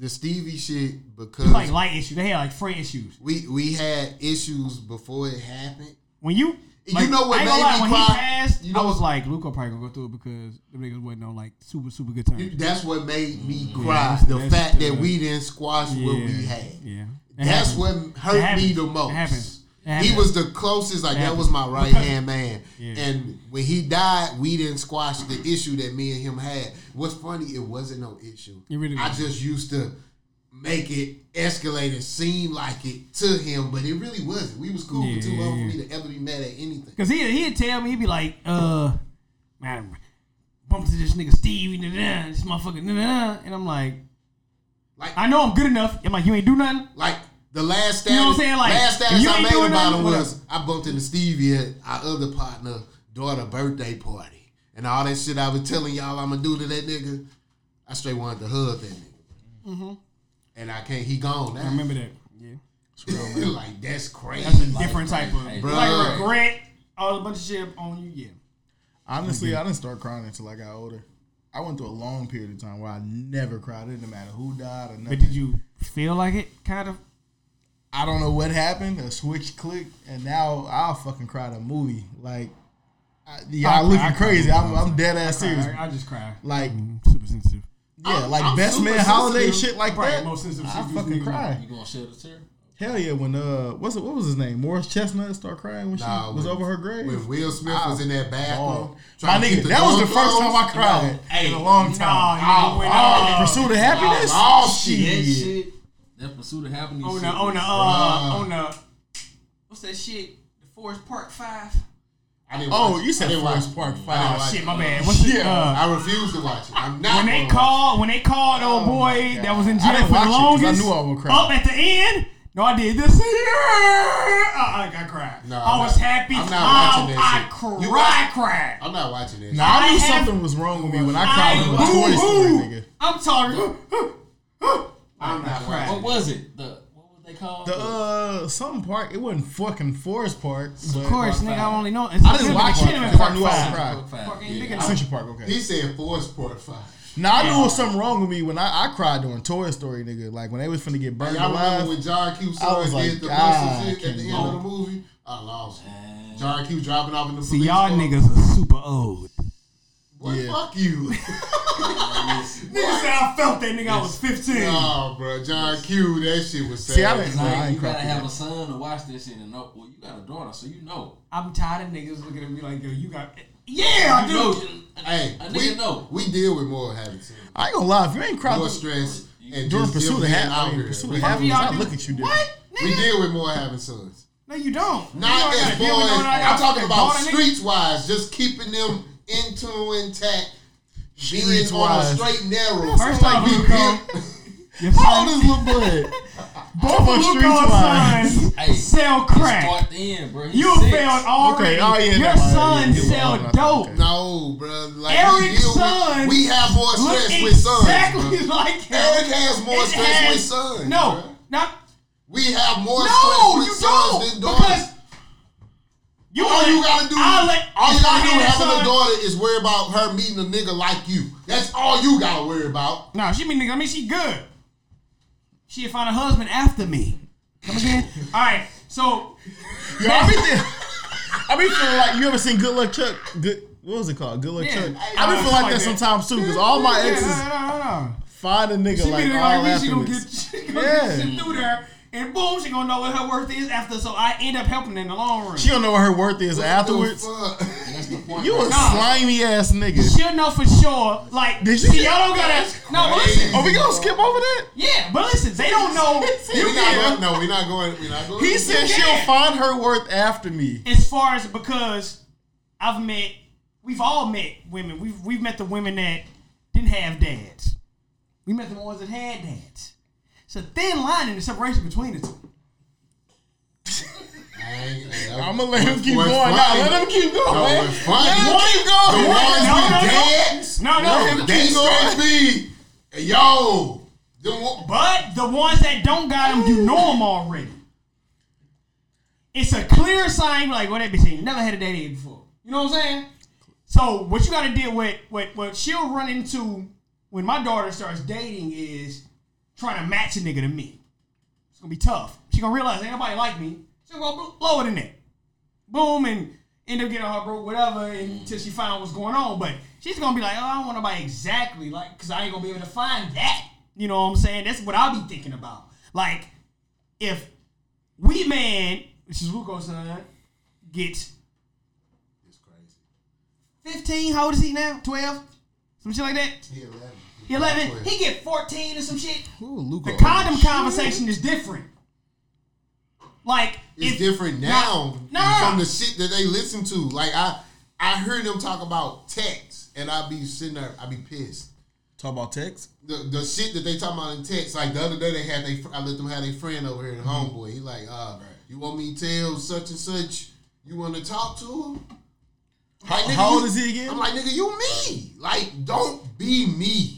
Speaker 5: the Stevie shit because
Speaker 1: It's like light issues. They had like friend issues.
Speaker 5: we we had issues before it happened.
Speaker 1: When you,
Speaker 5: You
Speaker 1: like,
Speaker 5: know what
Speaker 1: I ain't gonna
Speaker 5: made
Speaker 1: lie,
Speaker 5: me
Speaker 1: when he
Speaker 5: cry?
Speaker 1: passed,
Speaker 5: You know
Speaker 1: I was
Speaker 5: what-
Speaker 1: like, Luca probably gonna go through it because the niggas wasn't on like super super good terms.
Speaker 5: That's what made me
Speaker 1: Yeah,
Speaker 5: cry.
Speaker 1: that's-
Speaker 5: the
Speaker 1: that's
Speaker 5: fact that
Speaker 1: the-
Speaker 5: we didn't squash what we had.
Speaker 1: Yeah, It
Speaker 5: That's
Speaker 1: happened.
Speaker 5: what
Speaker 1: It
Speaker 5: hurt
Speaker 1: happened.
Speaker 5: me the
Speaker 1: It happened.
Speaker 5: most.
Speaker 1: It happened.
Speaker 5: He was the closest, like that
Speaker 1: happened.
Speaker 5: was my right hand man.
Speaker 1: Yeah.
Speaker 5: And when he died, we didn't squash the issue that me and him had. What's funny, it wasn't no issue.
Speaker 1: It really
Speaker 5: I
Speaker 1: wasn't.
Speaker 5: just used to make it escalate and seem like it to him, but it really wasn't. We was cool for too long for me to ever be mad at anything.
Speaker 1: Cause he he'd tell me he'd be like, uh, man, bump to this nigga Steve, nah, nah, this motherfucker, nah, nah, nah. and I'm like,
Speaker 5: Like
Speaker 1: I know I'm good enough. I'm like, you ain't do nothing.
Speaker 5: Like the last
Speaker 1: You
Speaker 5: status,
Speaker 1: know what I'm saying? Like,
Speaker 5: last
Speaker 1: if
Speaker 5: status
Speaker 1: you
Speaker 5: I
Speaker 1: ain't
Speaker 5: made
Speaker 1: doing
Speaker 5: about him
Speaker 1: nothing,
Speaker 5: was I bumped into Stevie at our other partner daughter birthday party, and all that shit I was telling y'all I'm gonna do to that nigga. I straight wanted to hug that nigga, and I can't. He gone now.
Speaker 1: Mm-hmm. I remember that. Yeah,
Speaker 5: like that's crazy.
Speaker 1: that's a different type of
Speaker 3: Hey,
Speaker 1: like
Speaker 5: bruh.
Speaker 1: regret, all a bunch of shit on you. Yeah.
Speaker 4: Honestly, I didn't start crying until I got older. I went through a long period of time where I never cried. It didn't matter who died or nothing.
Speaker 1: But did you feel like it? Kind of.
Speaker 4: I don't know what happened. A switch clicked, and now I'll fucking cry at a movie. Like, I,
Speaker 1: I-
Speaker 4: y'all looking
Speaker 1: I cry
Speaker 4: crazy. I'm,
Speaker 1: sometimes.
Speaker 4: I'm dead ass serious.
Speaker 1: I, I just cry. Mm-hmm.
Speaker 4: Like,
Speaker 1: Super sensitive.
Speaker 4: yeah,
Speaker 5: I'm-
Speaker 4: like
Speaker 5: I'm
Speaker 4: best
Speaker 5: super
Speaker 4: man holiday
Speaker 5: sensitive.
Speaker 4: shit like
Speaker 1: Probably
Speaker 4: that.
Speaker 1: most sensitive
Speaker 4: I
Speaker 1: shit you
Speaker 4: fucking
Speaker 1: can-
Speaker 4: cry.
Speaker 3: You gonna shed a tear?
Speaker 4: Hell yeah! When uh, what's it, what was his name? Morris Chestnut started crying when
Speaker 5: Nah,
Speaker 4: she was
Speaker 5: when-
Speaker 4: over her grave.
Speaker 5: When Will Smith was in that bathroom,
Speaker 4: Oh. My
Speaker 5: trying to
Speaker 4: nigga,
Speaker 5: keep the
Speaker 4: that was the
Speaker 5: door
Speaker 4: first time
Speaker 5: closed.
Speaker 4: I cried in a long time.
Speaker 1: Nah,
Speaker 4: Oh,
Speaker 1: nigga, when, uh,
Speaker 4: Pursuit of happiness.
Speaker 5: Oh,
Speaker 3: That
Speaker 5: shit.
Speaker 3: shit. That pursuit of happiness.
Speaker 1: on
Speaker 3: shit
Speaker 1: the on the uh,
Speaker 5: Bruh.
Speaker 1: on the what's that shit? The Forest Park Five.
Speaker 5: I didn't
Speaker 4: Oh,
Speaker 5: watch it.
Speaker 4: you
Speaker 5: I
Speaker 4: said
Speaker 5: didn't watch
Speaker 4: Forest
Speaker 5: it.
Speaker 4: Park
Speaker 1: Oh
Speaker 4: Five.
Speaker 1: shit, my bad. What's the, uh,
Speaker 5: I refuse to watch it. I'm not.
Speaker 1: when they
Speaker 5: gonna watch
Speaker 1: called when they called old
Speaker 4: Oh my
Speaker 1: boy
Speaker 4: God.
Speaker 1: that was in
Speaker 4: I
Speaker 1: jail
Speaker 4: didn't
Speaker 1: for the
Speaker 4: watch it 'cause I
Speaker 1: longest.
Speaker 4: knew I would cry.
Speaker 1: Up at the end. No, I did this. Yeah, I, I cried.
Speaker 5: No,
Speaker 1: I
Speaker 5: I'm
Speaker 1: was
Speaker 5: not-
Speaker 1: happy.
Speaker 5: I'm not
Speaker 1: I-
Speaker 5: watching that
Speaker 1: I
Speaker 5: shit.
Speaker 1: cried.
Speaker 5: You watch-
Speaker 1: cried.
Speaker 5: it. I'm not watching this.
Speaker 4: Now I
Speaker 1: I
Speaker 4: knew
Speaker 1: have-
Speaker 4: something was wrong with me when I
Speaker 1: I
Speaker 4: cried over Toy Story,
Speaker 1: boo
Speaker 4: nigga.
Speaker 1: I'm talking.
Speaker 5: I'm not
Speaker 3: What
Speaker 5: watching.
Speaker 3: was it? The what was they called?
Speaker 4: The uh, some park. It wasn't fucking Forest Park.
Speaker 1: Of course, nigga. I only know.
Speaker 4: I didn't watch it
Speaker 1: Cinnamon
Speaker 4: because I
Speaker 1: Park
Speaker 4: knew I
Speaker 1: Five.
Speaker 4: would cry.
Speaker 1: Fucking
Speaker 3: Yeah.
Speaker 1: nigga.
Speaker 4: Central Park. Okay.
Speaker 5: He said Forest Park Five.
Speaker 4: Now I knew it was something wrong with me when I, I cried during Toy Story, nigga. Like when they was finna get burned
Speaker 5: Y'all remember
Speaker 4: alive.
Speaker 5: when John Q.
Speaker 4: I was
Speaker 5: Sawyer
Speaker 4: like,
Speaker 5: did the
Speaker 4: God,
Speaker 5: muscle shit at the
Speaker 4: King
Speaker 5: end of the movie? I lost it. John Q. dropping off in the
Speaker 1: See,
Speaker 5: police
Speaker 1: y'all
Speaker 5: car.
Speaker 1: niggas are super old.
Speaker 5: Boy,
Speaker 4: Yeah.
Speaker 5: fuck you.
Speaker 1: Nigga said I felt that nigga. I was 15.
Speaker 5: oh, bro, John Q. That shit was sad.
Speaker 4: See, I didn't-
Speaker 3: It's like,
Speaker 4: I ain't
Speaker 3: you gotta
Speaker 4: crapping
Speaker 3: have
Speaker 4: it.
Speaker 3: a son to watch this shit and know. Well, you got a daughter, so you know.
Speaker 1: I'm tired of niggas looking at me like, yo, you got. Yeah, I
Speaker 3: You
Speaker 1: do.
Speaker 3: know. you-
Speaker 5: Hey,
Speaker 3: a
Speaker 5: we,
Speaker 3: nigga know.
Speaker 5: we deal with more habits,
Speaker 4: I ain't gonna lie, if you ain't cried
Speaker 5: more
Speaker 4: during-
Speaker 5: stress, and
Speaker 4: during
Speaker 5: just
Speaker 4: pursuit
Speaker 5: them
Speaker 4: of
Speaker 5: being
Speaker 4: happiness,
Speaker 5: out
Speaker 4: I mean,
Speaker 5: here.
Speaker 4: pursuit
Speaker 5: We-
Speaker 4: of
Speaker 1: Fuck
Speaker 4: happiness,
Speaker 1: y'all
Speaker 4: I
Speaker 1: do.
Speaker 4: look at you different.
Speaker 1: What? Nigga?
Speaker 5: We deal with more having sons.
Speaker 1: No, you don't.
Speaker 5: Not
Speaker 1: you don't
Speaker 5: as
Speaker 1: gotta deal with no-
Speaker 5: far
Speaker 1: I
Speaker 5: as
Speaker 1: got
Speaker 5: I'm talking
Speaker 1: fucking
Speaker 5: about
Speaker 1: daughter, nigga.
Speaker 5: streets wise, just keeping them in tune intact, being on a
Speaker 4: Streets-wise.
Speaker 5: straight narrow.
Speaker 1: First off,
Speaker 5: we
Speaker 1: Luco, your
Speaker 4: How
Speaker 1: son,
Speaker 4: old is Lil Bud? Both on
Speaker 1: Luco's
Speaker 4: streets wise.
Speaker 1: sons
Speaker 3: Hey,
Speaker 1: sell
Speaker 3: Just
Speaker 1: crack.
Speaker 3: start the end, bro. He's
Speaker 1: You
Speaker 3: six.
Speaker 1: failed already.
Speaker 4: Okay, oh, yeah,
Speaker 1: your
Speaker 4: never mind.
Speaker 1: son
Speaker 4: Yeah, he was
Speaker 1: sell
Speaker 4: old, I
Speaker 1: dope.
Speaker 4: thought, okay.
Speaker 5: No, bro. Like we
Speaker 1: Eric's
Speaker 5: deal
Speaker 1: sons
Speaker 5: with, we have more
Speaker 1: Look
Speaker 5: stress with sons.
Speaker 1: exactly
Speaker 5: bruh.
Speaker 1: like him.
Speaker 5: Eric has more
Speaker 1: It
Speaker 5: stress
Speaker 1: has-
Speaker 5: with sons.
Speaker 1: No,
Speaker 5: bruh.
Speaker 1: not
Speaker 5: we have more
Speaker 1: no.
Speaker 5: stress
Speaker 1: You
Speaker 5: with sons
Speaker 1: don't
Speaker 5: than
Speaker 1: because
Speaker 5: daughters.
Speaker 1: you
Speaker 5: All you gotta do,
Speaker 1: I'll let,
Speaker 5: all you gotta do
Speaker 1: I'll
Speaker 5: having
Speaker 1: son-
Speaker 5: a daughter is worry about her meeting a nigga like you. That's all you gotta worry about.
Speaker 1: No, she mean nigga. I mean she good. She'll find a husband after me. Come again? All right. So
Speaker 4: Yo, I be, thinking- I be feeling like you ever seen Good Luck Chuck? Good, what was it called? Good Luck
Speaker 1: Yeah,
Speaker 4: Chuck.
Speaker 1: I-
Speaker 4: I
Speaker 1: I
Speaker 4: be
Speaker 1: was
Speaker 4: feeling like
Speaker 1: like
Speaker 4: that
Speaker 1: that.
Speaker 4: sometimes too, because all my
Speaker 1: yeah,
Speaker 4: exes
Speaker 1: no, no, no, no.
Speaker 4: find a nigga
Speaker 1: She
Speaker 4: like
Speaker 1: mean
Speaker 4: all
Speaker 1: nigga like me. She gonna get
Speaker 4: afterwards.
Speaker 1: she gonna
Speaker 4: Yeah.
Speaker 1: get shit through there, and boom, she gonna know what her worth is after. So I end up helping in the long run.
Speaker 4: She don't know what her worth is afterwards.
Speaker 5: What the fuck?
Speaker 3: That's the point.
Speaker 4: You a
Speaker 1: Nah.
Speaker 4: slimy ass nigga.
Speaker 1: She'll know for sure. Like,
Speaker 4: Did you
Speaker 1: see,
Speaker 4: get-
Speaker 1: y'all don't gotta. No, but listen.
Speaker 4: Are we gonna skip over that?
Speaker 1: Yeah, but listen, they don't know.
Speaker 5: we
Speaker 1: You
Speaker 5: not
Speaker 1: can,
Speaker 5: going, no, we're not going. We're not going.
Speaker 4: He said she'll
Speaker 1: can't.
Speaker 4: find her worth after me.
Speaker 1: as far as because I've met, we've all met women. We've we've met the women that didn't have dads. We met the ones that had dads. It's a thin line in the separation between the two.
Speaker 4: I'm gonna let him keep going. Nah, let him keep
Speaker 5: No,
Speaker 4: going, man.
Speaker 5: Oh, it's funny.
Speaker 4: Let him
Speaker 5: One-
Speaker 4: keep going.
Speaker 5: The ones
Speaker 1: No, no, no. No,
Speaker 5: with dads?
Speaker 1: no.
Speaker 5: No, they stress me. Yo, them wa-
Speaker 1: But the ones that don't got them, you know them already. It's a clear sign, like, well, that bitch ain't never had a date before. You know what I'm saying? So what you got to deal with, what what she'll run into when my daughter starts dating is trying to match a nigga to me. It's gonna be tough. She gonna realize ain't nobody like me. She'll go bl- lower than that. Boom, and end up getting her broke, whatever, until she find out what's going on. But she's gonna be like, oh, I don't want nobody exactly like, cause I ain't gonna be able to find that. You know what I'm saying? That's what I'll be thinking about. Like, if we man, which is Ruko's son, gets
Speaker 5: It's crazy.
Speaker 1: 15, how old is he now? 12? Some shit like that?
Speaker 5: He Oh, 11.
Speaker 1: 11? He get 14 or some shit.
Speaker 4: Ooh, Luke.
Speaker 1: The condom conversation is different. Like,
Speaker 5: It's
Speaker 1: if-
Speaker 5: different now
Speaker 1: Nah.
Speaker 5: from the shit that they listen to. Like I, I hear them talk about text, and I be sitting there, I be pissed.
Speaker 4: Talk about text.
Speaker 5: the, the shit that they talking about in text, like the other day they had they I let them have their friend over here, the homeboy. He like, uh, you want me to tell such and such you want to talk to him? Like,
Speaker 4: how
Speaker 5: you-
Speaker 4: old is he again?
Speaker 5: I'm like, nigga, you me. Like, don't be me.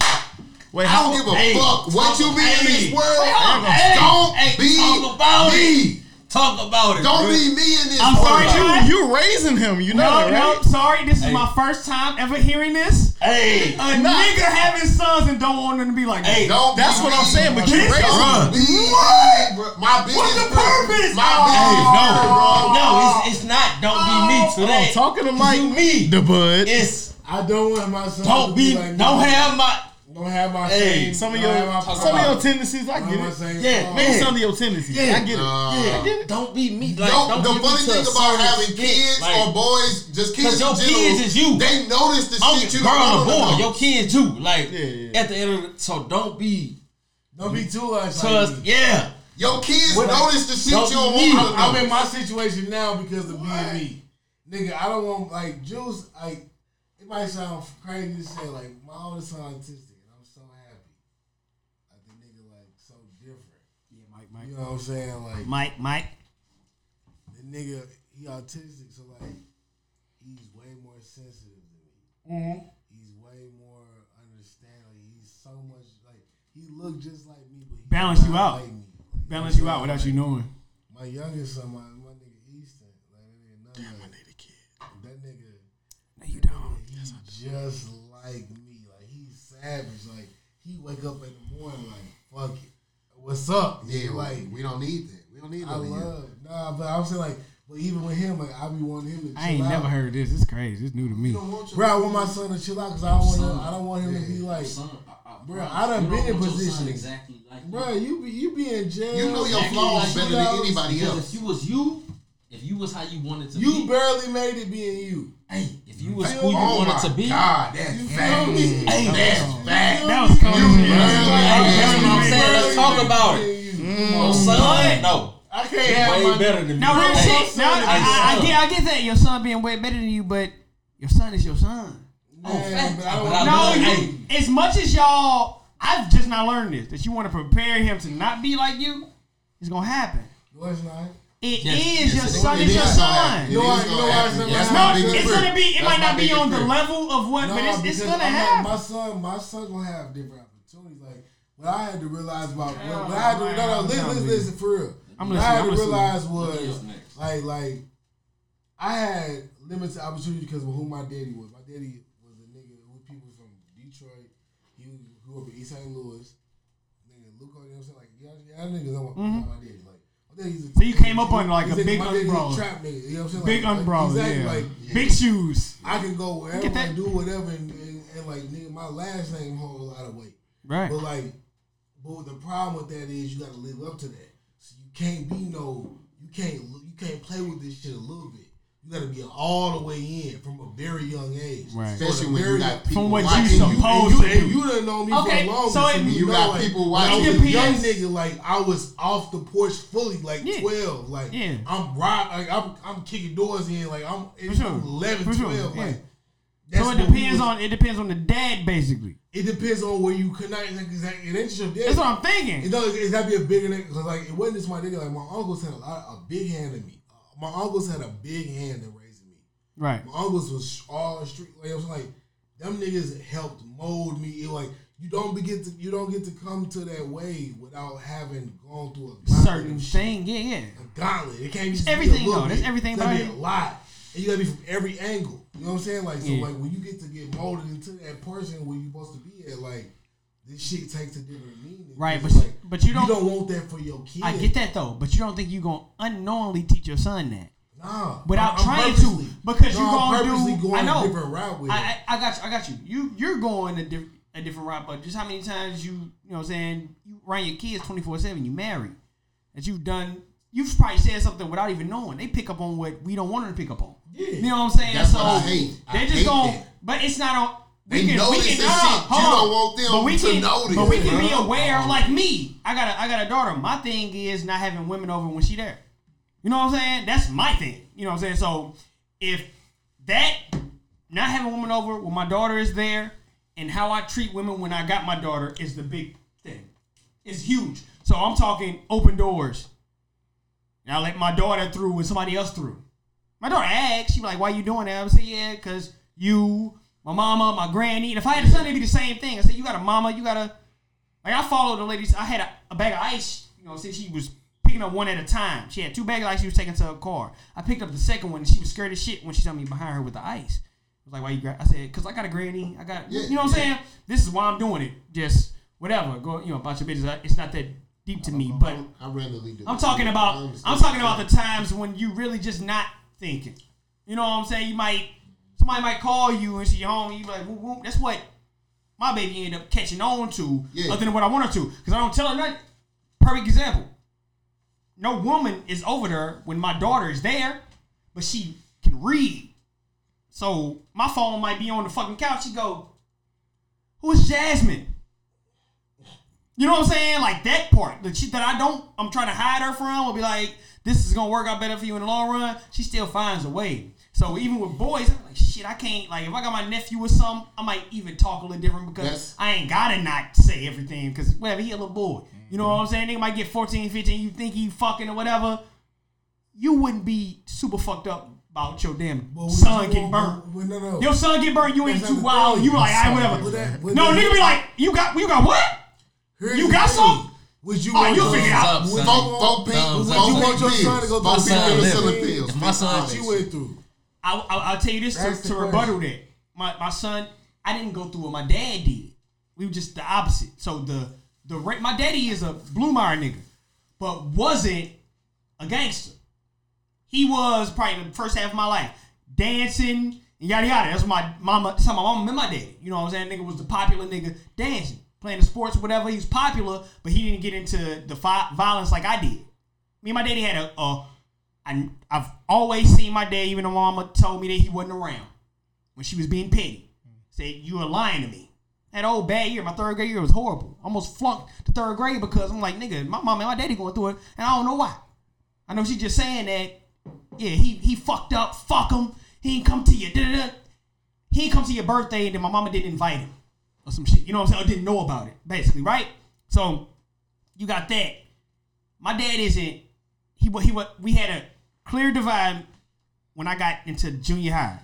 Speaker 4: Wait,
Speaker 5: I don't give a
Speaker 3: Hey,
Speaker 5: fuck what you be in this
Speaker 3: hey,
Speaker 5: world.
Speaker 3: hold on, hey,
Speaker 5: don't
Speaker 3: hey,
Speaker 5: be
Speaker 3: talk about
Speaker 5: me.
Speaker 3: Talk about it.
Speaker 5: Don't
Speaker 3: bro.
Speaker 5: be me in this
Speaker 1: I'm
Speaker 5: world.
Speaker 1: sorry, Drew.
Speaker 4: You, you raising him, you know
Speaker 1: No,
Speaker 4: that, right?
Speaker 1: no, Oh, sorry. This is my first time ever hearing this.
Speaker 3: Hey,
Speaker 1: A nigga having sons and don't want them to be like
Speaker 3: Hey,
Speaker 1: that.
Speaker 5: Don't
Speaker 4: That's
Speaker 5: be
Speaker 4: what
Speaker 5: me.
Speaker 4: I'm saying, but you
Speaker 1: This
Speaker 4: raising
Speaker 5: Don't
Speaker 4: him.
Speaker 5: be me, bro. My biggest
Speaker 1: What's the
Speaker 5: friend-
Speaker 1: purpose?
Speaker 5: My
Speaker 1: Oh.
Speaker 5: biggest friend, bro.
Speaker 3: no, it's, it's not. Don't be me
Speaker 4: Hold on,
Speaker 3: today.
Speaker 4: talking to Mike.
Speaker 3: You me.
Speaker 4: The bud.
Speaker 3: It's
Speaker 2: I don't want my son.
Speaker 3: don't
Speaker 2: to
Speaker 3: be.
Speaker 2: like
Speaker 3: Don't
Speaker 2: me.
Speaker 3: have my.
Speaker 2: Don't have my.
Speaker 3: Hey,
Speaker 2: same- uh,
Speaker 4: Some of
Speaker 2: don't
Speaker 4: your
Speaker 2: have my-
Speaker 4: some of
Speaker 3: about
Speaker 4: your
Speaker 3: it.
Speaker 4: tendencies, I
Speaker 2: don't
Speaker 4: get
Speaker 2: have my
Speaker 4: it.
Speaker 2: same
Speaker 3: Yeah,
Speaker 2: fault.
Speaker 4: Maybe
Speaker 3: man.
Speaker 4: some of your tendencies,
Speaker 3: Yeah.
Speaker 4: I get it.
Speaker 5: Nah.
Speaker 4: I get it.
Speaker 3: Don't be me. Like,
Speaker 5: Don't,
Speaker 3: don't,
Speaker 5: the
Speaker 3: get
Speaker 5: funny
Speaker 3: me to
Speaker 5: thing
Speaker 3: a
Speaker 5: about
Speaker 3: certain
Speaker 5: having
Speaker 3: extent.
Speaker 5: kids
Speaker 3: Like,
Speaker 5: or boys, just kids
Speaker 3: 'cause your
Speaker 5: in general,
Speaker 3: kids is you.
Speaker 5: They notice the
Speaker 3: I'm
Speaker 5: shit you
Speaker 3: your girl or
Speaker 5: don't
Speaker 3: boy.
Speaker 5: know.
Speaker 3: Your kids too. Like
Speaker 4: Yeah, yeah.
Speaker 3: at the end of the, so don't be
Speaker 2: Don't be too much.
Speaker 3: cause
Speaker 2: Like me.
Speaker 3: yeah.
Speaker 5: Your kids
Speaker 3: What?
Speaker 5: notice the shit
Speaker 3: Don't
Speaker 5: you don't
Speaker 3: be
Speaker 5: want
Speaker 2: I'm
Speaker 5: to know.
Speaker 2: in my situation now because of being me. nigga, I don't want like Juice. Like it might sound crazy to say, like my oldest son autistic, and I'm so happy. Like the nigga, like so different.
Speaker 1: Yeah, Mike, Mike,
Speaker 2: You know what I'm saying? Like
Speaker 1: Mike, Mike.
Speaker 2: the nigga, he autistic, so like he's way more sensitive than me.
Speaker 1: Mm-hmm.
Speaker 2: He's way more understanding. He's so much like he look just like me, but he
Speaker 1: Balance you
Speaker 2: not
Speaker 1: out.
Speaker 2: Like me. Like,
Speaker 1: Balance you out without you knowing.
Speaker 2: My youngest son, my, my nigga Easton, like that nigga, Damn, I need a kid. That nigga.
Speaker 1: No, you don't.
Speaker 2: He's just like me. Like he's savage. Like he wake up in the morning like, fuck it. What's up?
Speaker 5: Yeah,
Speaker 2: like
Speaker 5: like we don't need that. We don't need that.
Speaker 2: I love. Nah, but I'm saying like, but even with him, like I be wanting him to. Chill
Speaker 1: I ain't
Speaker 2: out.
Speaker 1: never heard this. It's crazy. It's new to me.
Speaker 5: You don't want your
Speaker 2: Bro, I want my son to chill out because I don't want him. I don't want him to be like,
Speaker 6: Son, I, I,
Speaker 2: Bruh, I done
Speaker 6: you don't
Speaker 2: been
Speaker 6: want
Speaker 2: in
Speaker 6: your son
Speaker 2: position.
Speaker 6: Exactly like you.
Speaker 2: bro, you be you be in jail.
Speaker 5: You know your
Speaker 6: Exactly like
Speaker 5: flaws better
Speaker 6: you
Speaker 5: than
Speaker 2: know,
Speaker 5: anybody
Speaker 6: Because
Speaker 5: else.
Speaker 6: if you was you, if you was how you wanted to
Speaker 2: You
Speaker 6: be,
Speaker 2: barely made it being you.
Speaker 6: if you was
Speaker 2: Hey,
Speaker 6: who you
Speaker 5: oh
Speaker 6: wanted
Speaker 5: my
Speaker 6: to be,
Speaker 5: God, that's
Speaker 2: You
Speaker 5: bad.
Speaker 2: feel me?
Speaker 5: Hey, that's bad.
Speaker 1: That was
Speaker 5: You
Speaker 1: coming.
Speaker 6: That's what I'm
Speaker 5: barely-
Speaker 6: saying. Let's talk about it. Oh, son, no.
Speaker 2: I can't have my
Speaker 3: than
Speaker 1: No, real
Speaker 6: Hey,
Speaker 1: shit. No, I, I, I get, I get that your son being way better than you, but your son is your son.
Speaker 2: man, but I
Speaker 6: Oh, But I
Speaker 2: don't.
Speaker 1: No,
Speaker 6: love-
Speaker 1: you,
Speaker 6: hey,
Speaker 1: as much as y'all, I've just not learned this that you want to prepare him to not be like you. It's gonna happen.
Speaker 2: No, it's not.
Speaker 1: It is
Speaker 6: Yes, yes, it
Speaker 1: your
Speaker 6: is.
Speaker 1: son.
Speaker 5: It
Speaker 1: Is your
Speaker 5: is gonna happen.
Speaker 1: son.
Speaker 5: It
Speaker 2: You know
Speaker 5: is
Speaker 2: why- you
Speaker 5: gonna
Speaker 2: know why
Speaker 5: happen.
Speaker 2: it's not
Speaker 5: That's my
Speaker 2: gonna
Speaker 1: No,
Speaker 2: happen?
Speaker 5: biggest
Speaker 1: it's
Speaker 5: fear.
Speaker 1: gonna be. It
Speaker 5: That's
Speaker 1: might
Speaker 5: my
Speaker 1: not be
Speaker 5: biggest
Speaker 1: on the
Speaker 5: fear.
Speaker 1: level of what, but it's, it's
Speaker 2: because
Speaker 1: gonna
Speaker 2: I'm like,
Speaker 1: happen.
Speaker 2: My son, my son gonna have different opportunities. Like what I had to realize about what, what I had to
Speaker 1: man,
Speaker 2: no no
Speaker 1: I'm
Speaker 2: listen
Speaker 1: telling
Speaker 2: listen,
Speaker 1: you.
Speaker 2: listen for real.
Speaker 1: I'm
Speaker 2: what I had
Speaker 1: listening, I'm
Speaker 2: to realize
Speaker 6: Yes,
Speaker 2: was
Speaker 6: next.
Speaker 2: like like I had limited opportunity because of who my daddy was. My daddy was a nigga who people from Detroit. He grew up in East St. Louis. Nigga, Luke, you know what I'm saying? Like y'all, y'all niggas don't want
Speaker 1: Mhm.
Speaker 2: my daddy. Like my daddy's a,
Speaker 1: So you came up on, like,
Speaker 2: he's
Speaker 1: a big
Speaker 2: my daddy's
Speaker 1: umbrella.
Speaker 2: trap nigga. You know what I'm saying?
Speaker 1: Big
Speaker 2: like,
Speaker 1: umbrella,
Speaker 2: exactly,
Speaker 1: yeah.
Speaker 2: Like,
Speaker 1: Big shoes,
Speaker 2: I can go wherever
Speaker 1: Get that-
Speaker 2: and do whatever, and, and, and like nigga, my last name hold a lot of weight.
Speaker 1: right?
Speaker 2: But like, but the problem with that is you got to live up to that. So you can't be no, you can't, you can't play with this shit a little bit. You got to be all the way in from a very young age.
Speaker 1: Right.
Speaker 2: So
Speaker 5: Especially
Speaker 2: the
Speaker 5: when you
Speaker 2: very-
Speaker 5: got people
Speaker 1: From what you
Speaker 5: watching
Speaker 2: and you,
Speaker 5: you.
Speaker 2: and
Speaker 1: supposed
Speaker 2: you,
Speaker 1: to
Speaker 2: and
Speaker 1: do.
Speaker 2: you done know me
Speaker 1: Okay,
Speaker 2: for long.
Speaker 1: so it-
Speaker 5: You got people watching
Speaker 2: I was a
Speaker 1: you.
Speaker 2: young
Speaker 1: Yes.
Speaker 2: nigga, like I was off the porch fully, like
Speaker 1: Yeah.
Speaker 2: twelve. Like
Speaker 1: Yeah.
Speaker 2: I'm rock, like I'm, I'm kicking doors in, like I'm it's
Speaker 1: sure.
Speaker 2: 11,
Speaker 1: For sure,
Speaker 2: 12. Like
Speaker 1: yeah.
Speaker 2: that's
Speaker 1: so it
Speaker 2: what we
Speaker 1: depends
Speaker 2: was-
Speaker 1: on it depends on the dad basically.
Speaker 2: It depends on where you connect. Like, exactly, it ain't just your dad.
Speaker 1: That's what I'm
Speaker 2: It
Speaker 1: thinking.
Speaker 2: does. It's gotta be a bigger nigga because like it wasn't just my nigga. Like my uncles had a lot, a big hand in me. Uh, my uncles had a big hand in raising me.
Speaker 1: Right.
Speaker 2: My uncles was all street. Like I was like, them niggas helped mold me. It like you don't be get to you don't get to come to that way without having gone through a gauntlet
Speaker 1: Certain
Speaker 2: of shit.
Speaker 1: thing, yeah, yeah.
Speaker 2: A gauntlet. It can't be just be
Speaker 1: everything,
Speaker 2: a little
Speaker 1: though. That's
Speaker 2: bit.
Speaker 1: everything
Speaker 2: It's gotta
Speaker 1: about
Speaker 2: be
Speaker 1: it.
Speaker 2: a lot. And you gotta be from every angle. You know what I'm saying? Like so,
Speaker 1: Yeah.
Speaker 2: like when you get to get molded into that person where you supposed to be at, like. This shit takes a different meaning.
Speaker 1: Right,
Speaker 2: It's
Speaker 1: but-
Speaker 2: like,
Speaker 1: but you don't-
Speaker 2: want that for your kid.
Speaker 1: I get that though, but you don't think you gonna unknowingly teach your son that
Speaker 2: Nah,
Speaker 1: without
Speaker 2: I'm- I'm
Speaker 1: trying to
Speaker 2: purposely-
Speaker 1: because
Speaker 2: No,
Speaker 1: you
Speaker 2: I'm
Speaker 1: gonna
Speaker 2: purposely
Speaker 1: do.
Speaker 2: going
Speaker 1: I know.
Speaker 2: a different route with it.
Speaker 1: I, I I got you. I got you. You you're going a different a different route, but just how many times you you know what I'm saying you run your kids 24 seven. You marry that you've done. You've probably said something without even knowing. They pick up on what we don't want them to pick up on.
Speaker 2: Yeah.
Speaker 1: You know what I'm saying?
Speaker 5: That's
Speaker 1: so
Speaker 5: what I hate. I
Speaker 1: They just
Speaker 5: hate
Speaker 1: going,
Speaker 5: that.
Speaker 1: but it's not on. we
Speaker 5: They notice
Speaker 1: we
Speaker 5: this
Speaker 1: no, no,
Speaker 5: shit.
Speaker 1: hold
Speaker 5: You
Speaker 1: on.
Speaker 5: don't want them
Speaker 1: but we
Speaker 5: to
Speaker 1: can,
Speaker 5: notice,
Speaker 1: But we can be
Speaker 5: bro.
Speaker 1: aware, like me. I got a, I got a daughter. My thing is not having women over when she there. You know what I'm saying? That's my thing. You know what I'm saying? So if that not having women over when my daughter is there and how I treat women when I got my daughter is the big thing. It's huge. So I'm talking open doors. And I let my daughter through when somebody else through. My daughter asked, she be like, why you doing that? I say, yeah, because you, my mama, my granny. And if I had a son, it'd be the same thing. I said, you got a mama, you got a, like I followed the ladies. I had a, a bag of ice, you know, since she was picking up one at a time. She had two bags of ice she was taking to her car. I picked up the second one and she was scared as shit when she saw me behind her with the ice. I was like, why you grab? I said, because I got a granny. I got,
Speaker 5: Yeah,
Speaker 1: you know what I'm saying? This is why I'm doing it. Just whatever. Go, you know, about your business. It's not that deep to
Speaker 5: Uh,
Speaker 1: me, but
Speaker 5: I randomly do.
Speaker 1: I'm
Speaker 5: it.
Speaker 1: talking
Speaker 5: I
Speaker 1: about
Speaker 5: understand.
Speaker 1: I'm talking about the times when you really just not thinking. You know what I'm saying? You might somebody might call you and she home and you be like whoop, whoop. that's what my baby ended up catching on to
Speaker 5: Yeah.
Speaker 1: other than what I wanted to. Because I don't tell her nothing. Perfect example. No woman is over there when my daughter is there, but she can read. So my phone might be on the fucking couch. She go, Who is Jasmine? You know what I'm saying? Like that part, the shit that I don't, I'm trying to hide her from, will be like, this is gonna work out better for you in the long run. She still finds a way. So even with boys, I'm like, shit, I can't. Like, if I got my nephew or something, I might even talk a little different because
Speaker 5: That's-
Speaker 1: I ain't gotta not say everything because whatever, he a little boy. You know what I'm saying? Nigga might get 14, 15, you think he fucking or whatever. You wouldn't be super fucked up about your damn
Speaker 2: But we-
Speaker 1: son
Speaker 2: we-
Speaker 1: getting
Speaker 2: we-
Speaker 1: burnt.
Speaker 2: we- No, no.
Speaker 1: Your son get burnt, you ain't
Speaker 2: That's
Speaker 1: too
Speaker 2: not the
Speaker 1: wild.
Speaker 2: thing.
Speaker 1: You like, I
Speaker 2: With that-
Speaker 1: whatever.
Speaker 2: with
Speaker 1: No,
Speaker 2: that-
Speaker 1: nigga be like, you got, you got what?
Speaker 2: Here's
Speaker 1: You
Speaker 2: the
Speaker 1: got
Speaker 2: thing.
Speaker 1: some?
Speaker 2: Would you
Speaker 1: Oh,
Speaker 2: want
Speaker 1: you
Speaker 2: your-
Speaker 1: figure it out.
Speaker 2: would
Speaker 3: Thumbs
Speaker 2: you
Speaker 3: up,
Speaker 2: want-
Speaker 5: Vote pink.
Speaker 3: Thumbs
Speaker 2: Would
Speaker 5: Vote
Speaker 2: you
Speaker 3: up.
Speaker 2: want your son to go
Speaker 5: My
Speaker 2: through
Speaker 3: son
Speaker 5: son
Speaker 3: living.
Speaker 5: selling
Speaker 2: things
Speaker 5: pills.
Speaker 3: If my son-
Speaker 2: that you went through?
Speaker 1: I, I, I'll tell you this
Speaker 2: That's
Speaker 1: to,
Speaker 2: the
Speaker 1: to rebuttal that. My, my son, I didn't go through what my dad did. We were just the opposite. So the the ra- my daddy is a blue mire nigga, but wasn't a gangster. He was probably the first half of my life dancing and yada yada. That's my mama. That's how my mama met my daddy. You know what I'm saying? Nigga was the popular nigga dancing, playing the sports, whatever. He was popular, but he didn't get into the fi- violence like I did me and my daddy had a, a I, I've always seen my dad, even though my mama told me that he wasn't around when she was being petty. Said, you are lying to me. That old bad year, my third grade year was horrible. Almost flunked the third grade because I'm like, nigga, my mom and my daddy going through it, and I don't know why. I know she just saying that, yeah, he he fucked up, fuck him. He ain't come to your da-da-da. He ain't come to your birthday, and then my mama didn't invite him or some shit. You know what I'm saying? Or didn't know about it, basically, right? So you got that. My dad isn't he wa- he wa- we had a clear divide when I got into junior high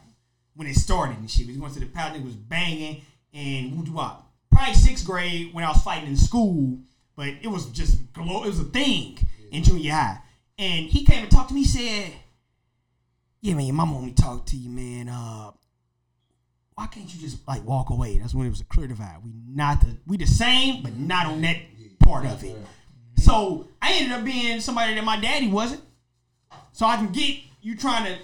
Speaker 1: when it started and shit. We went to the powder nigga was banging and woo wop. Probably sixth grade when I was fighting in school, but it was just glow. It was a thing in junior high. And he came and talked to me. He said, "Yeah, man, your mama want me to talk to you, man. Uh, why can't you just like walk away?" That's when it was a clear divide. We not the we the same, but not on that part of it. So I ended up being somebody that my daddy wasn't. So I can get you trying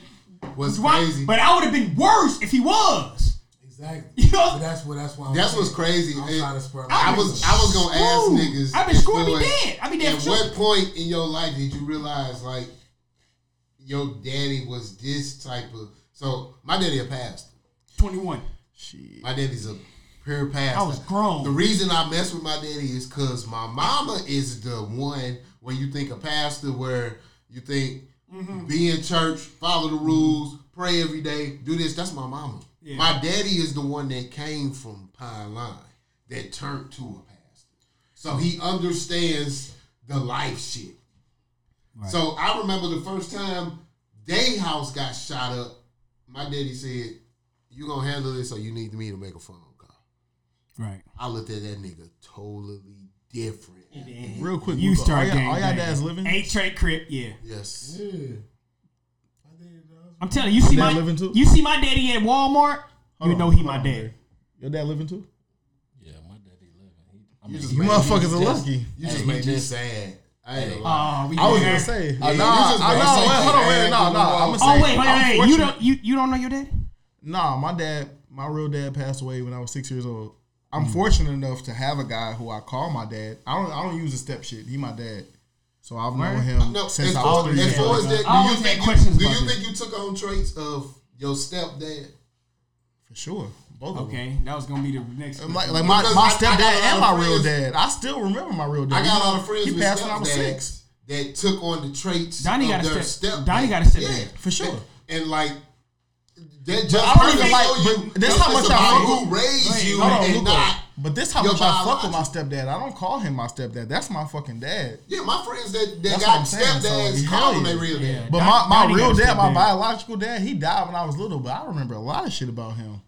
Speaker 5: What's
Speaker 1: to rock,
Speaker 5: crazy?
Speaker 1: but I would have been worse if he was.
Speaker 2: Exactly.
Speaker 1: You know?
Speaker 2: But that's what. That's why. I'm
Speaker 5: That's what's
Speaker 2: saying.
Speaker 5: crazy.
Speaker 2: I'm
Speaker 5: It-
Speaker 2: trying to spread.
Speaker 5: I
Speaker 2: my
Speaker 5: was
Speaker 2: wings.
Speaker 5: I was gonna ask
Speaker 1: Screwed.
Speaker 5: niggas.
Speaker 1: I've been
Speaker 5: at
Speaker 1: screwed, be
Speaker 5: what-
Speaker 1: dead. I be dead
Speaker 5: At
Speaker 1: for
Speaker 5: what
Speaker 1: sure.
Speaker 5: point in your life did you realize like your daddy was this type of? So my daddy a pastor.
Speaker 1: 21.
Speaker 5: My daddy's a pure pastor.
Speaker 1: I was grown.
Speaker 5: The reason I mess with my daddy is because my mama is the one where you think a pastor, where you think be in church, follow the rules, pray every day, do this. That's my mama.
Speaker 1: Yeah.
Speaker 5: My daddy is the one that came from Pine Line that turned to a pastor. So he understands the life shit. So I remember the first time they house got shot up, my daddy said, You gonna handle this or you need me to make a phone call.
Speaker 1: Right.
Speaker 5: I looked at that nigga totally different.
Speaker 4: Real quick,
Speaker 1: You
Speaker 4: Luka,
Speaker 1: start
Speaker 4: all y'all-
Speaker 1: gang
Speaker 4: all y'all
Speaker 1: banging.
Speaker 4: dads living?
Speaker 1: Eight trade crip, yeah.
Speaker 5: Yes.
Speaker 2: Yeah. I did, dog.
Speaker 1: I'm telling you, you see
Speaker 4: dad
Speaker 1: my
Speaker 4: living too?
Speaker 1: you see my daddy at Walmart, you
Speaker 4: on,
Speaker 1: know he
Speaker 4: hold
Speaker 1: my
Speaker 4: on,
Speaker 1: dad.
Speaker 4: Your dad living too?
Speaker 3: Yeah, my daddy living. I
Speaker 5: You
Speaker 3: mean,
Speaker 5: just
Speaker 3: he-
Speaker 4: You motherfuckers are
Speaker 3: just-
Speaker 4: lucky.
Speaker 5: You just
Speaker 3: Hey,
Speaker 5: made
Speaker 3: he
Speaker 5: me
Speaker 3: just-
Speaker 5: sad. I ain't
Speaker 3: Hey.
Speaker 5: lying.
Speaker 1: Oh, we
Speaker 4: I was
Speaker 1: good.
Speaker 4: gonna say.
Speaker 5: Yeah,
Speaker 4: I
Speaker 5: you
Speaker 4: nah,
Speaker 5: just
Speaker 4: I
Speaker 5: made
Speaker 4: nah,
Speaker 5: something
Speaker 4: wait, hold on, wait,
Speaker 5: bad,
Speaker 4: nah,
Speaker 5: you
Speaker 4: nah.
Speaker 5: know.
Speaker 4: I'm gonna say.
Speaker 1: Oh wait, wait, wait, wait. You
Speaker 4: unfortunate-
Speaker 1: don't you, you don't know your daddy?
Speaker 4: Nah, my dad, my real dad passed away when I was six years old. I'm
Speaker 5: Mm.
Speaker 4: fortunate enough to have a guy who I call my dad. I don't, I don't use the step shit. He my dad, so I've known him
Speaker 5: No, as
Speaker 4: since I
Speaker 5: far
Speaker 4: was three
Speaker 5: as
Speaker 4: years
Speaker 5: far
Speaker 4: old.
Speaker 5: as that,
Speaker 1: I
Speaker 5: do you
Speaker 1: always had
Speaker 5: think
Speaker 1: questions
Speaker 5: you, do
Speaker 1: about
Speaker 5: you
Speaker 1: this.
Speaker 5: think you took on traits of your stepdad?
Speaker 4: For sure, both of them.
Speaker 1: Okay, that was gonna be the next.
Speaker 4: And Like, like my,
Speaker 5: Because
Speaker 4: my
Speaker 5: I- I got
Speaker 4: stepdad
Speaker 5: a lot
Speaker 4: and
Speaker 5: of
Speaker 4: my real
Speaker 5: friends-
Speaker 4: dad. I still remember my real dad.
Speaker 5: I got a lot of friends
Speaker 4: He
Speaker 5: with
Speaker 4: passed when I was
Speaker 5: stepdads
Speaker 4: six.
Speaker 5: that took on the traits
Speaker 1: Donnie
Speaker 5: of
Speaker 1: got a
Speaker 5: their
Speaker 1: step-
Speaker 5: stepdad.
Speaker 1: Donnie got a stepdad.
Speaker 4: For sure.
Speaker 5: And, and like that just
Speaker 4: I don't even
Speaker 5: proves
Speaker 4: like-
Speaker 5: to
Speaker 4: but that's how
Speaker 5: it's
Speaker 4: much I-
Speaker 5: about who raised you
Speaker 4: Hold on,
Speaker 5: and
Speaker 4: Luca.
Speaker 5: not.
Speaker 4: But this how
Speaker 5: your
Speaker 4: much I fuck with my
Speaker 5: biological-
Speaker 4: stepdad. I don't call him my stepdad. That's my fucking dad.
Speaker 5: Yeah, my friends that, that
Speaker 4: That's
Speaker 5: got
Speaker 4: what I'm saying, so,
Speaker 5: stepdads
Speaker 4: hell
Speaker 5: call them
Speaker 4: yeah.
Speaker 5: their real dad.
Speaker 4: But
Speaker 1: Don-
Speaker 4: my, my
Speaker 1: Donnie
Speaker 4: real
Speaker 1: got a
Speaker 4: dad, my
Speaker 1: stepdad.
Speaker 4: biological dad, he died when I was little, but I remember a lot of shit about him.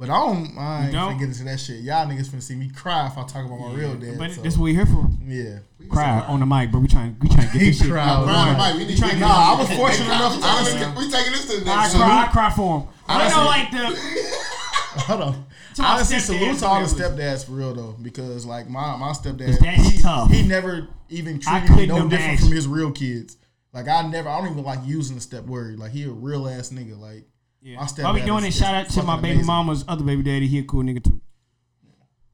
Speaker 4: But I don't, I ain't
Speaker 1: don't?
Speaker 4: finna get into that shit. Y'all niggas finna see me cry if I talk about my real dad.
Speaker 1: But
Speaker 4: so,
Speaker 1: that's what we here for.
Speaker 4: yeah.
Speaker 1: Cry on the mic, but we trying we trying to get
Speaker 4: He
Speaker 1: this shit.
Speaker 4: cried.
Speaker 1: out of the
Speaker 5: Brian
Speaker 1: way.
Speaker 5: and Mike, we need to get
Speaker 4: Nah, I
Speaker 5: on
Speaker 4: was
Speaker 5: this.
Speaker 4: fortunate enough. Honestly,
Speaker 5: Honestly, we taking this to the
Speaker 1: I
Speaker 5: next level.
Speaker 1: cry, I cry for him. I don't like the
Speaker 4: hold on.
Speaker 1: To my
Speaker 4: Honestly,
Speaker 1: stepdads,
Speaker 4: salute to all the
Speaker 1: really.
Speaker 4: stepdads for real though, because like my my stepdad,
Speaker 1: 'Cause that's
Speaker 4: he,
Speaker 1: tough.
Speaker 4: he never even
Speaker 1: I
Speaker 4: treated me
Speaker 1: couldn't
Speaker 4: no different
Speaker 1: imagine.
Speaker 4: from his real kids. Like I never, I don't even like using the step word. Like he a real ass nigga. Like my stepdad.
Speaker 1: I'll be doing
Speaker 4: is
Speaker 1: this.
Speaker 4: just
Speaker 1: Shout out to
Speaker 4: fucking
Speaker 1: my baby
Speaker 4: amazing.
Speaker 1: mama's other baby daddy. He a cool nigga too.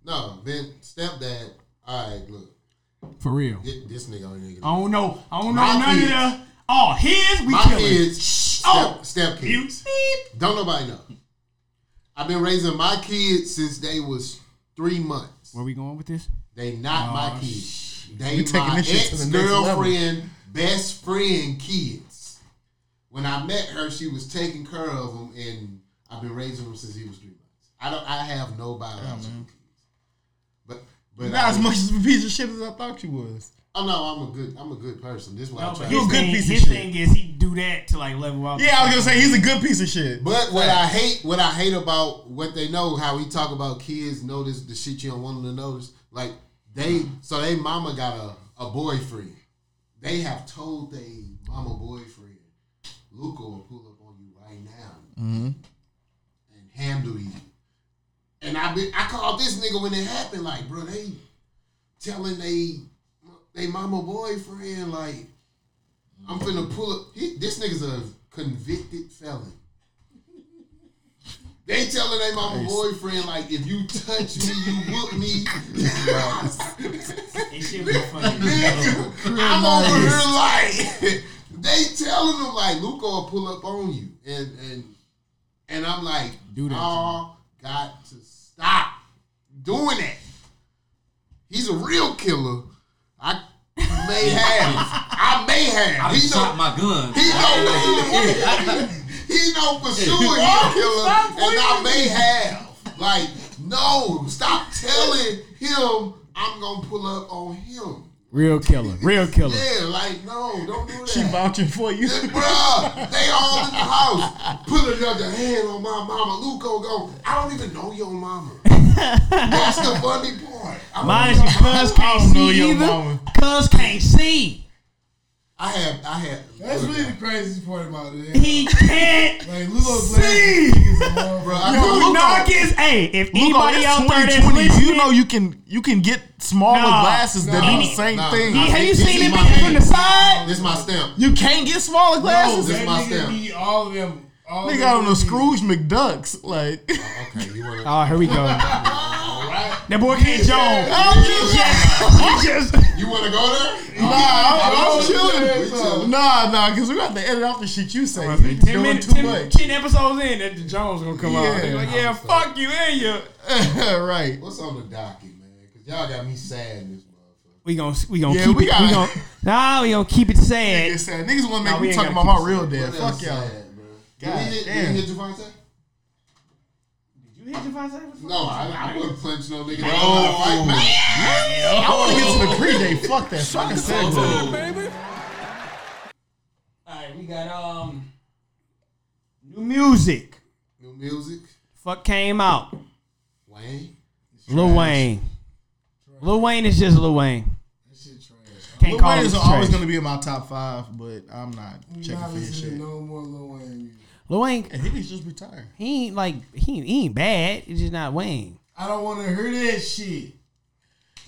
Speaker 5: No, then stepdad. All right, look,
Speaker 1: For real.
Speaker 5: this, this nigga on nigga.
Speaker 1: I don't know. I don't know
Speaker 5: My
Speaker 1: none
Speaker 5: kids.
Speaker 1: of the. Oh, his we
Speaker 5: my
Speaker 1: killing.
Speaker 5: kids,
Speaker 1: Shh.
Speaker 5: step,
Speaker 1: oh,
Speaker 5: step
Speaker 1: you
Speaker 5: kids.
Speaker 1: beep.
Speaker 5: Don't nobody know. I've been raising my kids since they was three months.
Speaker 1: Where we going with this?
Speaker 5: They not my kids. They
Speaker 4: Oh, We taking
Speaker 5: my
Speaker 4: this shit to
Speaker 5: ex
Speaker 4: the next level.
Speaker 5: girlfriend, best friend kids. When I met her, she was taking care of him, and I've been raising him since he was three months. I don't. I have no biological kids, but but
Speaker 4: Not
Speaker 5: I,
Speaker 4: as much of a piece of shit as I thought you was.
Speaker 5: Oh no, I'm a good. I'm a good person. This is why I try.
Speaker 1: his
Speaker 4: a good
Speaker 1: thing,
Speaker 4: piece of
Speaker 1: his
Speaker 4: shit.
Speaker 1: thing is he do that to like level out.
Speaker 4: Yeah, I was gonna say he's a good piece of shit.
Speaker 5: But what I hate, what I hate about what they know, how we talk about kids notice the shit you don't want them to notice. Like they, so they mama got a, a boyfriend. They have told they mama boyfriend, Luca will pull up on you right now and handle you. And I be, I called this nigga when it happened. Like, bro, they telling they they mama boyfriend like, I'm finna pull up. He, this nigga's a convicted felon. They telling they mama boyfriend like, if you touch me, you whoop me.
Speaker 1: It should be funny.
Speaker 5: I'm over here like, they telling them like, Luca will pull up on you, and and and I'm like,
Speaker 1: Do that to
Speaker 5: y'all got to stop doing that. He's a real killer. I may have. I may have.
Speaker 6: I
Speaker 5: He
Speaker 6: shot
Speaker 5: know.
Speaker 6: my gun.
Speaker 5: He know. he know for sure he's a killer, and I may have. Like, no, stop telling him I'm gonna pull up on him.
Speaker 1: Real killer. Real killer.
Speaker 5: Yeah, like no, don't do that.
Speaker 4: She vouching for you.
Speaker 5: Bruh, they all in the house. Put another hand on my mama. Luco go, I don't even know your mama. That's the funny part. I don't
Speaker 1: Mine is
Speaker 5: know-
Speaker 1: because can't
Speaker 4: know
Speaker 1: see
Speaker 4: your
Speaker 1: either.
Speaker 4: mama.
Speaker 1: Cuz can't see.
Speaker 5: I have, I have.
Speaker 2: That's really the craziest part about it.
Speaker 1: He can't.
Speaker 2: Like Lulo's
Speaker 1: See?
Speaker 5: Bro,
Speaker 2: laughing.
Speaker 5: I
Speaker 1: You
Speaker 5: know,
Speaker 1: know it gets hey, if
Speaker 4: Look,
Speaker 1: anybody
Speaker 4: it's
Speaker 1: out there that's
Speaker 4: 2020.
Speaker 1: listening,
Speaker 4: you know you can you can get smaller
Speaker 1: Nah.
Speaker 4: glasses that do
Speaker 1: Nah.
Speaker 4: the same
Speaker 5: Nah.
Speaker 4: thing.
Speaker 5: Nah.
Speaker 1: have you
Speaker 5: This
Speaker 1: seen
Speaker 5: is
Speaker 1: it
Speaker 5: my
Speaker 1: from
Speaker 5: thing.
Speaker 1: the side?
Speaker 5: this is my stamp.
Speaker 4: You can't get smaller glasses.
Speaker 5: this- is my
Speaker 2: nigga
Speaker 5: stamp.
Speaker 2: be all of them. All
Speaker 4: They
Speaker 2: them
Speaker 4: got on the
Speaker 2: niggas be-
Speaker 4: Scrooge McDucks. Like
Speaker 5: Okay, you wanna?
Speaker 1: Oh, here we go. that boy can't jump. He just
Speaker 5: You wanna go there?
Speaker 4: nah, I'm, I'm
Speaker 2: Oh, yeah,
Speaker 4: chilling.
Speaker 2: so-
Speaker 4: Nah, nah, because we got to edit off the shit you say. You
Speaker 1: ten
Speaker 4: doing
Speaker 1: minutes,
Speaker 4: too
Speaker 1: ten,
Speaker 4: much.
Speaker 1: ten episodes in, that the Jones gonna come out. They like, yeah, fuck you and you.
Speaker 4: right.
Speaker 5: What's on the docket, man? Cause y'all got me sad in this motherfucker.
Speaker 1: We gonna we gonna
Speaker 4: Yeah,
Speaker 1: keep
Speaker 4: we
Speaker 1: it. We
Speaker 4: gotta-
Speaker 1: gonna nah, we gonna keep it sad.
Speaker 4: Niggas said niggas want to
Speaker 1: Nah, we
Speaker 4: make me
Speaker 1: ain't
Speaker 4: talk
Speaker 1: gotta
Speaker 4: about my
Speaker 1: keep
Speaker 4: real dad.
Speaker 5: What else
Speaker 4: Fuck y'all.
Speaker 5: sad, bro?
Speaker 4: God
Speaker 5: Did we hit,
Speaker 4: damn.
Speaker 5: did we hit Javante?
Speaker 1: You hit Javante?
Speaker 5: No, I, I wouldn't punch no nigga. No,
Speaker 4: I want to get to the pre-day. Fuck that. Fuck that.
Speaker 6: Oh,
Speaker 1: All right, we got um new music.
Speaker 5: New music.
Speaker 1: Fuck came out.
Speaker 5: Wayne.
Speaker 1: Lil Wayne. Lil Wayne is just Lil Wayne.
Speaker 2: That shit trash.
Speaker 1: Can't
Speaker 4: Lil
Speaker 1: call
Speaker 4: Wayne
Speaker 1: him
Speaker 4: is
Speaker 1: trash.
Speaker 4: always going to be in my top five, but I'm not
Speaker 2: I'm
Speaker 4: checking
Speaker 2: not
Speaker 4: for his
Speaker 2: listening
Speaker 4: shit.
Speaker 2: to no more Lil Wayne music.
Speaker 1: Lil Wayne,
Speaker 4: And he was just retired.
Speaker 1: he ain't like he, ain't- he ain't bad. He's just not Wayne.
Speaker 2: I don't want to hear that shit.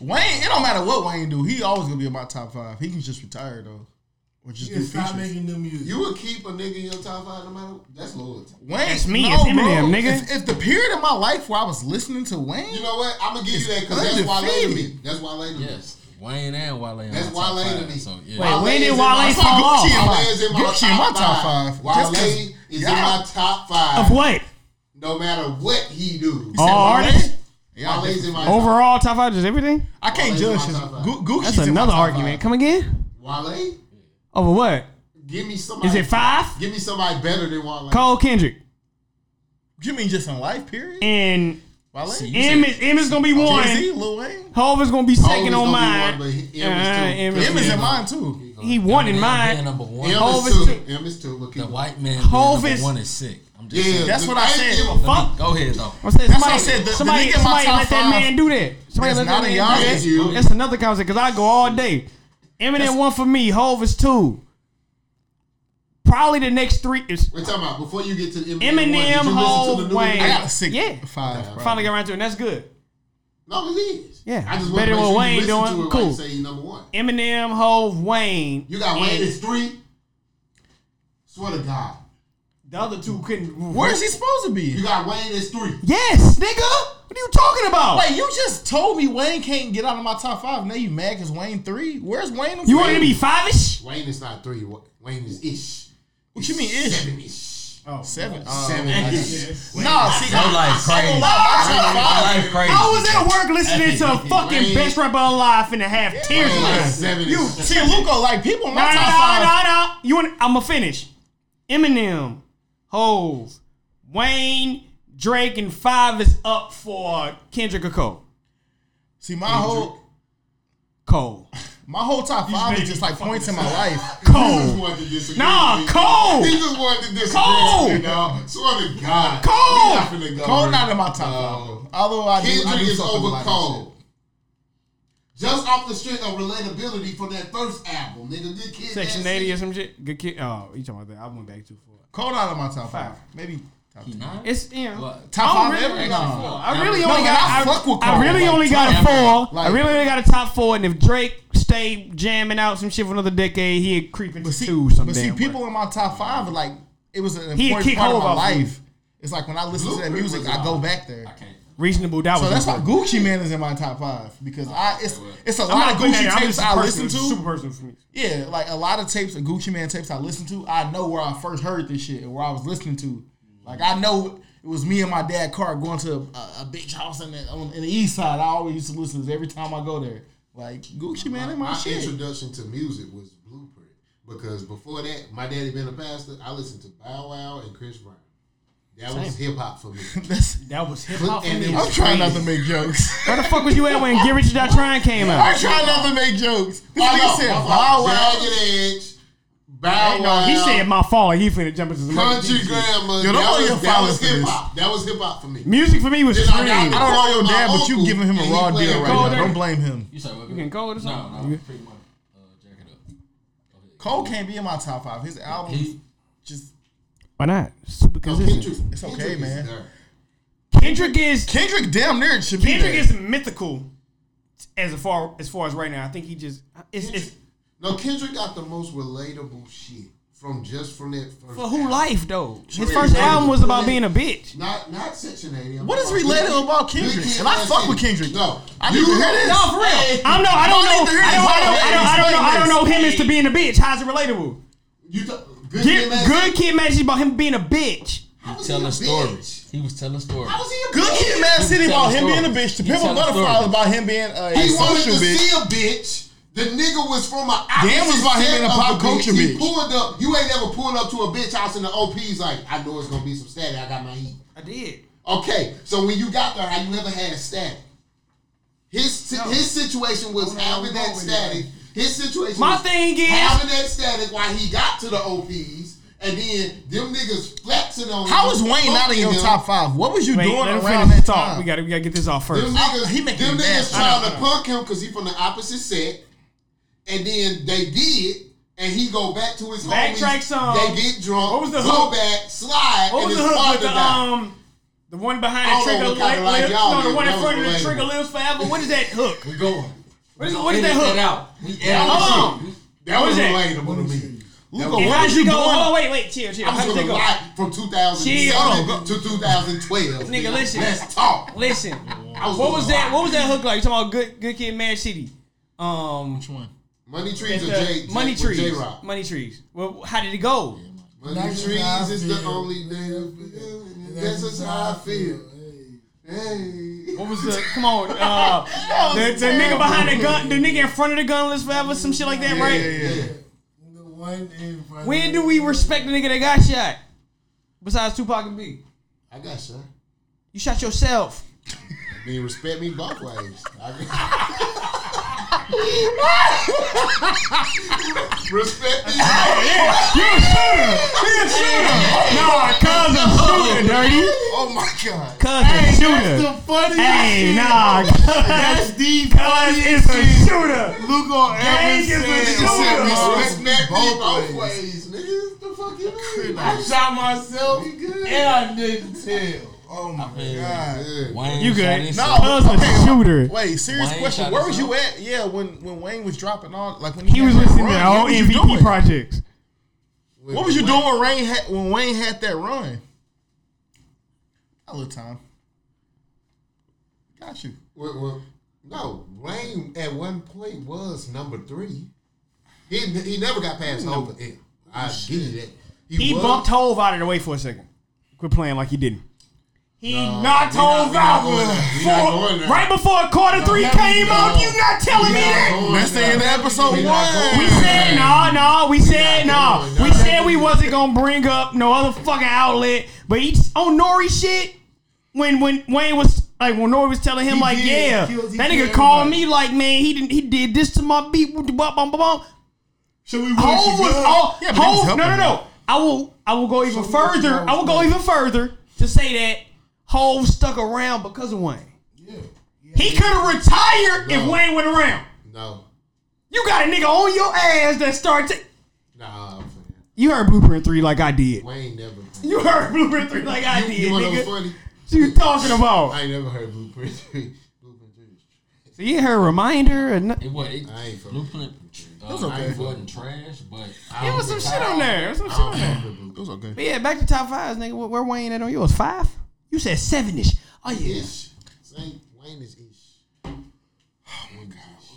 Speaker 4: Wayne, it don't matter what Wayne do, he always gonna be in my top five. He can just retire though, or just
Speaker 2: You
Speaker 4: do
Speaker 2: stop
Speaker 4: features.
Speaker 2: making new music.
Speaker 5: You would keep a nigga in your top five no matter. That's loyalty.
Speaker 4: Wayne,
Speaker 1: That's me, it's Eminem, nigga.
Speaker 4: If, if the period of my life where I was listening to Wayne,
Speaker 5: You know what? I'm gonna give you that because that's why Wale to me.
Speaker 4: Undefeated.
Speaker 5: That's why Wale to me.
Speaker 3: Yes, Wayne and Wale. in
Speaker 5: That's
Speaker 3: my top
Speaker 5: Wale to
Speaker 3: five,
Speaker 5: me.
Speaker 3: So yeah.
Speaker 1: Wait, when did
Speaker 5: is in
Speaker 1: Wale
Speaker 5: my
Speaker 4: I
Speaker 5: top-
Speaker 4: saw
Speaker 1: fall
Speaker 4: Gucci in
Speaker 1: off?
Speaker 5: Wale is in
Speaker 4: my,
Speaker 5: my
Speaker 4: Gucci in my top five.
Speaker 5: Wale
Speaker 4: Just 'cause-
Speaker 5: is in
Speaker 4: y'all-
Speaker 5: my top five.
Speaker 1: Of what?
Speaker 5: No matter what he do.
Speaker 4: Oh.
Speaker 1: All artists?
Speaker 4: y'all
Speaker 5: Wale's in my
Speaker 1: Overall, top five is everything?
Speaker 4: I can't
Speaker 5: Wale's
Speaker 4: judge
Speaker 5: in
Speaker 4: his
Speaker 5: my top five.
Speaker 4: Gu- Gucci's
Speaker 1: That's
Speaker 4: in my
Speaker 1: another
Speaker 4: top
Speaker 1: argument. Come again?
Speaker 5: Wale,
Speaker 1: Over what?
Speaker 5: give me somebody.
Speaker 1: Is it five?
Speaker 5: Give me somebody better than Wale.
Speaker 1: Cole Kendrick.
Speaker 4: five. You mean just in life period?
Speaker 1: And
Speaker 4: Wale,
Speaker 3: See, you
Speaker 1: M
Speaker 3: said-
Speaker 1: is M is gonna be
Speaker 4: Oh, Jay-Z,
Speaker 1: one.
Speaker 4: Lil Wayne,
Speaker 1: Hove is gonna be
Speaker 5: Hov is
Speaker 1: second on
Speaker 5: gonna be
Speaker 1: mine.
Speaker 5: one, but he-
Speaker 1: Uh,
Speaker 5: M
Speaker 1: M
Speaker 5: is
Speaker 1: is
Speaker 5: two.
Speaker 4: M is in mine too.
Speaker 1: He won in
Speaker 6: Eminem being
Speaker 1: mine.
Speaker 6: Number one.
Speaker 5: M
Speaker 1: Hov
Speaker 5: is
Speaker 1: is
Speaker 5: two.
Speaker 1: two.
Speaker 5: M is two. Look,
Speaker 6: The
Speaker 5: he-
Speaker 6: white man.
Speaker 1: Hov
Speaker 6: Hove
Speaker 1: is-
Speaker 6: is one is sick. I'm just
Speaker 5: Yeah,
Speaker 6: saying.
Speaker 4: That's
Speaker 5: the-
Speaker 4: what I
Speaker 5: ain't
Speaker 4: said.
Speaker 5: give a
Speaker 4: That's
Speaker 1: Fuck.
Speaker 6: Go ahead though.
Speaker 1: I said
Speaker 4: That's what
Speaker 1: somebody,
Speaker 4: I said. The- the
Speaker 1: somebody,
Speaker 4: nigga in my
Speaker 1: somebody
Speaker 4: top
Speaker 1: let that
Speaker 4: five
Speaker 1: man do that. Somebody
Speaker 4: that's
Speaker 1: let
Speaker 4: not
Speaker 1: that man
Speaker 4: in y'all
Speaker 1: do that.
Speaker 5: That's you.
Speaker 1: That's another conversation because I go all day. Eminem one for me. Hove is two. Probably the next three is
Speaker 5: Wait, talking about before you get to Eminem. one, did
Speaker 1: Eminem,
Speaker 5: you listen to the
Speaker 1: Hove,
Speaker 5: new
Speaker 1: Wayne.
Speaker 4: I
Speaker 5: one?
Speaker 4: got a six,
Speaker 1: Yeah.
Speaker 4: five. probably.
Speaker 1: Finally got around to it, and that's good.
Speaker 5: No, it is.
Speaker 1: Yeah.
Speaker 5: I just
Speaker 1: Better
Speaker 5: want to make
Speaker 1: than
Speaker 5: sure
Speaker 1: what Wayne doing.
Speaker 5: you listen to
Speaker 1: Cool.
Speaker 5: it Cool. Say you number one.
Speaker 1: Eminem, Hove, Wayne.
Speaker 5: You got Wayne
Speaker 1: and
Speaker 5: is three. Swear to God,
Speaker 1: The other two couldn't.
Speaker 4: Where is he supposed to
Speaker 5: you
Speaker 4: be?
Speaker 5: got Wayne is three.
Speaker 1: Yes, nigga. What are you talking about?
Speaker 4: Wait, you just told me Wayne can't get out of my top five. Now you mad because Wayne three? Where's Wayne? on
Speaker 1: you
Speaker 4: three?
Speaker 1: want it to be five ish?
Speaker 5: Wayne is not three. Wa- Wayne is ish.
Speaker 4: What you mean ish?
Speaker 5: Seven ish.
Speaker 1: Oh,
Speaker 4: Seven.
Speaker 5: Seven ish.
Speaker 4: Nah, see,
Speaker 6: My
Speaker 4: I,
Speaker 6: life crazy. My
Speaker 4: I,
Speaker 6: life crazy.
Speaker 1: I was at work listening to fucking
Speaker 5: Wayne.
Speaker 1: best rapper alive and have tears. in
Speaker 5: Wayne
Speaker 1: my
Speaker 5: is
Speaker 1: eyes.
Speaker 5: seven
Speaker 4: you
Speaker 5: ish.
Speaker 4: see, Luco, like people in
Speaker 1: Nah,
Speaker 4: my
Speaker 1: nah,
Speaker 4: top
Speaker 1: nah,
Speaker 4: five.
Speaker 1: nah, nah. You want? I'ma finish. Eminem, Hove, Wayne, Drake, and Five is up for Kendrick or Cole.
Speaker 4: See, my whole
Speaker 1: Cole.
Speaker 4: my whole top five is just like points in my life.
Speaker 5: just
Speaker 1: Cole.
Speaker 5: wanted to disagree.
Speaker 1: Nah,
Speaker 5: with you.
Speaker 1: Cole.
Speaker 5: He just wanted to disagree.
Speaker 1: Cole.
Speaker 5: with you, dog. Swear to God.
Speaker 1: Cole.
Speaker 5: We not finna go
Speaker 4: Cole
Speaker 5: there.
Speaker 4: not in my top five.
Speaker 5: No.
Speaker 4: though. Although I do, I do
Speaker 5: Kendrick is
Speaker 4: fuck with a
Speaker 5: over
Speaker 4: lot of
Speaker 5: Cole. Just off the strength of relatability from that first album, nigga. Good kid.
Speaker 1: Section
Speaker 5: Mad
Speaker 1: 80 or
Speaker 5: City.
Speaker 1: some shit. Good kid. Oh, you talking about that? I went back too far.
Speaker 4: shit. Cole not in my top five.
Speaker 1: Five.
Speaker 4: Maybe top
Speaker 3: He
Speaker 4: ten.
Speaker 3: not?
Speaker 1: It's you know.
Speaker 3: What?
Speaker 4: Top
Speaker 1: I don't
Speaker 4: five
Speaker 1: really
Speaker 4: ever?
Speaker 1: actually
Speaker 4: Nah.
Speaker 1: four. I really
Speaker 4: No,
Speaker 1: only
Speaker 4: like, I
Speaker 1: got. I,
Speaker 4: fuck with
Speaker 1: I
Speaker 4: Cole,
Speaker 1: really
Speaker 4: like,
Speaker 1: only got
Speaker 4: top.
Speaker 1: four. I
Speaker 4: Like-
Speaker 1: really only got a top four. And if Drake stayed jamming out some shit for another decade, he'd creep into
Speaker 4: But see,
Speaker 1: two. Some
Speaker 4: but see
Speaker 1: damn
Speaker 4: people
Speaker 1: way.
Speaker 4: in my top five are like it was an
Speaker 1: He a
Speaker 4: important
Speaker 1: kick
Speaker 4: part of
Speaker 1: Hov
Speaker 4: my
Speaker 1: off
Speaker 4: life. It's like when I listen to that
Speaker 5: Blueprint
Speaker 4: music,
Speaker 5: was
Speaker 4: I go
Speaker 5: off.
Speaker 4: back there.
Speaker 3: I can't.
Speaker 1: reasonable doubt.
Speaker 4: So
Speaker 1: was
Speaker 4: that's why
Speaker 1: important.
Speaker 4: Gucci Man is in my top five because I it's it's a
Speaker 1: I'm
Speaker 4: lot
Speaker 1: not
Speaker 4: of
Speaker 1: putting that
Speaker 4: Gucci
Speaker 1: out.
Speaker 4: tapes
Speaker 1: This is
Speaker 4: I
Speaker 1: personal.
Speaker 4: listen
Speaker 1: This is
Speaker 4: to.
Speaker 1: Super personal for me.
Speaker 4: Yeah, like a lot of tapes, of Gucci Man tapes I listen to. I know where I first heard this shit and where I was listening to. Like I know it was me and my dad car going to a, a bitch house in the, on, in the east side. I always used to listen to this every time I go there. Like Gucci Man in my,
Speaker 5: My
Speaker 4: shit.
Speaker 5: introduction to music was Blueprint because before that, my daddy been a pastor. I listened to Bow Wow and Chris Brown. That was hip hop for me.
Speaker 4: That's-
Speaker 1: That was hip hop. for
Speaker 5: And it
Speaker 1: me.
Speaker 5: was-
Speaker 4: I'm trying not to make jokes.
Speaker 1: Where the fuck was you at when Get Rich or Die Trying came
Speaker 4: I'm
Speaker 1: out?
Speaker 4: trying not to make jokes. This
Speaker 5: I know.
Speaker 4: nigga said Bow Wow.
Speaker 5: Jagged Edge, Bow Wow.
Speaker 1: He said my fault. He finna jump into some other
Speaker 5: Country
Speaker 1: shit.
Speaker 5: Grandma.
Speaker 4: Yo, don't
Speaker 5: that
Speaker 4: know
Speaker 5: was,
Speaker 4: your
Speaker 5: that
Speaker 4: father
Speaker 5: was
Speaker 4: for this.
Speaker 5: hip hop. That was hip hop for me.
Speaker 1: Music for me was
Speaker 5: Then I got-
Speaker 1: stream.
Speaker 4: I don't know your
Speaker 5: My
Speaker 4: dad, but you
Speaker 5: uncle,
Speaker 4: giving him
Speaker 5: and
Speaker 4: a
Speaker 5: he
Speaker 4: raw
Speaker 5: played
Speaker 4: deal right
Speaker 1: Cole
Speaker 4: now.
Speaker 1: Dirk.
Speaker 4: Don't blame him.
Speaker 3: You said what?
Speaker 1: You getting cold or
Speaker 3: No,
Speaker 1: something?
Speaker 3: no.
Speaker 1: You-
Speaker 3: Pretty much. Uh, jack it up. Go ahead.
Speaker 4: Cole can't be in my top five. His album
Speaker 3: He-
Speaker 4: just
Speaker 1: Why not? Super
Speaker 5: No,
Speaker 1: consistent.
Speaker 5: Kendrick-
Speaker 4: It's okay,
Speaker 5: Kendrick is
Speaker 4: man.
Speaker 5: there.
Speaker 1: Kendrick is
Speaker 4: Kendrick damn near should be.
Speaker 1: Kendrick
Speaker 4: there.
Speaker 1: is mythical as far as far as right now. I think he just it's, it's
Speaker 5: No, Kendrick got the most relatable shit from just from that first.
Speaker 1: for who
Speaker 5: album.
Speaker 1: life though. His
Speaker 5: True.
Speaker 1: first album was
Speaker 5: True.
Speaker 1: about being a bitch.
Speaker 5: Not not Section 80. I'm
Speaker 4: What is
Speaker 5: talking about
Speaker 4: relatable
Speaker 5: Big-
Speaker 4: about
Speaker 5: Big
Speaker 4: Kendrick?
Speaker 5: Kid
Speaker 4: And I
Speaker 5: Mad
Speaker 4: fuck
Speaker 5: City.
Speaker 4: with Kendrick.
Speaker 5: No,
Speaker 4: I need to hear this.
Speaker 5: No, for real.
Speaker 1: I don't know. I don't
Speaker 4: I need
Speaker 1: know.
Speaker 4: to hear
Speaker 1: I don't, I don't, I don't, I don't know. I don't know
Speaker 4: Explain
Speaker 1: him as to being a bitch. How's it relatable?
Speaker 5: You th- good
Speaker 1: Get,
Speaker 5: Kid,
Speaker 1: good kid, Mad City about him being a bitch.
Speaker 5: How was he
Speaker 3: Telling
Speaker 5: a
Speaker 3: stories.
Speaker 5: bitch?
Speaker 3: He was telling stories.
Speaker 5: How was he a
Speaker 4: Good
Speaker 5: bitch?
Speaker 4: Kid, Mad City
Speaker 3: He
Speaker 4: about
Speaker 3: tell a
Speaker 4: him being
Speaker 3: story.
Speaker 4: a bitch. The
Speaker 3: He
Speaker 4: Pimp
Speaker 3: tell
Speaker 4: a
Speaker 3: a
Speaker 4: Butterfly
Speaker 3: story.
Speaker 4: is about him being a
Speaker 5: He wanted to
Speaker 4: social bitch.
Speaker 5: see a bitch. The nigga was from an
Speaker 4: Damn
Speaker 5: opposite
Speaker 4: was about him
Speaker 5: set
Speaker 4: being a
Speaker 5: of
Speaker 4: pop
Speaker 5: the
Speaker 4: culture
Speaker 5: He
Speaker 4: bitch.
Speaker 5: pulled up. You ain't ever pulled up to a bitch house in the OP's like, I know it's gonna be some static. I got my heat.
Speaker 1: I did.
Speaker 5: Okay, so when you got there, how you ever had static? His his situation was having that static. His situation.
Speaker 1: My
Speaker 5: was
Speaker 1: thing is-
Speaker 5: having that static while he got to the OPs, and then them niggas flexing on.
Speaker 4: How
Speaker 5: him,
Speaker 4: is Wayne not in your
Speaker 5: fucking him.
Speaker 4: top five? What was you
Speaker 1: Wait,
Speaker 4: doing
Speaker 1: let him finish
Speaker 4: around that
Speaker 1: his talk.
Speaker 4: time?
Speaker 1: We got to we got to get this off
Speaker 5: Them
Speaker 1: first.
Speaker 5: niggas,
Speaker 4: he making
Speaker 5: them
Speaker 4: me
Speaker 5: niggas
Speaker 4: mad. I know,
Speaker 5: trying to punk him because he from the opposite set, and then they did, and he go back to his homies.
Speaker 1: Backtrack song.
Speaker 5: They get drunk.
Speaker 1: What was the
Speaker 5: go
Speaker 1: hook?
Speaker 5: back, slide,
Speaker 1: What
Speaker 5: and
Speaker 1: was the
Speaker 5: his
Speaker 1: hook with
Speaker 5: partner
Speaker 1: the
Speaker 5: die.
Speaker 1: um the one behind
Speaker 5: I
Speaker 1: the
Speaker 5: don't know
Speaker 1: trigger
Speaker 5: what
Speaker 1: li-
Speaker 5: kinda like
Speaker 1: lives,
Speaker 5: y'all
Speaker 1: no,
Speaker 5: did.
Speaker 1: the one in
Speaker 5: That
Speaker 1: front of
Speaker 5: was
Speaker 1: the
Speaker 5: relatable.
Speaker 1: trigger lives forever. What is that hook?
Speaker 3: we going.
Speaker 1: What is,
Speaker 3: We
Speaker 1: what is that
Speaker 3: edit
Speaker 1: hook?
Speaker 3: out. We edit
Speaker 5: Hold
Speaker 3: that
Speaker 5: on.
Speaker 3: shit.
Speaker 5: That
Speaker 1: What is
Speaker 5: was
Speaker 1: that?
Speaker 5: relatable to me.
Speaker 4: Luka,
Speaker 5: And
Speaker 1: And
Speaker 4: what
Speaker 1: how
Speaker 4: was
Speaker 1: did
Speaker 4: you
Speaker 1: go?
Speaker 4: doing?
Speaker 1: Hold on, wait, wait, chill, chill.
Speaker 5: I'm
Speaker 1: How
Speaker 5: just
Speaker 1: did
Speaker 5: gonna
Speaker 1: go?
Speaker 5: lie from 2007 to 2012.
Speaker 1: Nigga, listen.
Speaker 5: Let's talk.
Speaker 1: Listen,
Speaker 5: I was
Speaker 1: what was
Speaker 5: gonna
Speaker 1: that?
Speaker 5: lie.
Speaker 1: What was that hook like? You talking about good, good kid, Mad City? Um,
Speaker 4: Which one?
Speaker 5: Money
Speaker 1: it's
Speaker 5: trees or
Speaker 1: the
Speaker 5: J?
Speaker 1: money
Speaker 5: J
Speaker 1: trees,
Speaker 5: Rock.
Speaker 1: money trees. Well, how did it go?
Speaker 5: Money
Speaker 2: That's
Speaker 5: trees
Speaker 2: how I
Speaker 5: is the
Speaker 2: feel.
Speaker 5: only thing. That's just how I feel. Hey.
Speaker 1: What was the? Come on, uh, the, the nigga behind the gun, the nigga in front of the gun list forever, some shit like that, right?
Speaker 2: The one in front of
Speaker 1: When
Speaker 2: me.
Speaker 1: do we respect the nigga that got shot? Besides Tupac and B,
Speaker 5: I got shot.
Speaker 1: you shot yourself.
Speaker 5: I mean, respect me both ways. I- respect me.
Speaker 1: Nah, cuz I'm shooting, dirty.
Speaker 4: Oh my god.
Speaker 1: Cuz a shooter.
Speaker 4: funny.
Speaker 1: Hey, nah, cuz
Speaker 4: That's the
Speaker 1: is a shooter.
Speaker 4: Luka
Speaker 1: Gang is a shooter.
Speaker 5: Respect me
Speaker 4: both
Speaker 5: both
Speaker 4: ways.
Speaker 5: ways. Nigga, the fuck you mean?
Speaker 4: I shot myself
Speaker 5: We good.
Speaker 4: and I didn't tell. Oh my god.
Speaker 5: Good.
Speaker 3: Wayne
Speaker 1: You
Speaker 3: shot
Speaker 1: good?
Speaker 3: himself.
Speaker 4: No.
Speaker 1: Cuz a shooter.
Speaker 4: Wait, serious
Speaker 3: Wayne
Speaker 4: question.
Speaker 3: shot
Speaker 4: Where was
Speaker 3: himself?
Speaker 4: you at? Yeah, when when Wayne was dropping all like when
Speaker 1: He was
Speaker 4: had that
Speaker 1: listening to
Speaker 4: run,
Speaker 1: all E
Speaker 4: what was you doing?
Speaker 1: MVP projects.
Speaker 4: What was you doing when Wayne had when Wayne had that run? All the time. Got you.
Speaker 5: Well, well, no, Wayne at one point was number three. He he never got past number eight. I give you that.
Speaker 1: He
Speaker 5: was-
Speaker 1: bumped Hove out of the way for a second. Quit playing like he didn't. He knocked on Valkyrie. Right before quarter three
Speaker 2: no,
Speaker 1: came
Speaker 2: no.
Speaker 1: out, you not telling me that?
Speaker 5: Let's
Speaker 4: Stay in the episode one.
Speaker 1: We said no, no. We said no.
Speaker 5: going,
Speaker 1: We
Speaker 5: nah.
Speaker 1: said we wasn't gonna bring up no other fucking outlet. But he on Nori shit. When when Wayne was like when Nori was telling him
Speaker 2: He
Speaker 1: like
Speaker 2: did.
Speaker 1: yeah,
Speaker 2: He killed- he
Speaker 1: that
Speaker 2: killed
Speaker 1: nigga called
Speaker 2: everybody.
Speaker 1: me like man he didn't he did this to my beat. Blah, blah, blah, blah.
Speaker 2: Should we?
Speaker 1: Hove was all
Speaker 6: Yeah, but he was
Speaker 1: Hove.
Speaker 6: helping
Speaker 1: No no
Speaker 6: him.
Speaker 1: no. I will I will go even
Speaker 2: So what you
Speaker 1: further.
Speaker 2: want
Speaker 1: I will go
Speaker 2: was
Speaker 1: even further to say that Hove stuck around because of Wayne.
Speaker 2: Yeah.
Speaker 1: He could have retired if
Speaker 5: No.
Speaker 1: Wayne went around.
Speaker 5: No.
Speaker 1: You got a nigga on your ass that start. ta-
Speaker 5: Nah, I'm saying.
Speaker 1: you heard Blueprint Three like I did.
Speaker 5: Wayne never.
Speaker 1: You heard Blueprint 3 like I
Speaker 5: You-
Speaker 1: did,
Speaker 5: you wanna know what's
Speaker 1: nigga.
Speaker 5: funny?
Speaker 1: What you talking about?
Speaker 5: I ain't never heard Blueprint 3. Blueprint 3 is
Speaker 1: So you heard Reminder and
Speaker 3: It was it,
Speaker 5: I ain't fucking-
Speaker 3: blueprint. Uh,
Speaker 5: was okay.
Speaker 3: it wasn't trash, but
Speaker 1: There was some shit on there. There was some shit
Speaker 5: I don't
Speaker 1: on there.
Speaker 5: fuck with Blueprint.
Speaker 6: was okay.
Speaker 1: But yeah, back to top fives, nigga. Where, where Wayne at on yours? Five? You said seven ish. Oh, yeah.
Speaker 5: Ish. Saint Wayne is ish. Oh my god.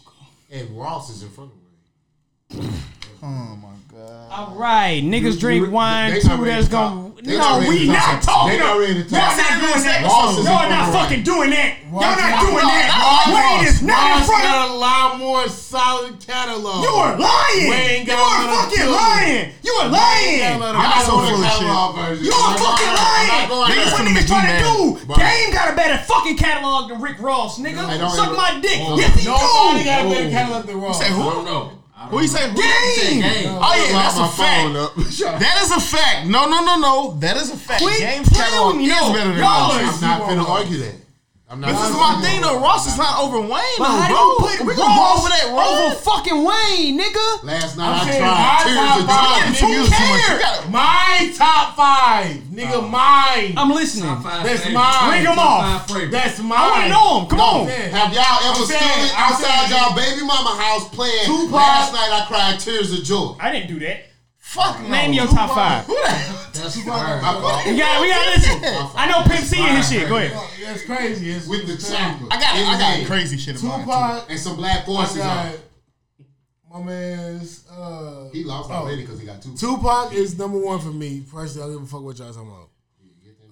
Speaker 5: And Ross is in front of Wayne.
Speaker 4: Oh my god.
Speaker 1: All right. Niggas drink wine
Speaker 5: they
Speaker 1: too.
Speaker 5: already
Speaker 1: That's
Speaker 5: talk-
Speaker 1: going
Speaker 5: they
Speaker 1: No,
Speaker 5: already
Speaker 1: we
Speaker 5: talk-
Speaker 1: not talking.
Speaker 5: they already
Speaker 1: Y'all not
Speaker 5: talk-
Speaker 1: doing that.
Speaker 5: Ross is
Speaker 1: Y'all
Speaker 5: in front
Speaker 1: not
Speaker 5: of Wayne.
Speaker 1: fucking doking that. Y'all not
Speaker 4: Ross is-
Speaker 1: doing
Speaker 4: Ross-
Speaker 1: that. Wayne is not in
Speaker 5: Ross
Speaker 1: front of.
Speaker 5: got a lot more solid catalog.
Speaker 1: You are lying.
Speaker 5: Wayne
Speaker 1: You
Speaker 5: got
Speaker 1: are
Speaker 5: another
Speaker 1: fucking
Speaker 5: two.
Speaker 1: lying. You are lying.
Speaker 5: I
Speaker 6: Y'all so
Speaker 5: got so
Speaker 6: full
Speaker 5: full
Speaker 6: of shit.
Speaker 5: of shit.
Speaker 1: You are fucking lying. That's what
Speaker 6: Niggas
Speaker 1: niggas
Speaker 6: finna be
Speaker 1: trying to do.
Speaker 5: Bro.
Speaker 1: Game got a better fucking catalog than Rick Ross, nigga.
Speaker 5: I don't
Speaker 1: Suck
Speaker 5: even-
Speaker 1: my dick. Yes, he
Speaker 2: Nobody
Speaker 1: do.
Speaker 2: got a better catalog than Ross.
Speaker 4: Say
Speaker 3: I
Speaker 4: who?
Speaker 3: don't know. I don't
Speaker 4: Who you
Speaker 3: know.
Speaker 4: say? Who?
Speaker 1: Game.
Speaker 3: Game.
Speaker 4: Oh yeah, that's a fact.
Speaker 5: fact.
Speaker 4: That is a fact. No, no, no, no. That is a fact.
Speaker 1: Quit
Speaker 4: James
Speaker 1: playing
Speaker 4: catalog
Speaker 1: with me.
Speaker 4: is
Speaker 1: No,
Speaker 4: better than
Speaker 1: y'all
Speaker 4: Ross.
Speaker 1: are-
Speaker 5: I'm not finna argue that. I'm not
Speaker 4: This is
Speaker 5: finna
Speaker 4: my
Speaker 5: argue
Speaker 4: thing
Speaker 5: that.
Speaker 4: though. Ross is not over Wayne
Speaker 1: But
Speaker 4: though,
Speaker 1: how
Speaker 4: bro.
Speaker 1: do you put Rick
Speaker 4: Bro,
Speaker 1: Ross
Speaker 4: over that
Speaker 1: over
Speaker 4: Ross.
Speaker 1: fucking Wayne, nigga?
Speaker 5: Last night
Speaker 2: saying
Speaker 5: I
Speaker 2: my top five
Speaker 5: tried
Speaker 4: Nigga,
Speaker 5: tears to
Speaker 1: Who
Speaker 4: you too much.
Speaker 1: cares?
Speaker 4: You gotta-
Speaker 2: My top five, nigga. mine.
Speaker 1: I'm listening.
Speaker 3: Top five
Speaker 2: That's
Speaker 3: favorites.
Speaker 2: mine.
Speaker 1: Ring 'em
Speaker 3: Top
Speaker 1: off.
Speaker 3: five favorites.
Speaker 2: That's mine.
Speaker 1: I want to know him. Come on.
Speaker 2: Yeah.
Speaker 5: Have y'all ever
Speaker 2: I'm
Speaker 5: stood
Speaker 2: saying- I'm
Speaker 5: outside
Speaker 2: saying-
Speaker 5: y'all baby mama house playing?
Speaker 2: Tupac.
Speaker 5: Last night I cried tears of joy.
Speaker 1: I didn't do that.
Speaker 4: Fuck no.
Speaker 1: Name your top five.
Speaker 4: Who the hell?
Speaker 3: That's
Speaker 5: My
Speaker 3: fire.
Speaker 5: fault.
Speaker 1: We got, we got to listen. I know Pimp C and his shit. Go ahead.
Speaker 2: That's crazy. It's
Speaker 5: With the
Speaker 2: it's
Speaker 5: chocolate.
Speaker 4: I got,
Speaker 5: in
Speaker 4: I
Speaker 5: his
Speaker 4: got
Speaker 5: hand.
Speaker 4: crazy shit about it.
Speaker 2: Tupac.
Speaker 5: And some black
Speaker 2: I
Speaker 5: forces on.
Speaker 2: got my man's. Uh,
Speaker 5: He lost
Speaker 2: oh.
Speaker 5: already because he got two.
Speaker 2: Tupac is number one for me. Personally, I don't give a fuck what y'all talking about.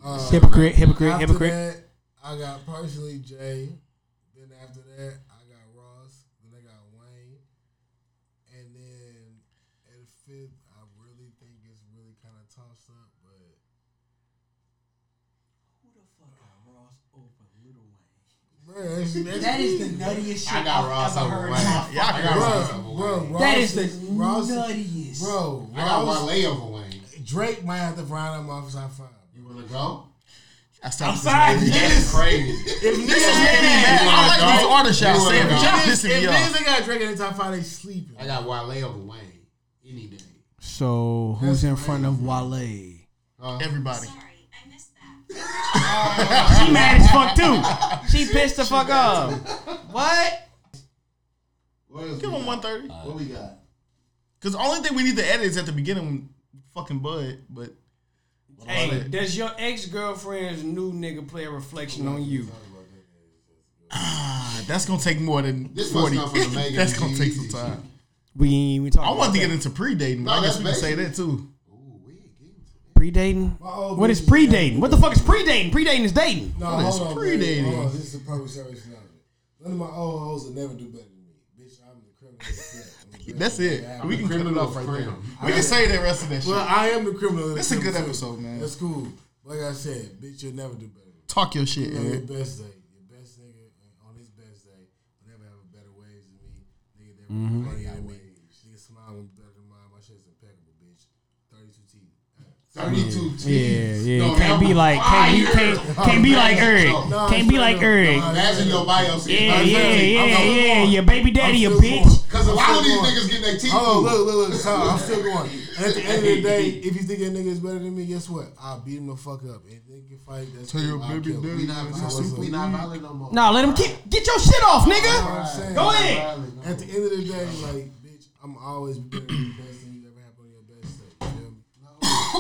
Speaker 2: Uh,
Speaker 1: Hypocrite, hypocrite,
Speaker 2: after
Speaker 1: hypocrite.
Speaker 2: that, I got personally Jay. Then after that, I got Ross. Then I got Wayne. And then at fifth, I really think it's really kind of tossed up, but. Bruh, that's- that's-
Speaker 9: That is the nuttiest
Speaker 5: I
Speaker 9: shit
Speaker 5: got Ross
Speaker 9: I've ever
Speaker 5: over
Speaker 9: heard.
Speaker 5: Wayne.
Speaker 9: That
Speaker 5: I got Ross
Speaker 2: Bruh,
Speaker 5: over
Speaker 2: bruh,
Speaker 5: Wayne.
Speaker 2: Ross
Speaker 9: is the
Speaker 2: Ross
Speaker 9: nuttiest.
Speaker 2: Bro,
Speaker 5: I got
Speaker 2: Ross-
Speaker 5: Wale over Wayne.
Speaker 2: Drake might have to round him off as top five.
Speaker 5: You wanna go?
Speaker 4: I stopped
Speaker 1: Outside.
Speaker 4: this.
Speaker 5: That's crazy.
Speaker 2: If
Speaker 4: This is making me
Speaker 2: niggas,
Speaker 5: Yeah.
Speaker 4: mad. I like these artists y'all
Speaker 5: Yeah.
Speaker 4: saying, but y'all
Speaker 5: Yeah.
Speaker 2: if
Speaker 4: pissing me
Speaker 2: niggas
Speaker 4: off.
Speaker 2: ain't got Drake in the top five, they sleeping.
Speaker 5: I got Wale over Wayne any day.
Speaker 1: So who's in front of Wale? She
Speaker 5: Huh?
Speaker 4: Uh, Everybody.
Speaker 10: Sorry, I missed that.
Speaker 1: mad as fuck too. She pissed the fuck off. What?
Speaker 5: What is
Speaker 4: Give
Speaker 5: we
Speaker 4: him
Speaker 5: got?
Speaker 4: 130.
Speaker 5: What we got?
Speaker 4: Because the only thing we need to edit is at the beginning, fucking Bud. But
Speaker 1: Hey, does your ex girlfriend's new nigga play a reflection on you?
Speaker 4: ah, that's going to take more than
Speaker 5: This must
Speaker 4: 40.
Speaker 5: come from Omega
Speaker 4: that's going
Speaker 5: G.
Speaker 4: to take some time.
Speaker 1: We ain't even talking.
Speaker 4: I want to get into pre dating.
Speaker 5: No,
Speaker 4: I guess
Speaker 5: that's
Speaker 4: we can say
Speaker 5: basic.
Speaker 4: that too.
Speaker 5: Ooh, we ain't getting
Speaker 1: predating.
Speaker 5: to that.
Speaker 2: My old
Speaker 1: What is
Speaker 2: bitch is
Speaker 1: predating? What the fuck is predating? Predating is dating.
Speaker 2: No,
Speaker 4: What is
Speaker 2: hold on,
Speaker 4: predating?
Speaker 2: baby. Hold on, this is a public service announcement. None of my old hoes will never do better than me, bitch. I'm the criminal. of the set. I'm the
Speaker 4: That's
Speaker 2: best.
Speaker 4: it.
Speaker 2: Yeah,
Speaker 4: We can cut
Speaker 2: I'm the
Speaker 4: it
Speaker 2: criminal
Speaker 4: off
Speaker 2: of
Speaker 4: right
Speaker 2: the
Speaker 4: there.
Speaker 2: criminal.
Speaker 4: We can say the rest of that
Speaker 2: Well,
Speaker 4: shit.
Speaker 2: I am the criminal. of the
Speaker 4: That's a good
Speaker 2: criminal set.
Speaker 4: episode, man.
Speaker 2: That's cool. Like I said, bitch, you'll never do better. Than me.
Speaker 4: Talk your shit,
Speaker 2: On your
Speaker 4: Ed.
Speaker 2: best day, your best nigga uh, on his best day will never have a better waves than me. Nigga that funny than me. Nigga smile was better than mine. My shit's impeccable, bitch. Thirty-two teeth.
Speaker 5: Thirty-two teams.
Speaker 1: yeah.
Speaker 5: No,
Speaker 1: can't
Speaker 5: that
Speaker 1: be
Speaker 5: was
Speaker 1: like can't be can't, can't be like Eric.
Speaker 5: No,
Speaker 1: Can't be like Eric.
Speaker 5: Imagine your bio says
Speaker 1: Yeah,
Speaker 5: thirty-two
Speaker 1: yeah,
Speaker 5: teams.
Speaker 1: yeah,
Speaker 2: still
Speaker 1: yeah.
Speaker 2: going.
Speaker 1: Your baby daddy, a
Speaker 2: I'm still
Speaker 1: bitch.
Speaker 2: going.
Speaker 5: Cause a
Speaker 2: I'm
Speaker 5: lot of these
Speaker 2: still going.
Speaker 5: niggas getting their teeth
Speaker 2: Oh,
Speaker 5: pulled.
Speaker 2: look, look, look. Sorry, I'm still going. And at the end of the day, if you think that nigga is better than me, guess what? I'll beat him the fuck up. If they can fight, that's
Speaker 4: Tell your
Speaker 2: cool. I'll
Speaker 4: baby
Speaker 2: kill him.
Speaker 4: daddy
Speaker 5: We not violent. We not violent no more.
Speaker 1: Nah, let him get get your shit off,
Speaker 2: You know what
Speaker 1: nigga.
Speaker 2: I'm saying?
Speaker 1: Go ahead.
Speaker 2: At the end of the day, like, bitch, I'm always better than the best thing you ever happened on your best day. You feel me?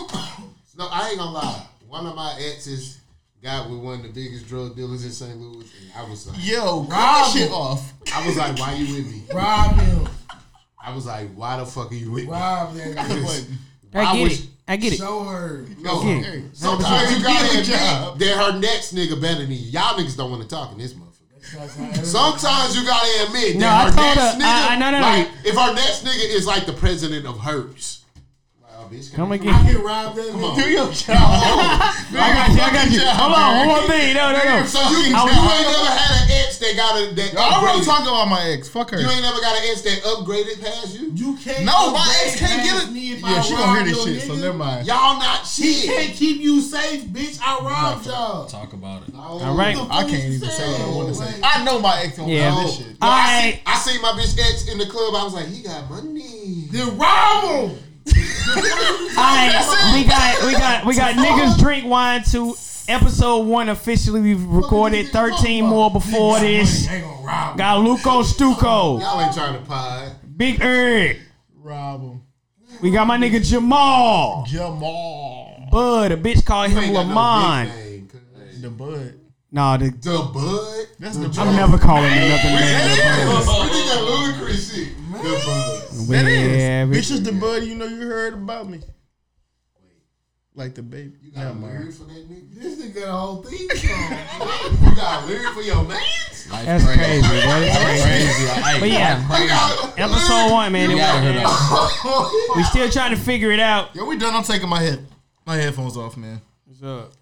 Speaker 5: No, I ain't gonna lie. One of my exes got with one of the biggest drug dealers in St. Louis, and I was like,
Speaker 4: Yo, cut that shit off.
Speaker 5: I was like, why you with me?
Speaker 2: Rob him.
Speaker 5: I was like, why the fuck are you with me?
Speaker 2: Rob that nigga.
Speaker 5: Yes.
Speaker 1: I
Speaker 5: I
Speaker 1: get
Speaker 5: was,
Speaker 1: it. I get it.
Speaker 2: Show her.
Speaker 5: No,
Speaker 1: Yeah.
Speaker 5: hey, sometimes you gotta admit that her next nigga better than you. Y'all niggas don't want to talk in this motherfucker. Sometimes you gotta admit that
Speaker 1: No, I
Speaker 5: her
Speaker 1: told
Speaker 5: next
Speaker 1: her-
Speaker 5: nigga,
Speaker 1: I- I- no, no, no.
Speaker 5: like, if her next nigga is like the president of hers. Wow, bitch,
Speaker 1: Come
Speaker 5: on.
Speaker 1: again.
Speaker 2: Get robbed that nigga.
Speaker 4: Do your job.
Speaker 1: Oh. I got you. I got you. Hold on. One more thing. No, no, no.
Speaker 5: So you, you ain't
Speaker 1: I
Speaker 5: never
Speaker 1: was-
Speaker 5: had an ex that got a that
Speaker 4: I already
Speaker 5: upgraded.
Speaker 4: talking about my ex. Fuck her.
Speaker 5: You ain't never got an ex that upgraded past you.
Speaker 2: You can't.
Speaker 4: No, my
Speaker 2: upgrade
Speaker 4: ex can't
Speaker 2: past
Speaker 4: get it.
Speaker 2: me if
Speaker 4: Yeah,
Speaker 2: I
Speaker 4: she gonna hear
Speaker 2: rob
Speaker 4: this
Speaker 2: your
Speaker 4: shit, so
Speaker 2: nigga.
Speaker 4: never mind.
Speaker 5: Y'all not
Speaker 2: He
Speaker 5: shit.
Speaker 2: can't keep you safe, bitch. I robbed y'all.
Speaker 3: Talk about it.
Speaker 1: All right.
Speaker 4: I can't even say what I want to say.
Speaker 2: Wait.
Speaker 4: I know my ex don't
Speaker 1: Yeah.
Speaker 4: yeah.
Speaker 5: No.
Speaker 4: this shit.
Speaker 5: No, I,
Speaker 1: Alright.
Speaker 5: see, I seen my bitch ex in the club. I was like, he got money.
Speaker 2: Then rob him.
Speaker 1: Alright, we got we got we got niggas drink wine too. Episode one officially we've recorded. Thirteen more before this.
Speaker 2: Ain't gonna rob him.
Speaker 1: Got Luco Stuco,
Speaker 5: Y'all ain't trying to pod.
Speaker 1: Big Erg.
Speaker 4: Rob him.
Speaker 1: We got my nigga Jamal.
Speaker 4: Jamal.
Speaker 1: Bud, a bitch called
Speaker 5: You
Speaker 1: him
Speaker 5: ain't got no
Speaker 1: Lamont.
Speaker 5: big name, cuz.
Speaker 4: The bud.
Speaker 1: Nah, the,
Speaker 5: The bud.
Speaker 4: That's the
Speaker 1: I'm
Speaker 4: bud.
Speaker 1: never calling him nothing.
Speaker 5: We
Speaker 1: Man.
Speaker 5: did that ludicrous shit. The bud.
Speaker 4: That is.
Speaker 1: Yeah,
Speaker 4: Bitch
Speaker 1: bitch.
Speaker 4: is the bud you know you heard about me. Like the baby.
Speaker 5: You
Speaker 4: Never
Speaker 5: got
Speaker 4: mind.
Speaker 5: weird for that nigga.
Speaker 2: This nigga got a whole thing. song.
Speaker 5: You got weird for your man.
Speaker 1: That's crazy. That is crazy.
Speaker 3: Crazy. Like, hey,
Speaker 1: But yeah,
Speaker 5: You got
Speaker 1: episode one, man.
Speaker 3: you gotta
Speaker 1: It
Speaker 3: hurt
Speaker 1: was-
Speaker 3: up.
Speaker 1: We still trying to figure it out.
Speaker 4: Yo, we done. I'm taking my head my headphones off, man.
Speaker 1: What's up?